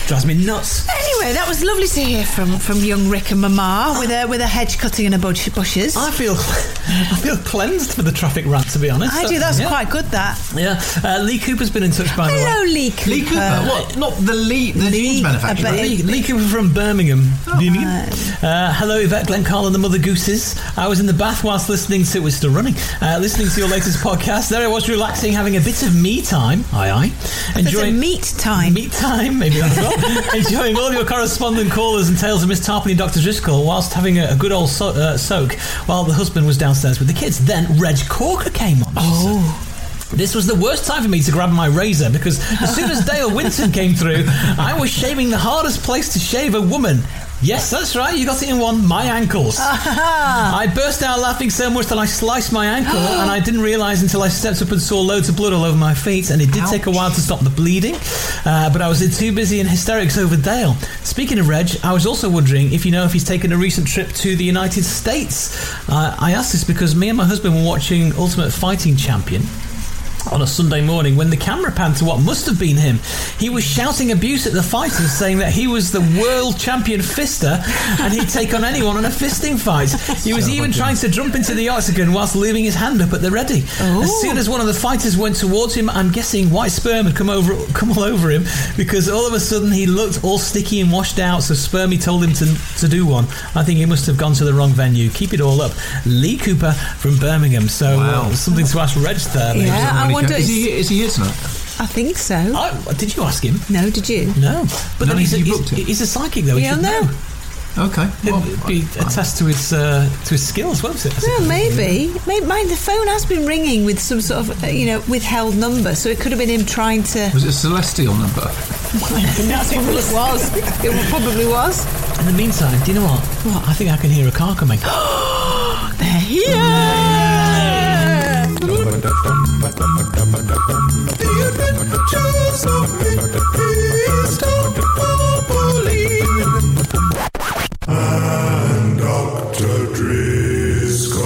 Speaker 1: Drives me nuts.
Speaker 2: Anyway, that was lovely to hear from, from young Rick and Mama with a with a hedge cutting and a bunch of bushes.
Speaker 1: I feel I feel cleansed for the traffic rant. To be honest,
Speaker 2: I do. That's
Speaker 1: yeah.
Speaker 2: quite good. That.
Speaker 1: Yeah, uh, Lee Cooper's been in touch by the way.
Speaker 2: Hello, Lee Cooper.
Speaker 4: Lee Cooper, what? Not the Lee, the jeans manufacturer.
Speaker 2: but-
Speaker 1: Lee, Lee Cooper from Birmingham. Uh, hello, Yvette, Glenn, Carl, and the Mother Gooses. I was in the bath whilst listening to it was still running. Uh, listening to your latest podcast, there I was relaxing, having a bit of me time. Aye, aye.
Speaker 2: It's a meat time.
Speaker 1: Meet time, maybe that's well. Enjoying all your correspondent callers and tales of Miss Tarpley and Dr. Driscoll whilst having a, a good old so- uh, soak while the husband was downstairs with the kids. Then Reg Corker came on. Oh. This was the worst time for me to grab my razor because as soon as Dale Winton came through, I was shaving the hardest place to shave a woman Yes, that's right. You got it in one. My ankles. I burst out laughing so much that I sliced my ankle, and I didn't realise until I stepped up and saw loads of blood all over my feet. And it did take a while to stop the bleeding, uh, but I was too busy in hysterics over Dale. Speaking of Reg, I was also wondering if you know if he's taken a recent trip to the United States. Uh, I asked this because me and my husband were watching Ultimate Fighting Champion on a Sunday morning when the camera panned to what must have been him. He was shouting abuse at the fighters, saying that he was the world champion fister and he'd take on anyone in a fisting fight. He was even trying to jump into the octagon whilst leaving his hand up at the ready. As soon as one of the fighters went towards him, I'm guessing white sperm had come over, come all over him because all of a sudden he looked all sticky and washed out. So spermy told him to to do one. I think he must have gone to the wrong venue. Keep it all up, Lee Cooper from Birmingham. So uh, something to ask Reg there. maybe.
Speaker 12: Yeah, I wonder.
Speaker 13: is he here tonight?
Speaker 12: I think so.
Speaker 1: did you ask him?
Speaker 12: No, did you?
Speaker 1: No. But then he's a, he's, he's a psychic, though. He
Speaker 12: Yeah,
Speaker 1: should
Speaker 12: no.
Speaker 1: know.
Speaker 13: Okay.
Speaker 1: It'd be a test to his uh, to his skills, won't it? I
Speaker 12: Well,
Speaker 1: suppose.
Speaker 12: maybe. Maybe mind the phone has been ringing with some sort of uh, you know withheld number, so it could have been him trying to.
Speaker 13: Was it a celestial number?
Speaker 12: That's what it was. It probably was.
Speaker 1: In the meantime, do you know what? What? I think I can hear a car coming.
Speaker 12: They're here.
Speaker 10: And Dr. Driscoll.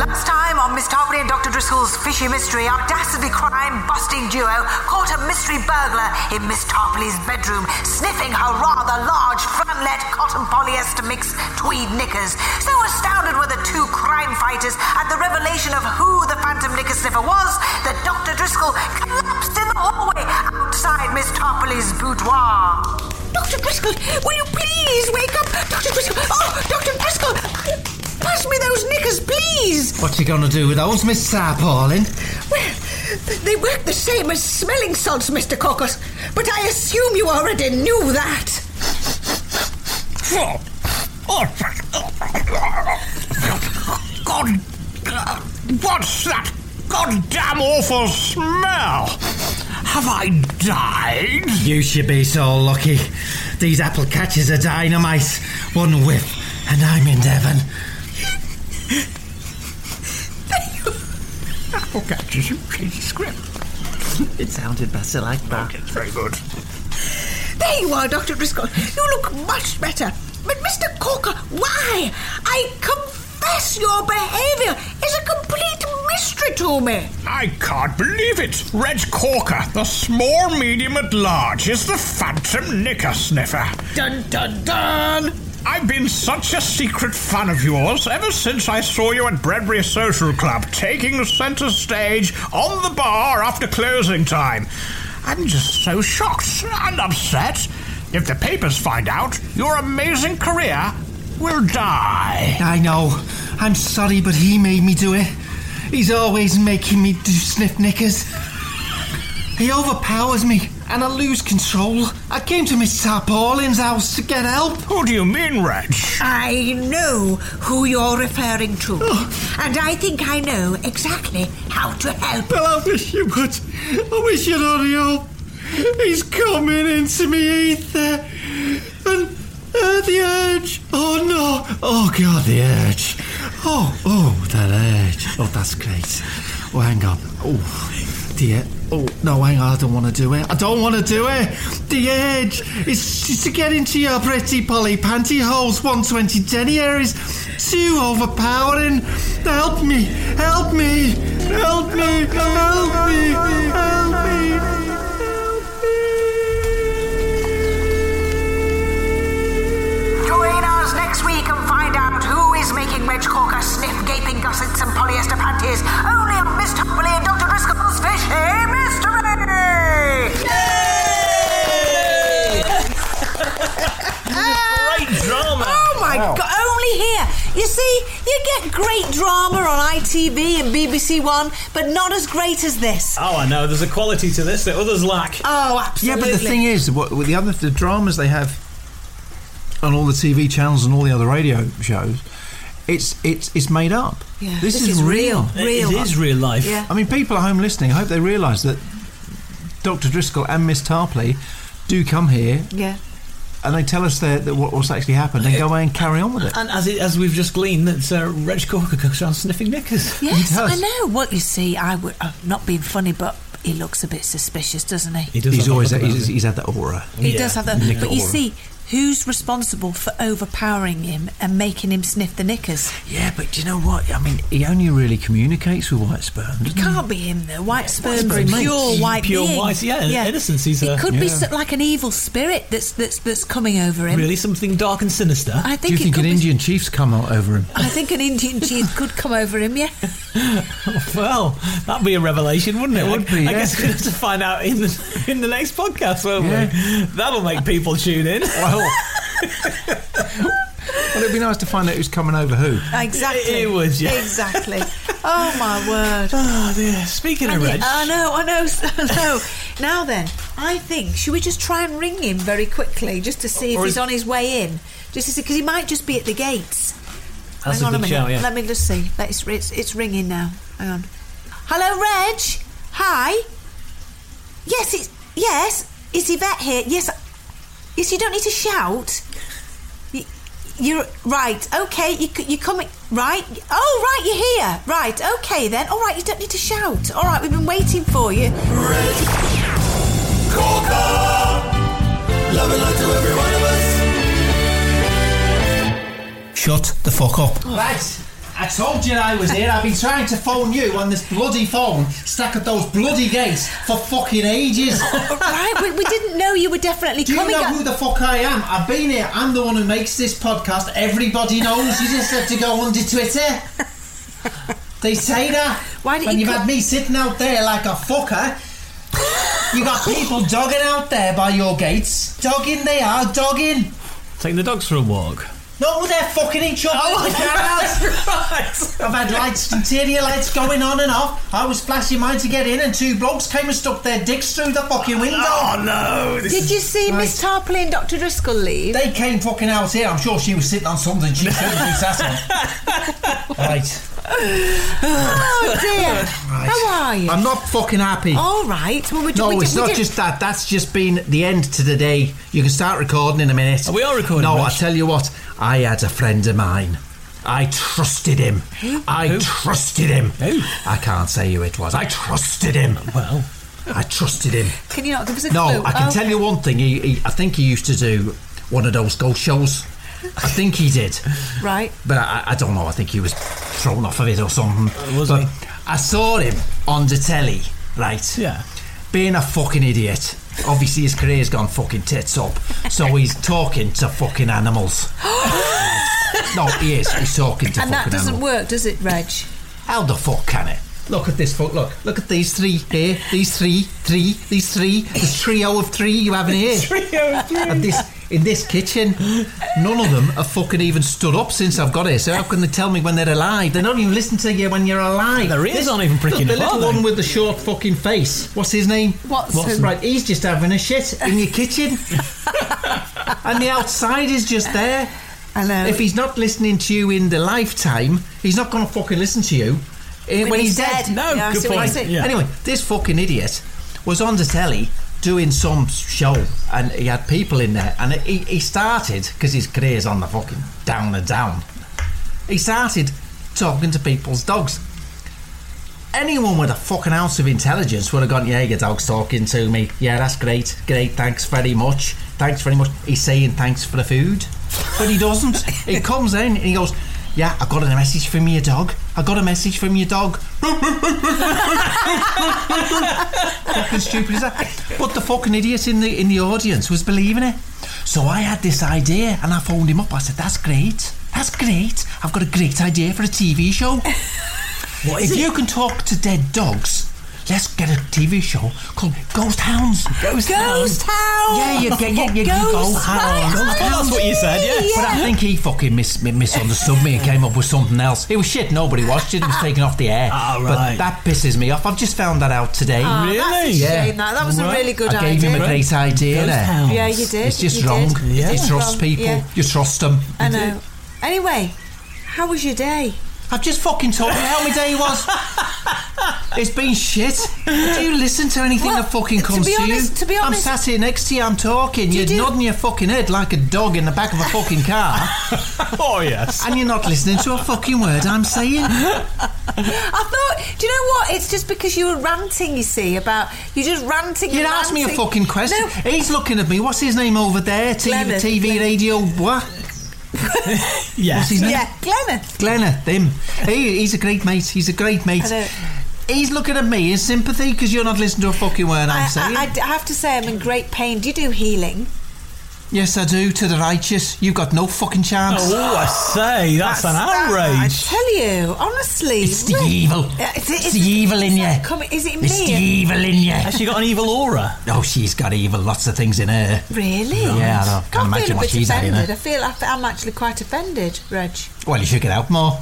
Speaker 14: Last time on Miss Tarpley and Dr. Driscoll's Fishy Mystery, audacity crime busting duo caught a mystery burglar in Miss Tarpley's bedroom, sniffing her rather large flannelette cotton polyester mix tweed knickers. So astounded were the two crime fighters at the revelation of who the phantom knicker sniffer was that Dr. Driscoll collapsed in the hallway outside Miss Tarpley's boudoir.
Speaker 2: Dr. Driscoll, will you please wake up? Dr. Driscoll, oh, Dr. Driscoll, pass me those knickers, please.
Speaker 4: What's he gonna do with those, Miss Tarpaulin?
Speaker 2: Well, they work the same as smelling salts, Mr. Caucus, but I assume you already knew that.
Speaker 4: Oh,
Speaker 15: God, uh, what's that goddamn awful smell? Have I died?
Speaker 4: You should be so lucky. These apple catchers are dynamite. One whiff, and I'm in Devon.
Speaker 15: Apple catchers, you crazy script.
Speaker 4: It sounded better like that.
Speaker 15: It's very good.
Speaker 2: There you are, Dr. Driscoll. You look much better. But, Mr. Corker, why? I confess your behaviour is a complete mystery to me.
Speaker 15: I can't believe it. Reg Corker, the small, medium, at large, is the phantom knicker sniffer. Dun dun dun! I've been such a secret fan of yours ever since I saw you at Bredbury Social Club taking centre stage on the bar after closing time. I'm just so shocked and upset. If the papers find out, your amazing career will die.
Speaker 4: I know. I'm sorry, but he made me do it. He's always making me do sniff knickers. He overpowers me, and I lose control. I came to Miss Tarpaulin's house to get help.
Speaker 15: Who do you mean, Reg?
Speaker 2: I know who you're referring to,
Speaker 4: Oh.
Speaker 2: and I think I know exactly how to help.
Speaker 4: Well, I wish you would. I wish you'd hurry up. He's coming into me ether. And uh, the urge. Oh, no. Oh, God, the urge. Oh, oh, that urge. Oh, that's great. Oh, hang on. Oh, the urge. Oh, no, hang on. I don't want to do it. I don't want to do it. The urge is is to get into your pretty Polly pantyhose. 120 Jenny here is too overpowering. Help me. Help me. Help me. Help me. Help me.
Speaker 14: Join us next week and find out who is making Reg Corker sniff gaping gussets and polyester panties only on Miss Tumbly and Dr. Driscoll's Fishy
Speaker 2: eh,
Speaker 14: Mystery!
Speaker 2: Great drama! Oh my
Speaker 3: Wow.
Speaker 2: god, only here. You see, you get great drama on ITV and BBC One, but not as great as this.
Speaker 1: Oh, I know. There's a quality to this that others lack.
Speaker 2: Oh,
Speaker 13: Yeah,
Speaker 2: absolutely.
Speaker 13: but the thing is, what with the other the dramas they have on all the TV channels and all the other radio shows, it's it's it's made up.
Speaker 1: Yeah,
Speaker 13: this, is, real.
Speaker 1: It- it is real life.
Speaker 13: I mean, people at home listening, I hope they realise that Dr. Driscoll and Miss Tarpley do come here
Speaker 12: Yeah.
Speaker 16: and they tell us that, that what, what's actually happened, and go away and carry on with it.
Speaker 1: And as it, as we've just gleaned, that uh, Reg Corker goes around sniffing knickers.
Speaker 2: Yes, I know. What you see, I would. i not being funny, but he looks a bit suspicious, doesn't he?
Speaker 16: he's always he's, he's had that aura.
Speaker 2: He does have that. But you
Speaker 16: aura.
Speaker 2: see, who's responsible for overpowering him and making him sniff the knickers?
Speaker 16: Yeah, but do you know what? I mean, he only really communicates with white sperm.
Speaker 2: It can't be him though. White sperm,
Speaker 16: sperm, mate.
Speaker 2: pure white,
Speaker 16: Pure
Speaker 1: Oh,
Speaker 2: being.
Speaker 16: white, yeah, innocence, he's
Speaker 1: uh,
Speaker 2: it
Speaker 16: a-
Speaker 2: could be
Speaker 16: Yeah.
Speaker 2: so- like an evil spirit that's that's that's coming over him.
Speaker 1: Really, something dark and sinister.
Speaker 2: I think
Speaker 16: do
Speaker 2: it
Speaker 16: you think
Speaker 2: could
Speaker 16: an
Speaker 2: be-
Speaker 16: Indian chief's come out over him?
Speaker 2: I think an Indian chief could come over him. Yeah,
Speaker 1: well, that'd be a revelation, wouldn't it? would
Speaker 16: be,
Speaker 1: I guess
Speaker 16: yes.
Speaker 1: we'll have to find out in the in the next podcast, won't we? That'll make people tune in.
Speaker 16: Well, Well, it'd be nice to find out who's coming over who.
Speaker 2: exactly.
Speaker 1: It would, yeah.
Speaker 2: Exactly. Oh my word.
Speaker 1: Oh dear. Speaking of
Speaker 2: And
Speaker 1: Reg,
Speaker 2: yeah, I know, I know, I know. Now then, I think should we just try and ring him very quickly just to see if
Speaker 1: Or
Speaker 2: he's
Speaker 1: is-
Speaker 2: on his way in? Just to see because he might just be at the gates.
Speaker 1: That's a
Speaker 2: Hang on
Speaker 1: good
Speaker 2: a minute.
Speaker 1: shout, yeah.
Speaker 2: Let me just see. It's, it's it's ringing now. Hang on. Hello, Reg. Hi. Yes, it's yes. Is Yvette here? Yes. Yes, you don't need to shout. You, you're right. Okay, you c- you coming right? Oh, right, you're here. Right. Okay, then. All right, you don't need to shout. All right, we've been waiting for you.
Speaker 17: Love and light to every one of us.
Speaker 18: Shut the fuck up.
Speaker 4: Lads, I told you I was here. I've been trying to phone you on this bloody phone stuck at those bloody gates for fucking ages.
Speaker 2: right, we, we didn't know you were definitely
Speaker 4: Do you
Speaker 2: coming.
Speaker 4: know
Speaker 2: up-
Speaker 4: who the fuck I am? I've been here. I'm the one who makes this podcast. Everybody knows. You just have to go under Twitter. They say that. Why
Speaker 2: did
Speaker 4: and
Speaker 2: you
Speaker 4: you've
Speaker 2: co-
Speaker 4: had me sitting out there like a fucker. You got people dogging out there by your gates. Dogging, they are dogging.
Speaker 1: taking the dogs for a walk.
Speaker 4: No, they're fucking each other. Oh, I've had lights, interior lights going on and off. I was flashing mine to get in, and two blokes came and stuck their dicks through the fucking window.
Speaker 2: Oh, no, this Did is- you see Miss Tarpley and Dr. Driscoll leave?
Speaker 4: They came fucking out here. I'm sure she was sitting on something. She shouldn't be sat on. Right.
Speaker 2: oh dear.
Speaker 4: Right.
Speaker 2: How are you? Oh,
Speaker 4: I'm not fucking happy.
Speaker 2: All right. Well, we
Speaker 4: no,
Speaker 2: we
Speaker 4: it's
Speaker 2: we
Speaker 4: not just that. That's just been the end to the day. You can start recording in a minute. we are recording. No, I tell you what. I had a friend of mine. I trusted him. I trusted him. I can't say who it was. I trusted him. Well, I trusted him.
Speaker 2: Can you not give us a
Speaker 4: No,
Speaker 2: clue?
Speaker 4: I can
Speaker 2: Oh.
Speaker 4: tell you one thing. He, he, I think he used to do one of those ghost shows. I think he did.
Speaker 2: Right.
Speaker 4: But I, I don't know. I think he was thrown off of it or something. but I saw him on the telly, right? Yeah. Being a fucking idiot. Obviously, his career's gone fucking tits up. So he's talking to fucking animals. no, he is. He's talking to
Speaker 2: and that
Speaker 4: fucking
Speaker 2: doesn't
Speaker 4: animals.
Speaker 2: work, does it, Reg?
Speaker 4: How the fuck can it? Look at this fuck. Look. Look at these three here. These three, three, these three. This trio of three you have in here.
Speaker 17: Trio of three.
Speaker 4: And this in this kitchen, none of them have fucking even stood up since I've got here. So how can they tell me when they're alive? They don't even listen to you when you're alive.
Speaker 1: Their ears aren't even pricking
Speaker 4: The
Speaker 1: up, are
Speaker 4: little
Speaker 1: they?
Speaker 4: one with the short fucking face. What's his name?
Speaker 2: Watson. Watson.
Speaker 4: Right, he's just having a shit in your kitchen, and the outside is just there.
Speaker 2: I know.
Speaker 4: If he's not listening to you in the lifetime, he's not going to fucking listen to you eh,
Speaker 2: When
Speaker 4: when
Speaker 2: he's
Speaker 4: he's
Speaker 2: dead.
Speaker 4: dead.
Speaker 2: No, Yeah, I good see what point. you
Speaker 4: Right,
Speaker 2: say. Yeah.
Speaker 4: Anyway, this fucking idiot was on the telly doing some show, and he had people in there, and he, he started because his career's on the fucking down and down. He started talking to people's dogs. Anyone with a fucking ounce of intelligence would have gone, yeah, your dog's talking to me. Yeah, that's great. Great, thanks very much. Thanks very much. He's saying thanks for the food. But he doesn't. he comes in and he goes, yeah, I got a message from your dog. I got a message from your dog. fucking stupid is that? But the fucking idiot in the in the audience was believing it. So I had this idea and I phoned him up. I said, That's great. That's great. I've got a great idea for a TV show. What if you can talk to dead dogs? Let's get a TV show called Ghost Hounds. Ghost,
Speaker 2: Ghost Hounds.
Speaker 4: Yeah, you get you, you,
Speaker 2: Ghost
Speaker 4: you go hounds.
Speaker 2: Hounds. That's what you said, yeah.
Speaker 4: But I think he fucking mis- mi- misunderstood me and came up with something else. It was shit. Nobody watched it. It was taken off the air. But that pisses me off. I've just found that out today.
Speaker 2: Ah, that's a Really?
Speaker 4: yeah.
Speaker 2: shame, that. That was a Right. really good
Speaker 4: I gave him a
Speaker 2: idea.
Speaker 4: great idea
Speaker 2: Ghost
Speaker 4: there.
Speaker 2: Hounds. Yeah, you did,
Speaker 4: It's just
Speaker 2: you
Speaker 4: wrong.
Speaker 2: did. Yeah.
Speaker 4: You
Speaker 2: It's
Speaker 4: trust
Speaker 2: wrong,
Speaker 4: people.
Speaker 2: yeah.
Speaker 4: You trust them.
Speaker 2: I know. Anyway, how was your day?
Speaker 4: I've just fucking told you how my day was. It's been shit. Do you listen to anything
Speaker 2: Well,
Speaker 4: that fucking
Speaker 2: to
Speaker 4: comes
Speaker 2: be
Speaker 4: to,
Speaker 2: honest-
Speaker 4: you?
Speaker 2: to be honest-
Speaker 4: I'm sat here next to you. I'm talking.
Speaker 2: Do you
Speaker 4: You're
Speaker 2: do-
Speaker 4: nodding your fucking head like a dog in the back of a fucking car.
Speaker 1: oh yes.
Speaker 4: And you're not listening to a fucking word I'm saying.
Speaker 2: I thought, do you know what? It's just because you were ranting, you see, about. You're just ranting.
Speaker 4: You
Speaker 2: and
Speaker 4: asked me a
Speaker 2: ranting.
Speaker 4: fucking question.
Speaker 2: No,
Speaker 4: He's looking at me. What's his name over there? TV,
Speaker 2: Glennon.
Speaker 4: TV radio, what?
Speaker 1: yeah.
Speaker 4: What's his name?
Speaker 2: Yeah, Glennon.
Speaker 4: Glenna, them. He, he's a great mate. He's a great mate.
Speaker 2: I don't-
Speaker 4: He's looking at me in sympathy because you're not listening to a fucking word I'm
Speaker 2: I,
Speaker 4: saying.
Speaker 2: I, I d- I have to say, I'm in great pain. Do you do healing?
Speaker 4: yes, I do. To the righteous, you've got no fucking chance.
Speaker 1: Oh, I say, that's, an
Speaker 2: I
Speaker 1: outrage.
Speaker 2: tell you, honestly.
Speaker 4: It's the
Speaker 2: really-
Speaker 4: evil.
Speaker 2: Uh, Is
Speaker 4: It's the evil in you.
Speaker 2: Come, is it me?
Speaker 4: It's the evil in you.
Speaker 1: Has she got an evil aura?
Speaker 4: Oh, she's got evil. Lots of things in her.
Speaker 2: Really?
Speaker 4: Yeah, I know. Can't
Speaker 2: I feel
Speaker 4: imagine
Speaker 2: a
Speaker 4: what
Speaker 2: bit
Speaker 4: she's had in
Speaker 2: offended. I
Speaker 4: her.
Speaker 2: feel I- I'm actually quite offended, Reg.
Speaker 4: Well, you should get out more.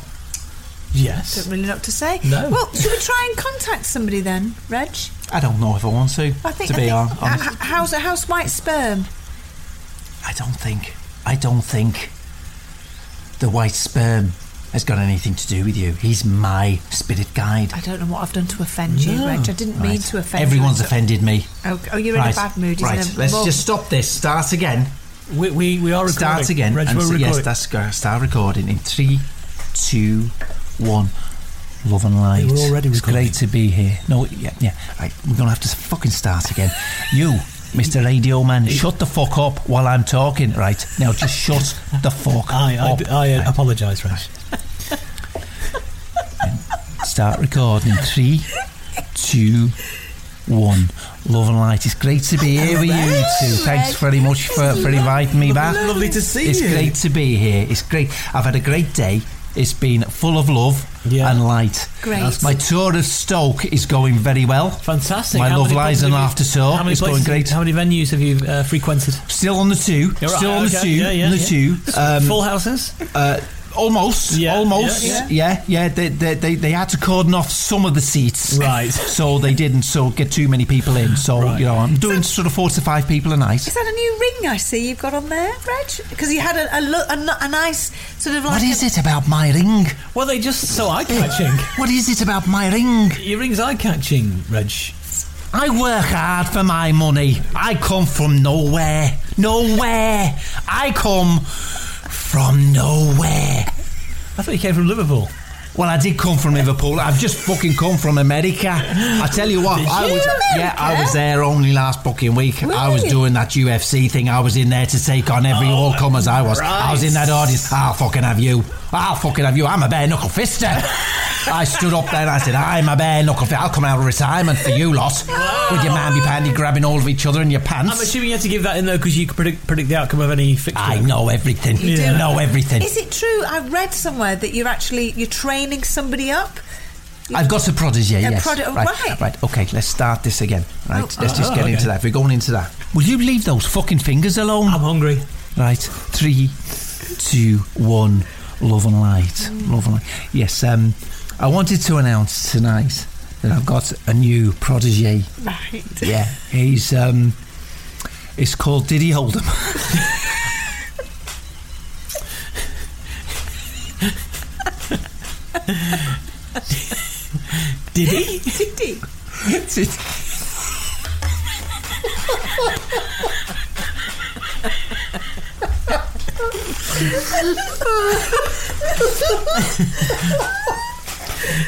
Speaker 1: Yes.
Speaker 2: Don't really know what to say.
Speaker 4: No.
Speaker 2: Well, should we try and contact somebody then, Reg?
Speaker 4: I don't know if I want to.
Speaker 2: I think.
Speaker 4: to be
Speaker 2: I
Speaker 4: hon-
Speaker 2: think,
Speaker 4: honest,
Speaker 2: h- h- how's how's white sperm?
Speaker 4: I don't think. I don't think the white sperm has got anything to do with you. He's my spirit guide.
Speaker 2: I don't know what I've done to offend you,
Speaker 4: No.
Speaker 2: Reg. I didn't mean
Speaker 4: Right.
Speaker 2: to offend.
Speaker 4: Everyone's
Speaker 2: you.
Speaker 4: offended me.
Speaker 2: Oh, oh, you're in a
Speaker 4: Right,
Speaker 2: bad mood, isn't
Speaker 4: Right,
Speaker 2: it?
Speaker 4: let's
Speaker 2: Well-
Speaker 4: just stop this. Start again.
Speaker 1: We, we, we are recording.
Speaker 4: Start again.
Speaker 1: Reg,
Speaker 4: and
Speaker 1: we're
Speaker 4: so- yes,
Speaker 1: recording.
Speaker 4: that's go- start recording in three, two, one. Love and light.
Speaker 1: They were already
Speaker 4: it's great to be here. No, yeah, yeah. Right, we're gonna have to fucking start again. You, Mr. Radio Man, shut the fuck up while I'm talking. Right now, just shut the fuck
Speaker 1: I, I,
Speaker 4: up.
Speaker 1: d- I, uh, apologise, Reg.
Speaker 4: Start recording. Three, two, one. Love and light. It's great to be here with you two. Thanks very much for, for inviting me back.
Speaker 1: Lovely to see
Speaker 4: it's
Speaker 1: you.
Speaker 4: It's great to be here. It's great. I've had a great day. It's been full of love and light.
Speaker 1: Great. That's-
Speaker 4: My tour of Stoke is going very well.
Speaker 1: Fantastic.
Speaker 4: My
Speaker 1: How
Speaker 4: love
Speaker 1: many
Speaker 4: lies
Speaker 1: places
Speaker 4: and
Speaker 1: have you-
Speaker 4: laughter tour
Speaker 1: How many
Speaker 4: is going
Speaker 1: places-
Speaker 4: great.
Speaker 1: How many venues have you uh, frequented?
Speaker 4: Still on the two.
Speaker 1: You're right,
Speaker 4: Still on the
Speaker 1: okay,
Speaker 4: two.
Speaker 1: yeah, yeah,
Speaker 4: on the
Speaker 1: yeah.
Speaker 4: two. Um,
Speaker 1: Full houses?
Speaker 4: Uh, almost.
Speaker 1: Yeah,
Speaker 4: almost.
Speaker 1: yeah,
Speaker 4: Oh, Yeah, yeah. they, they, they, they had to cordon off some of the seats.
Speaker 1: Right.
Speaker 4: So they didn't so get too many people in. So, you know, I'm doing sort of four to five people a night.
Speaker 2: Is that a new ring I see you've got on there, Reg? Because you had a, a, lo- a, n- a nice sort of like.
Speaker 4: What is it about my ring?
Speaker 1: Well, they just so eye catching.
Speaker 4: what is it about my ring?
Speaker 1: Your ring's eye catching, Reg.
Speaker 4: I work hard for my money. I come from nowhere. Nowhere. I come from nowhere.
Speaker 1: I thought you came from Liverpool.
Speaker 4: Well, I did come from Liverpool. I've just fucking come from America. I tell you what,
Speaker 1: Did
Speaker 4: I
Speaker 1: you?
Speaker 4: was yeah, I was there only last fucking week. I was doing that UFC thing. I was in there to take on
Speaker 1: Oh,
Speaker 4: every all comers. I was. I was in that audience. I'll fucking have you. I'll fucking have you. I'm a bare knuckle fister. I stood up there and I said, I'm a bare knuckle fister. I'll come out of retirement for you lot. With your mamby pandy grabbing all of each other in your pants.
Speaker 1: I'm assuming you had to give that in though because you could predict, predict the outcome of any fixture.
Speaker 4: I know everything.
Speaker 1: You do.
Speaker 4: I know everything.
Speaker 2: Is it true? I read somewhere that you're actually you're training somebody up.
Speaker 4: I've got a prodigy,
Speaker 2: A
Speaker 4: yes.
Speaker 2: prodi-
Speaker 4: right.
Speaker 2: right.
Speaker 4: okay, let's start this again. Right, let's just
Speaker 1: oh,
Speaker 4: get
Speaker 1: okay.
Speaker 4: into that. We're going into that. Will you leave those fucking fingers alone?
Speaker 1: I'm hungry.
Speaker 4: Right, three, two, one. Love and light. Love and light. Yes, um, I wanted to announce tonight that I've got a new prodigy.
Speaker 2: Right.
Speaker 4: Yeah, he's um, it's called Diddy Hold'em.
Speaker 1: Did he?
Speaker 2: Diddy.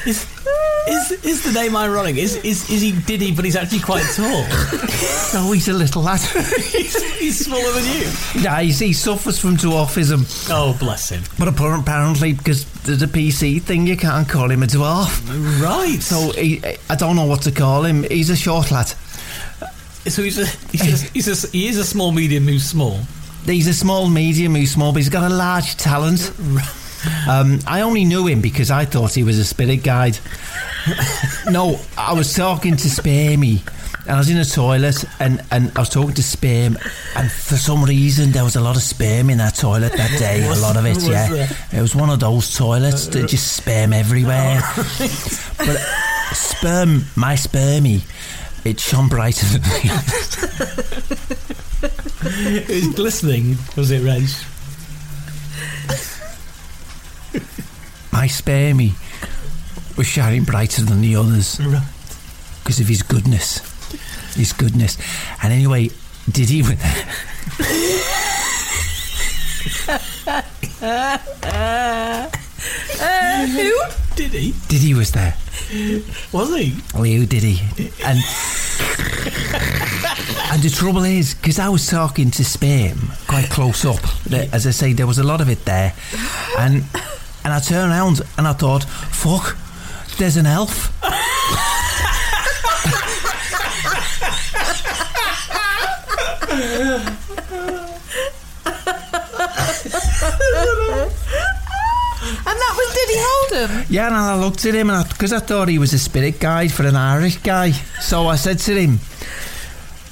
Speaker 1: Is, is is the name ironic? Is is is he Diddy? But he's actually quite tall.
Speaker 4: oh, he's a little lad.
Speaker 1: he's, he's smaller than you.
Speaker 4: yeah, he's, he suffers from dwarfism.
Speaker 1: Oh, bless him.
Speaker 4: But appar- apparently, because there's a PC thing, you can't call him a dwarf.
Speaker 1: Right.
Speaker 4: So he, I don't know what to call him. He's a short lad.
Speaker 1: so he's a, he's a, he's a, he is a small medium who's small.
Speaker 4: He's a small medium who's small, but he's got a large talent. Um, I only knew him because I thought he was a spirit guide. no, I was talking to Spermy, and I was in a toilet, and, and I was talking to Sperm, and for some reason there was a lot of sperm in that toilet that day. a lot of it,
Speaker 1: was
Speaker 4: yeah.
Speaker 1: there?
Speaker 4: It was one of those toilets that just sperm everywhere. but sperm, my spermy, it shone brighter than the others.
Speaker 1: It's glistening, was it, Reg?
Speaker 4: My spermy was shining brighter than the others.
Speaker 1: Right.
Speaker 4: because of his goodness. His goodness. And anyway, did he win?
Speaker 2: uh, who?
Speaker 1: Did he?
Speaker 4: Diddy was there.
Speaker 1: Was he?
Speaker 4: Oh, you Diddy. And and the trouble is, because I was talking to Spam quite close up, that, as I say, there was a lot of it there, and and I turned around and I thought, fuck, there's an elf.
Speaker 2: And that was Diddy Holden.
Speaker 4: Yeah, and I looked at him, and because I, thought he was a spirit guide for an Irish guy, so I said to him,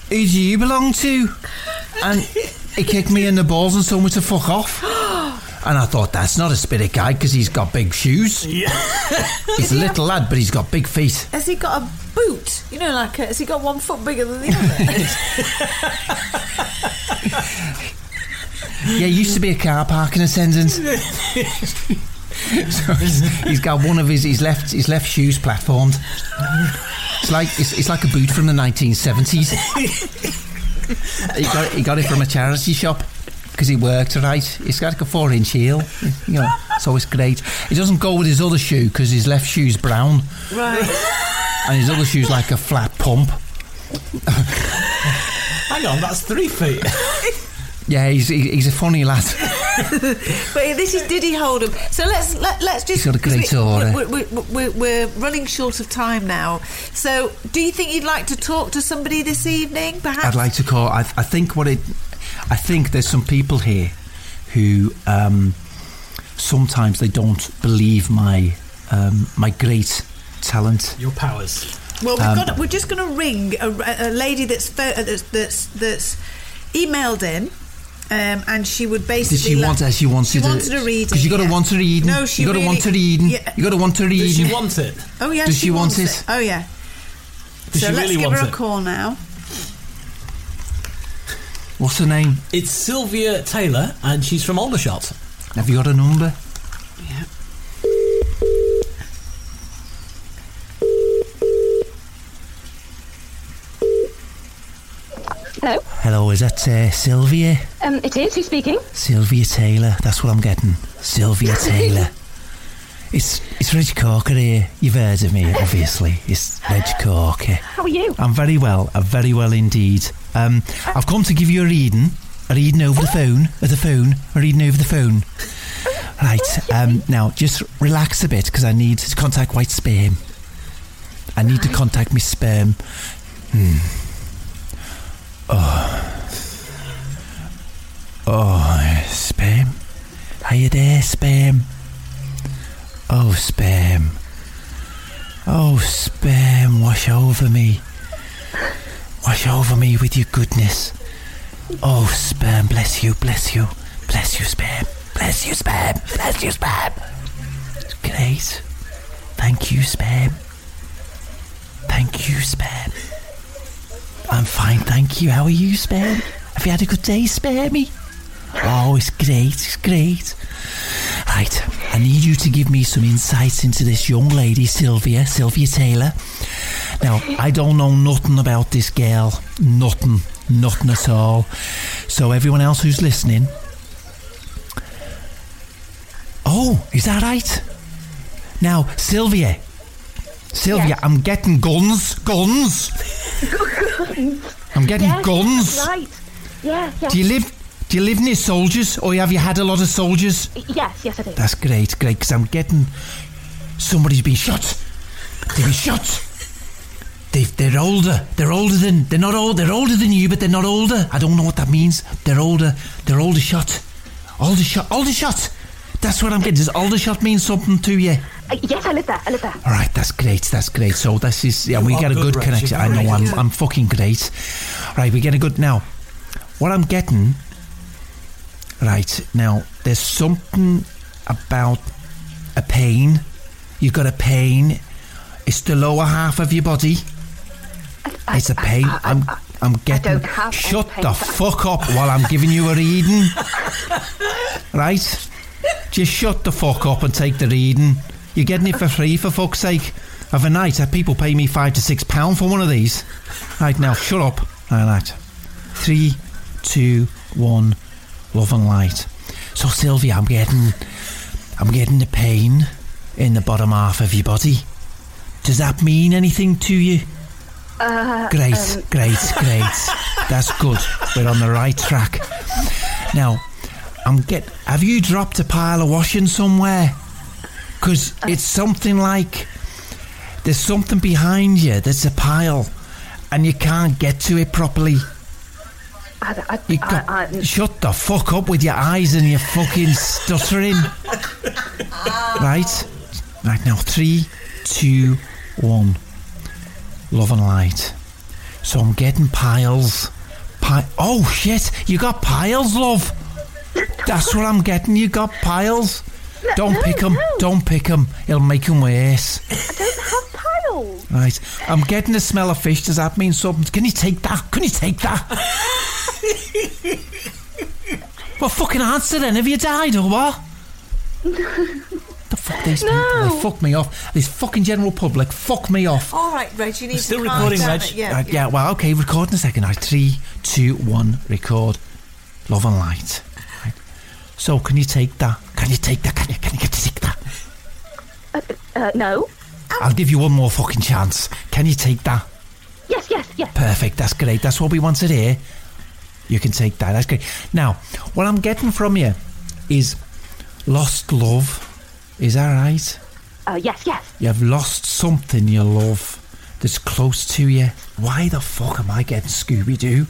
Speaker 4: "Who do you belong to?" And he kicked me in the balls and told me to fuck off. And I thought that's not a spirit guide because he's got big shoes. he's a little lad, but he's got big feet.
Speaker 2: Has he got a boot? You know, like, a, has he got one foot bigger than the other?
Speaker 4: Yeah, he used to be a car parking attendant. so he's, he's got one of his his left his left shoes platformed. It's like it's, it's like a boot from the 1970s. he got it, he got it from a charity shop because he worked right. He's got like a four inch heel, you know, so it's great. He doesn't go with his other shoe because his left shoe's brown
Speaker 19: Right.
Speaker 4: and his other shoe's like a flat pump.
Speaker 1: Hang on, that's three feet.
Speaker 4: Yeah, he's he- he's a funny lad.
Speaker 2: but this is Diddy Hold'em. So let's let, let's just.
Speaker 4: He's got a great eh?
Speaker 2: because
Speaker 4: aura.
Speaker 2: we, we, we, we're, we're running short of time now. So do you think you'd like to talk to somebody this evening? Perhaps.
Speaker 4: I'd like to call. I, I think what it. I think there's some people here who um, sometimes they don't believe my um, my great talent.
Speaker 1: Your powers.
Speaker 2: Well, we've
Speaker 4: Um,
Speaker 2: got. We're just going to ring a, a lady that's pho- uh, that's that's, that's emailed in, um, and she would basically.
Speaker 4: Did she want?
Speaker 2: like-
Speaker 4: As she wanted.
Speaker 2: She wanted a reading.
Speaker 4: Because you got to
Speaker 2: yeah.
Speaker 4: want to read.
Speaker 2: No, she
Speaker 4: You got to
Speaker 2: really,
Speaker 4: want to read.
Speaker 2: Yeah.
Speaker 4: You got to want to read.
Speaker 2: Does she
Speaker 1: want it?
Speaker 2: Oh yeah.
Speaker 4: Does she, want
Speaker 2: wants
Speaker 4: it?
Speaker 2: Oh yeah.
Speaker 1: Does
Speaker 2: so
Speaker 1: she
Speaker 2: let's
Speaker 1: really
Speaker 2: give
Speaker 1: want
Speaker 2: her
Speaker 1: it?
Speaker 2: a call now.
Speaker 4: What's her name?
Speaker 1: It's Sylvia Taylor, and she's from Aldershot.
Speaker 4: Have you got a number?
Speaker 11: Hello.
Speaker 4: Hello, is that uh, Sylvia?
Speaker 11: Um, it is. Who's speaking?
Speaker 4: Sylvia Taylor. That's what I'm getting. Sylvia Taylor. It's it's Reg Corker here. You've heard of me, obviously. It's Reg Corker.
Speaker 11: How are you?
Speaker 4: I'm very well. I'm very well indeed. Um, I've come to give you a reading. A reading over the phone. Of the phone. A reading over the phone. Right. Um, now, just relax a bit because I need to contact White Sperm. I need to contact Miss Sperm. Hmm. Oh. Oh, Sperm. Are you there, Sperm? Oh, Sperm. Oh, Sperm, wash over me. Wash over me with your goodness. Oh, sperm, bless you, bless you, bless you, sperm, bless you, sperm, bless you, sperm. Great. Thank you, sperm. Thank you, sperm. I'm fine, thank you. How are you, sperm? Have you had a good day, spermy? Oh, it's great, it's great. Right, I need you to give me some insights into this young lady, Sylvia, Sylvia Taylor. Now, I don't know nothing about this girl, nothing, nothing at all. So, everyone else who's listening, oh, is that right? Now, Sylvia, Sylvia, I'm getting guns, guns. I'm getting
Speaker 11: Yes,
Speaker 4: guns.
Speaker 11: that's Right. Yeah, yeah.
Speaker 4: Do you live? Do you live near soldiers, or have you had a lot of soldiers?
Speaker 11: Yes, yes, I do.
Speaker 4: That's great, great, because I'm getting somebody's been shot. They've been shot. They've, they're older. They're older than they're not old. They're older than you, but they're not older. I don't know what that means. They're older. They're older shot. Older shot. Older shot. That's what I'm getting. Does older shot mean something to you?
Speaker 11: Uh, yes, I live there. I live there.
Speaker 4: All right, that's great. That's great. So this is yeah,
Speaker 11: You
Speaker 4: we
Speaker 11: are
Speaker 4: get a
Speaker 11: good,
Speaker 4: good
Speaker 11: Rex,
Speaker 4: connection.
Speaker 11: you're
Speaker 4: I know
Speaker 11: very
Speaker 4: I'm
Speaker 11: good.
Speaker 4: I'm fucking great. Right, we get a good now. What I'm getting right now, there's something about a pain. You've got a pain. It's the lower half of your body. It's a pain. I'm I'm getting.
Speaker 11: don't have any
Speaker 4: shut
Speaker 11: pain.
Speaker 4: the fuck up while I'm giving you a reading. right? Just shut the fuck up and take the reading. You're getting it for free, for fuck's sake. Of a night, uh, people pay me five to six pound for one of these. Right now, shut up. Right, right. Three, two, one. Love and light. So Sylvia, I'm getting, I'm getting the pain in the bottom half of your body. Does that mean anything to you?
Speaker 11: Uh,
Speaker 4: Great,
Speaker 11: um,
Speaker 4: great, great. That's good. We're on the right track. Now, I'm get. Have you dropped a pile of washing somewhere? Because it's something like there's something behind you. There's a pile, and you can't get to it properly.
Speaker 11: I, I,
Speaker 4: You got,
Speaker 11: I, I,
Speaker 4: shut the fuck up with your eyes and your fucking stuttering.
Speaker 11: Ah.
Speaker 4: right, right now, three, two, one. Love and light. So I'm getting piles. Pi- oh shit! You got piles, love. That's what I'm getting. You got piles.
Speaker 11: No,
Speaker 4: Don't
Speaker 11: no,
Speaker 4: pick them.
Speaker 11: no.
Speaker 4: Don't pick them. It'll make them worse.
Speaker 11: I don't have piles.
Speaker 4: Right. I'm getting the smell of fish. Does that mean something? Can you take that? Can you take that? Well, fucking answer then. Have you died or what? the fuck these people? They fuck me off. This fucking general public fuck me off.
Speaker 2: All right, Reg, you need to calm down.
Speaker 4: Reg.
Speaker 2: Yeah,
Speaker 4: Right, yeah, well, okay, record in a second. Right, three, two, one, record. Love and light. Right. So, can you take that? Can you take that? Can you, can you get to take that?
Speaker 11: Uh, no.
Speaker 4: I'll give you one more fucking chance. Can you take that?
Speaker 11: Yes, yes, yes.
Speaker 4: Perfect. That's great. That's what we wanted here. You can take that. That's great. Now, what I'm getting from you is lost love. Is that right?
Speaker 11: Uh, yes, yes.
Speaker 4: You've lost something you love that's close to you. Why the fuck am I getting Scooby Doo?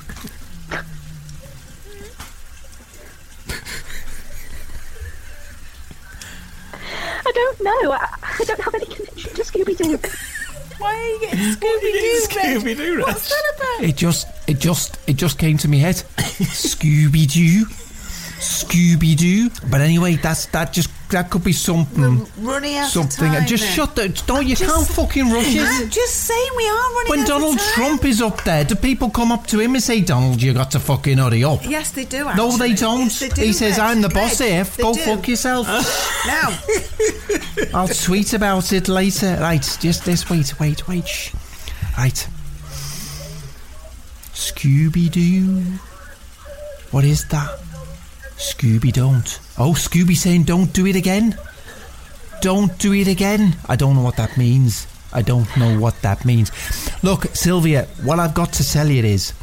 Speaker 11: I don't know. I, I don't have any connection to Scooby Doo.
Speaker 2: Why are you getting Scooby Doo?
Speaker 4: Scooby-Doo,
Speaker 2: What's that about?
Speaker 4: It just, it just, it just came to me head. Scooby Doo, Scooby Doo. But anyway, that's that. Just that could be something.
Speaker 2: Running out
Speaker 4: Something.
Speaker 2: Of time
Speaker 4: Just
Speaker 2: then.
Speaker 4: shut the. No, you can't fucking rush
Speaker 2: I'm
Speaker 4: it.
Speaker 2: just saying we are running
Speaker 4: When
Speaker 2: out of
Speaker 4: Donald
Speaker 2: time.
Speaker 4: Trump is up there, do people come up to him and say, "Donald, you got to fucking hurry up"?
Speaker 2: Yes, they do.
Speaker 4: No, they
Speaker 2: actually.
Speaker 4: don't.
Speaker 2: Yes, they do,
Speaker 4: He says,
Speaker 2: Reg.
Speaker 4: "I'm the boss
Speaker 2: Reg,
Speaker 4: here.
Speaker 2: they
Speaker 4: Go
Speaker 2: do.
Speaker 4: fuck yourself."
Speaker 2: now,
Speaker 4: I'll tweet about it later. Right, just this. Wait, wait, wait. Shh. Right. Scooby Doo. What is that? Scooby don't. Oh, Scooby saying don't do it again. Don't do it again. I don't know what that means. I don't know what that means. Look, Sylvia, what I've got to tell you is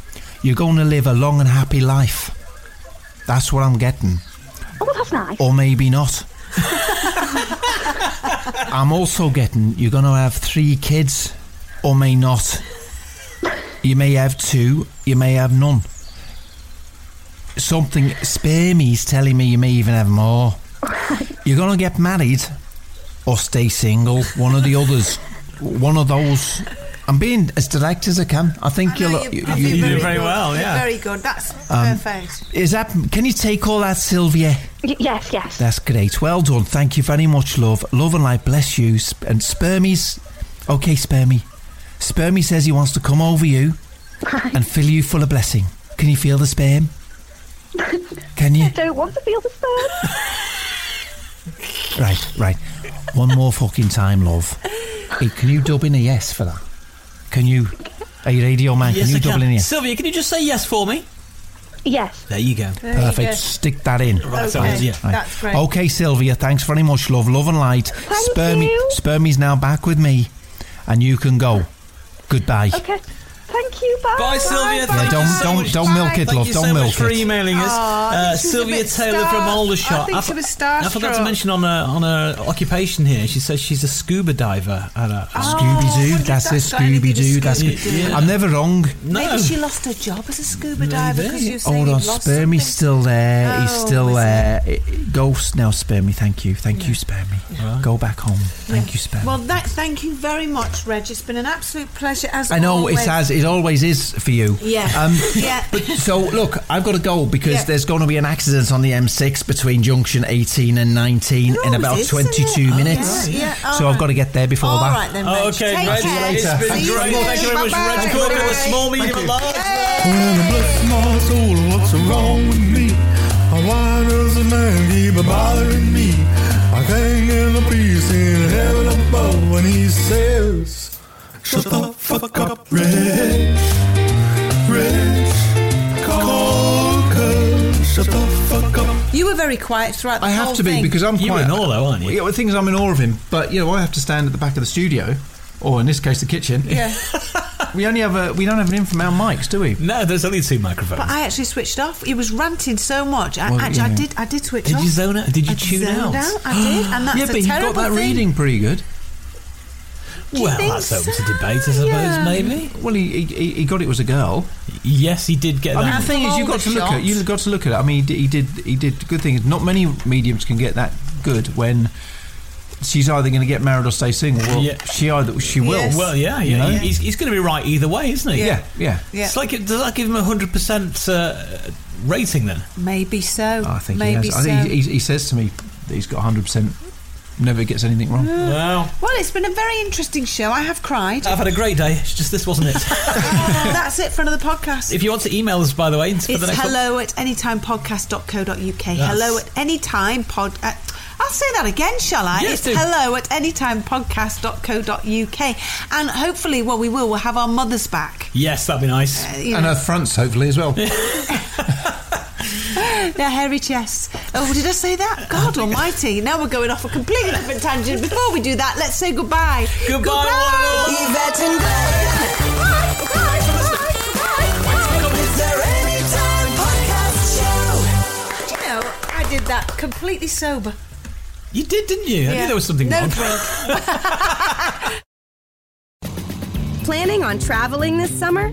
Speaker 4: you're going to live a long and happy life. That's what I'm getting.
Speaker 11: Oh, well, that's nice.
Speaker 4: Or maybe not. I'm also getting you're going to have three kids, or may not. You may have two, you may have none. Something spermy's telling me you may even have more. You're going to get married or stay single, one of the others. One of those. I'm being as direct as I can. I think you'll. you,
Speaker 2: I
Speaker 4: you-
Speaker 2: think good. You're Very good. That's
Speaker 4: Um,
Speaker 2: perfect.
Speaker 4: Is that? Can you take all that, Sylvia?
Speaker 11: yes, yes.
Speaker 4: That's great. Well done. Thank you very much, love. Love and light. Bless you. Sp- And Spermy's. Okay, Spermy. Spermy says he wants to come over you and fill you full of blessing. Can you feel the sperm? Can you?
Speaker 11: I don't want to feel the sperm.
Speaker 4: Right, right. One more fucking time, love. Hey, can you dub in a yes for that? Can you? Are you radio man?
Speaker 1: Yes,
Speaker 4: can you
Speaker 1: I
Speaker 4: dub
Speaker 1: can.
Speaker 4: in a yes?
Speaker 1: Sylvia, can you just say yes for me?
Speaker 11: Yes.
Speaker 1: There you go.
Speaker 11: There you
Speaker 4: Perfect.
Speaker 11: go.
Speaker 4: Stick that in.
Speaker 1: Right, Okay, yeah. that's great.
Speaker 4: Okay, Sylvia, thanks very much, love. Love and light.
Speaker 11: Thank
Speaker 4: Spermy,
Speaker 11: you.
Speaker 4: Spermy's now back with me, and you can go. Goodbye.
Speaker 1: Oh,
Speaker 11: Okay. Thank you. Bye.
Speaker 1: Bye, Sylvia.
Speaker 4: Yeah,
Speaker 1: Thank
Speaker 4: don't-
Speaker 1: you so
Speaker 4: don't-
Speaker 1: much.
Speaker 4: don't milk it,
Speaker 1: Thank
Speaker 4: love,
Speaker 1: you
Speaker 4: don't
Speaker 1: so
Speaker 4: milk
Speaker 1: much for
Speaker 4: it.
Speaker 1: emailing us.
Speaker 2: Aw, I
Speaker 1: Uh,
Speaker 2: think she was a
Speaker 1: Sylvia
Speaker 2: bit
Speaker 1: Taylor from
Speaker 2: starstruck.
Speaker 1: Aldershot.
Speaker 2: I think she was starstruck.
Speaker 1: I forgot to mention on her on her occupation here. She says she's a scuba diver. At a,
Speaker 4: Scooby
Speaker 2: Oh,
Speaker 4: Doo. That's it. Scooby Doo. That's good.
Speaker 1: Yeah.
Speaker 4: I'm never wrong.
Speaker 2: Maybe she lost her job as a scuba diver because you saying
Speaker 4: Hold on,
Speaker 2: you've lost
Speaker 4: Spermy's still there. He's
Speaker 2: Oh,
Speaker 4: still
Speaker 2: is he?
Speaker 4: there. It- Go s- now, Spermy. Thank you. Thank you, Spermy. Go back home. Thank you, Spermy.
Speaker 2: Well, that, thank you very much, Reg. It's been an absolute pleasure as
Speaker 4: I know
Speaker 2: always.
Speaker 4: it has. It always is for you.
Speaker 2: Yeah.
Speaker 4: Um,
Speaker 2: Yeah.
Speaker 4: But so look, I've got to go because
Speaker 2: Yeah.
Speaker 4: there's going to be an accident on the M6 between junction 18 and 19 in about
Speaker 2: is, isn't
Speaker 4: 22
Speaker 2: it?
Speaker 4: minutes.
Speaker 2: Oh, yeah. Yeah,
Speaker 4: so I've got to get there before
Speaker 2: All
Speaker 4: that. Oh,
Speaker 2: right then, Reg.
Speaker 1: Oh, Okay,
Speaker 2: Take
Speaker 1: Reg,
Speaker 2: care.
Speaker 1: it's been
Speaker 2: See you
Speaker 1: great.
Speaker 2: soon.
Speaker 1: Thank you very much,
Speaker 2: Bye-bye.
Speaker 1: Reg Corbin,
Speaker 2: Bye-bye.
Speaker 1: the small, medium,
Speaker 2: Thank
Speaker 1: and
Speaker 2: you.
Speaker 1: large.
Speaker 10: Wanna bless my soul, what's wrong with me? And Why does the man keep bothering me? I can't get a peace in heaven above
Speaker 8: when he says, Shut the fuck up, Rich. Rich Cocker. Shut the fuck up.
Speaker 2: You were very quiet throughout the
Speaker 4: I have
Speaker 2: whole
Speaker 4: to be
Speaker 2: thing.
Speaker 4: because I'm quite in
Speaker 1: awe, though, aren't you?
Speaker 4: Yeah, well, the thing is, I'm in awe of him, but you know, I have to stand at the back of the studio, or in this case, the kitchen.
Speaker 2: Yeah.
Speaker 4: we only have a we don't have an inframound mics, do we?
Speaker 1: No, there's only two microphones.
Speaker 2: But I actually switched off. He was ranting so much. I,
Speaker 4: Well,
Speaker 2: actually, I
Speaker 4: yeah.
Speaker 2: did. I did switch
Speaker 4: Did you
Speaker 2: off.
Speaker 4: zone out? Did you
Speaker 2: I
Speaker 4: tune
Speaker 2: zoned
Speaker 4: out?
Speaker 2: I did, and that's
Speaker 4: yeah, but
Speaker 2: a
Speaker 4: he got
Speaker 2: terrible
Speaker 4: that
Speaker 2: thing.
Speaker 4: reading pretty good.
Speaker 2: Do you
Speaker 1: Well,
Speaker 2: think
Speaker 1: that's open to debate, I suppose. Maybe.
Speaker 4: Well, he, he he got it was a girl.
Speaker 1: Yes, he did get
Speaker 4: I mean,
Speaker 1: that.
Speaker 4: the thing is,
Speaker 1: From
Speaker 4: you've
Speaker 1: all
Speaker 4: got
Speaker 1: the
Speaker 4: to look at
Speaker 1: shots.
Speaker 4: you've got to look at it. I mean, he did, he did he did good things. Not many mediums can get that good when she's either going to get married or stay single. Well,
Speaker 1: Yeah.
Speaker 4: she either she will.
Speaker 1: Well, yeah, yeah.
Speaker 4: you know?
Speaker 1: He's, he's going to be right either way, isn't he?
Speaker 4: Yeah, yeah.
Speaker 2: Yeah.
Speaker 1: It's like, it- does that give him a 100% uh, rating then?
Speaker 2: Maybe so.
Speaker 4: Oh, I think
Speaker 2: Maybe
Speaker 4: he has.
Speaker 2: so.
Speaker 4: I think he, he, he says to me that he's got 100. percent Never gets anything wrong.
Speaker 1: Wow.
Speaker 2: Well, it's been a very interesting show. I have cried.
Speaker 1: I've had a great day. It's just this wasn't it.
Speaker 2: That's it for another podcast.
Speaker 1: if you want to email us, by the way, for the
Speaker 2: It's
Speaker 1: next one-
Speaker 2: hello at anytimepodcast.co.uk.
Speaker 1: Yes.
Speaker 2: Hello at anytimepod. Uh, I'll say that again, shall I?
Speaker 1: Yes,
Speaker 2: it's
Speaker 1: do.
Speaker 2: hello at anytimepodcast.co.uk. And hopefully, well, we will. We'll have our mothers back. Uh,
Speaker 1: Yes, that'd be nice.
Speaker 2: you And know. her
Speaker 4: fronts, hopefully, as well.
Speaker 2: Their hairy chests. Oh, did I say that? God almighty. Now we're going off a completely different tangent. Before we do that, let's say goodbye.
Speaker 6: Goodbye, one and all. Yvette and
Speaker 2: Do you know, I did that completely sober.
Speaker 1: You did, didn't you? I knew there was something
Speaker 2: no
Speaker 1: wrong.
Speaker 2: drink.
Speaker 3: Planning on traveling this summer?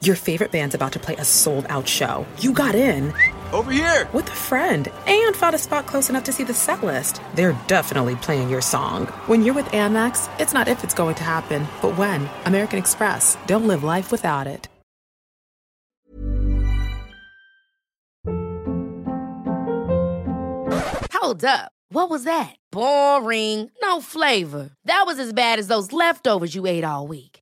Speaker 20: Your favorite band's about to play a sold out show. You got in. Over here! With a friend and found a spot close enough to see the set list. They're definitely playing your song. When you're with Amex, it's not if it's going to happen, but when. American Express. Don't live life without it.
Speaker 21: Hold up. What was that? Boring. No flavor. That was as bad as those leftovers you ate all week.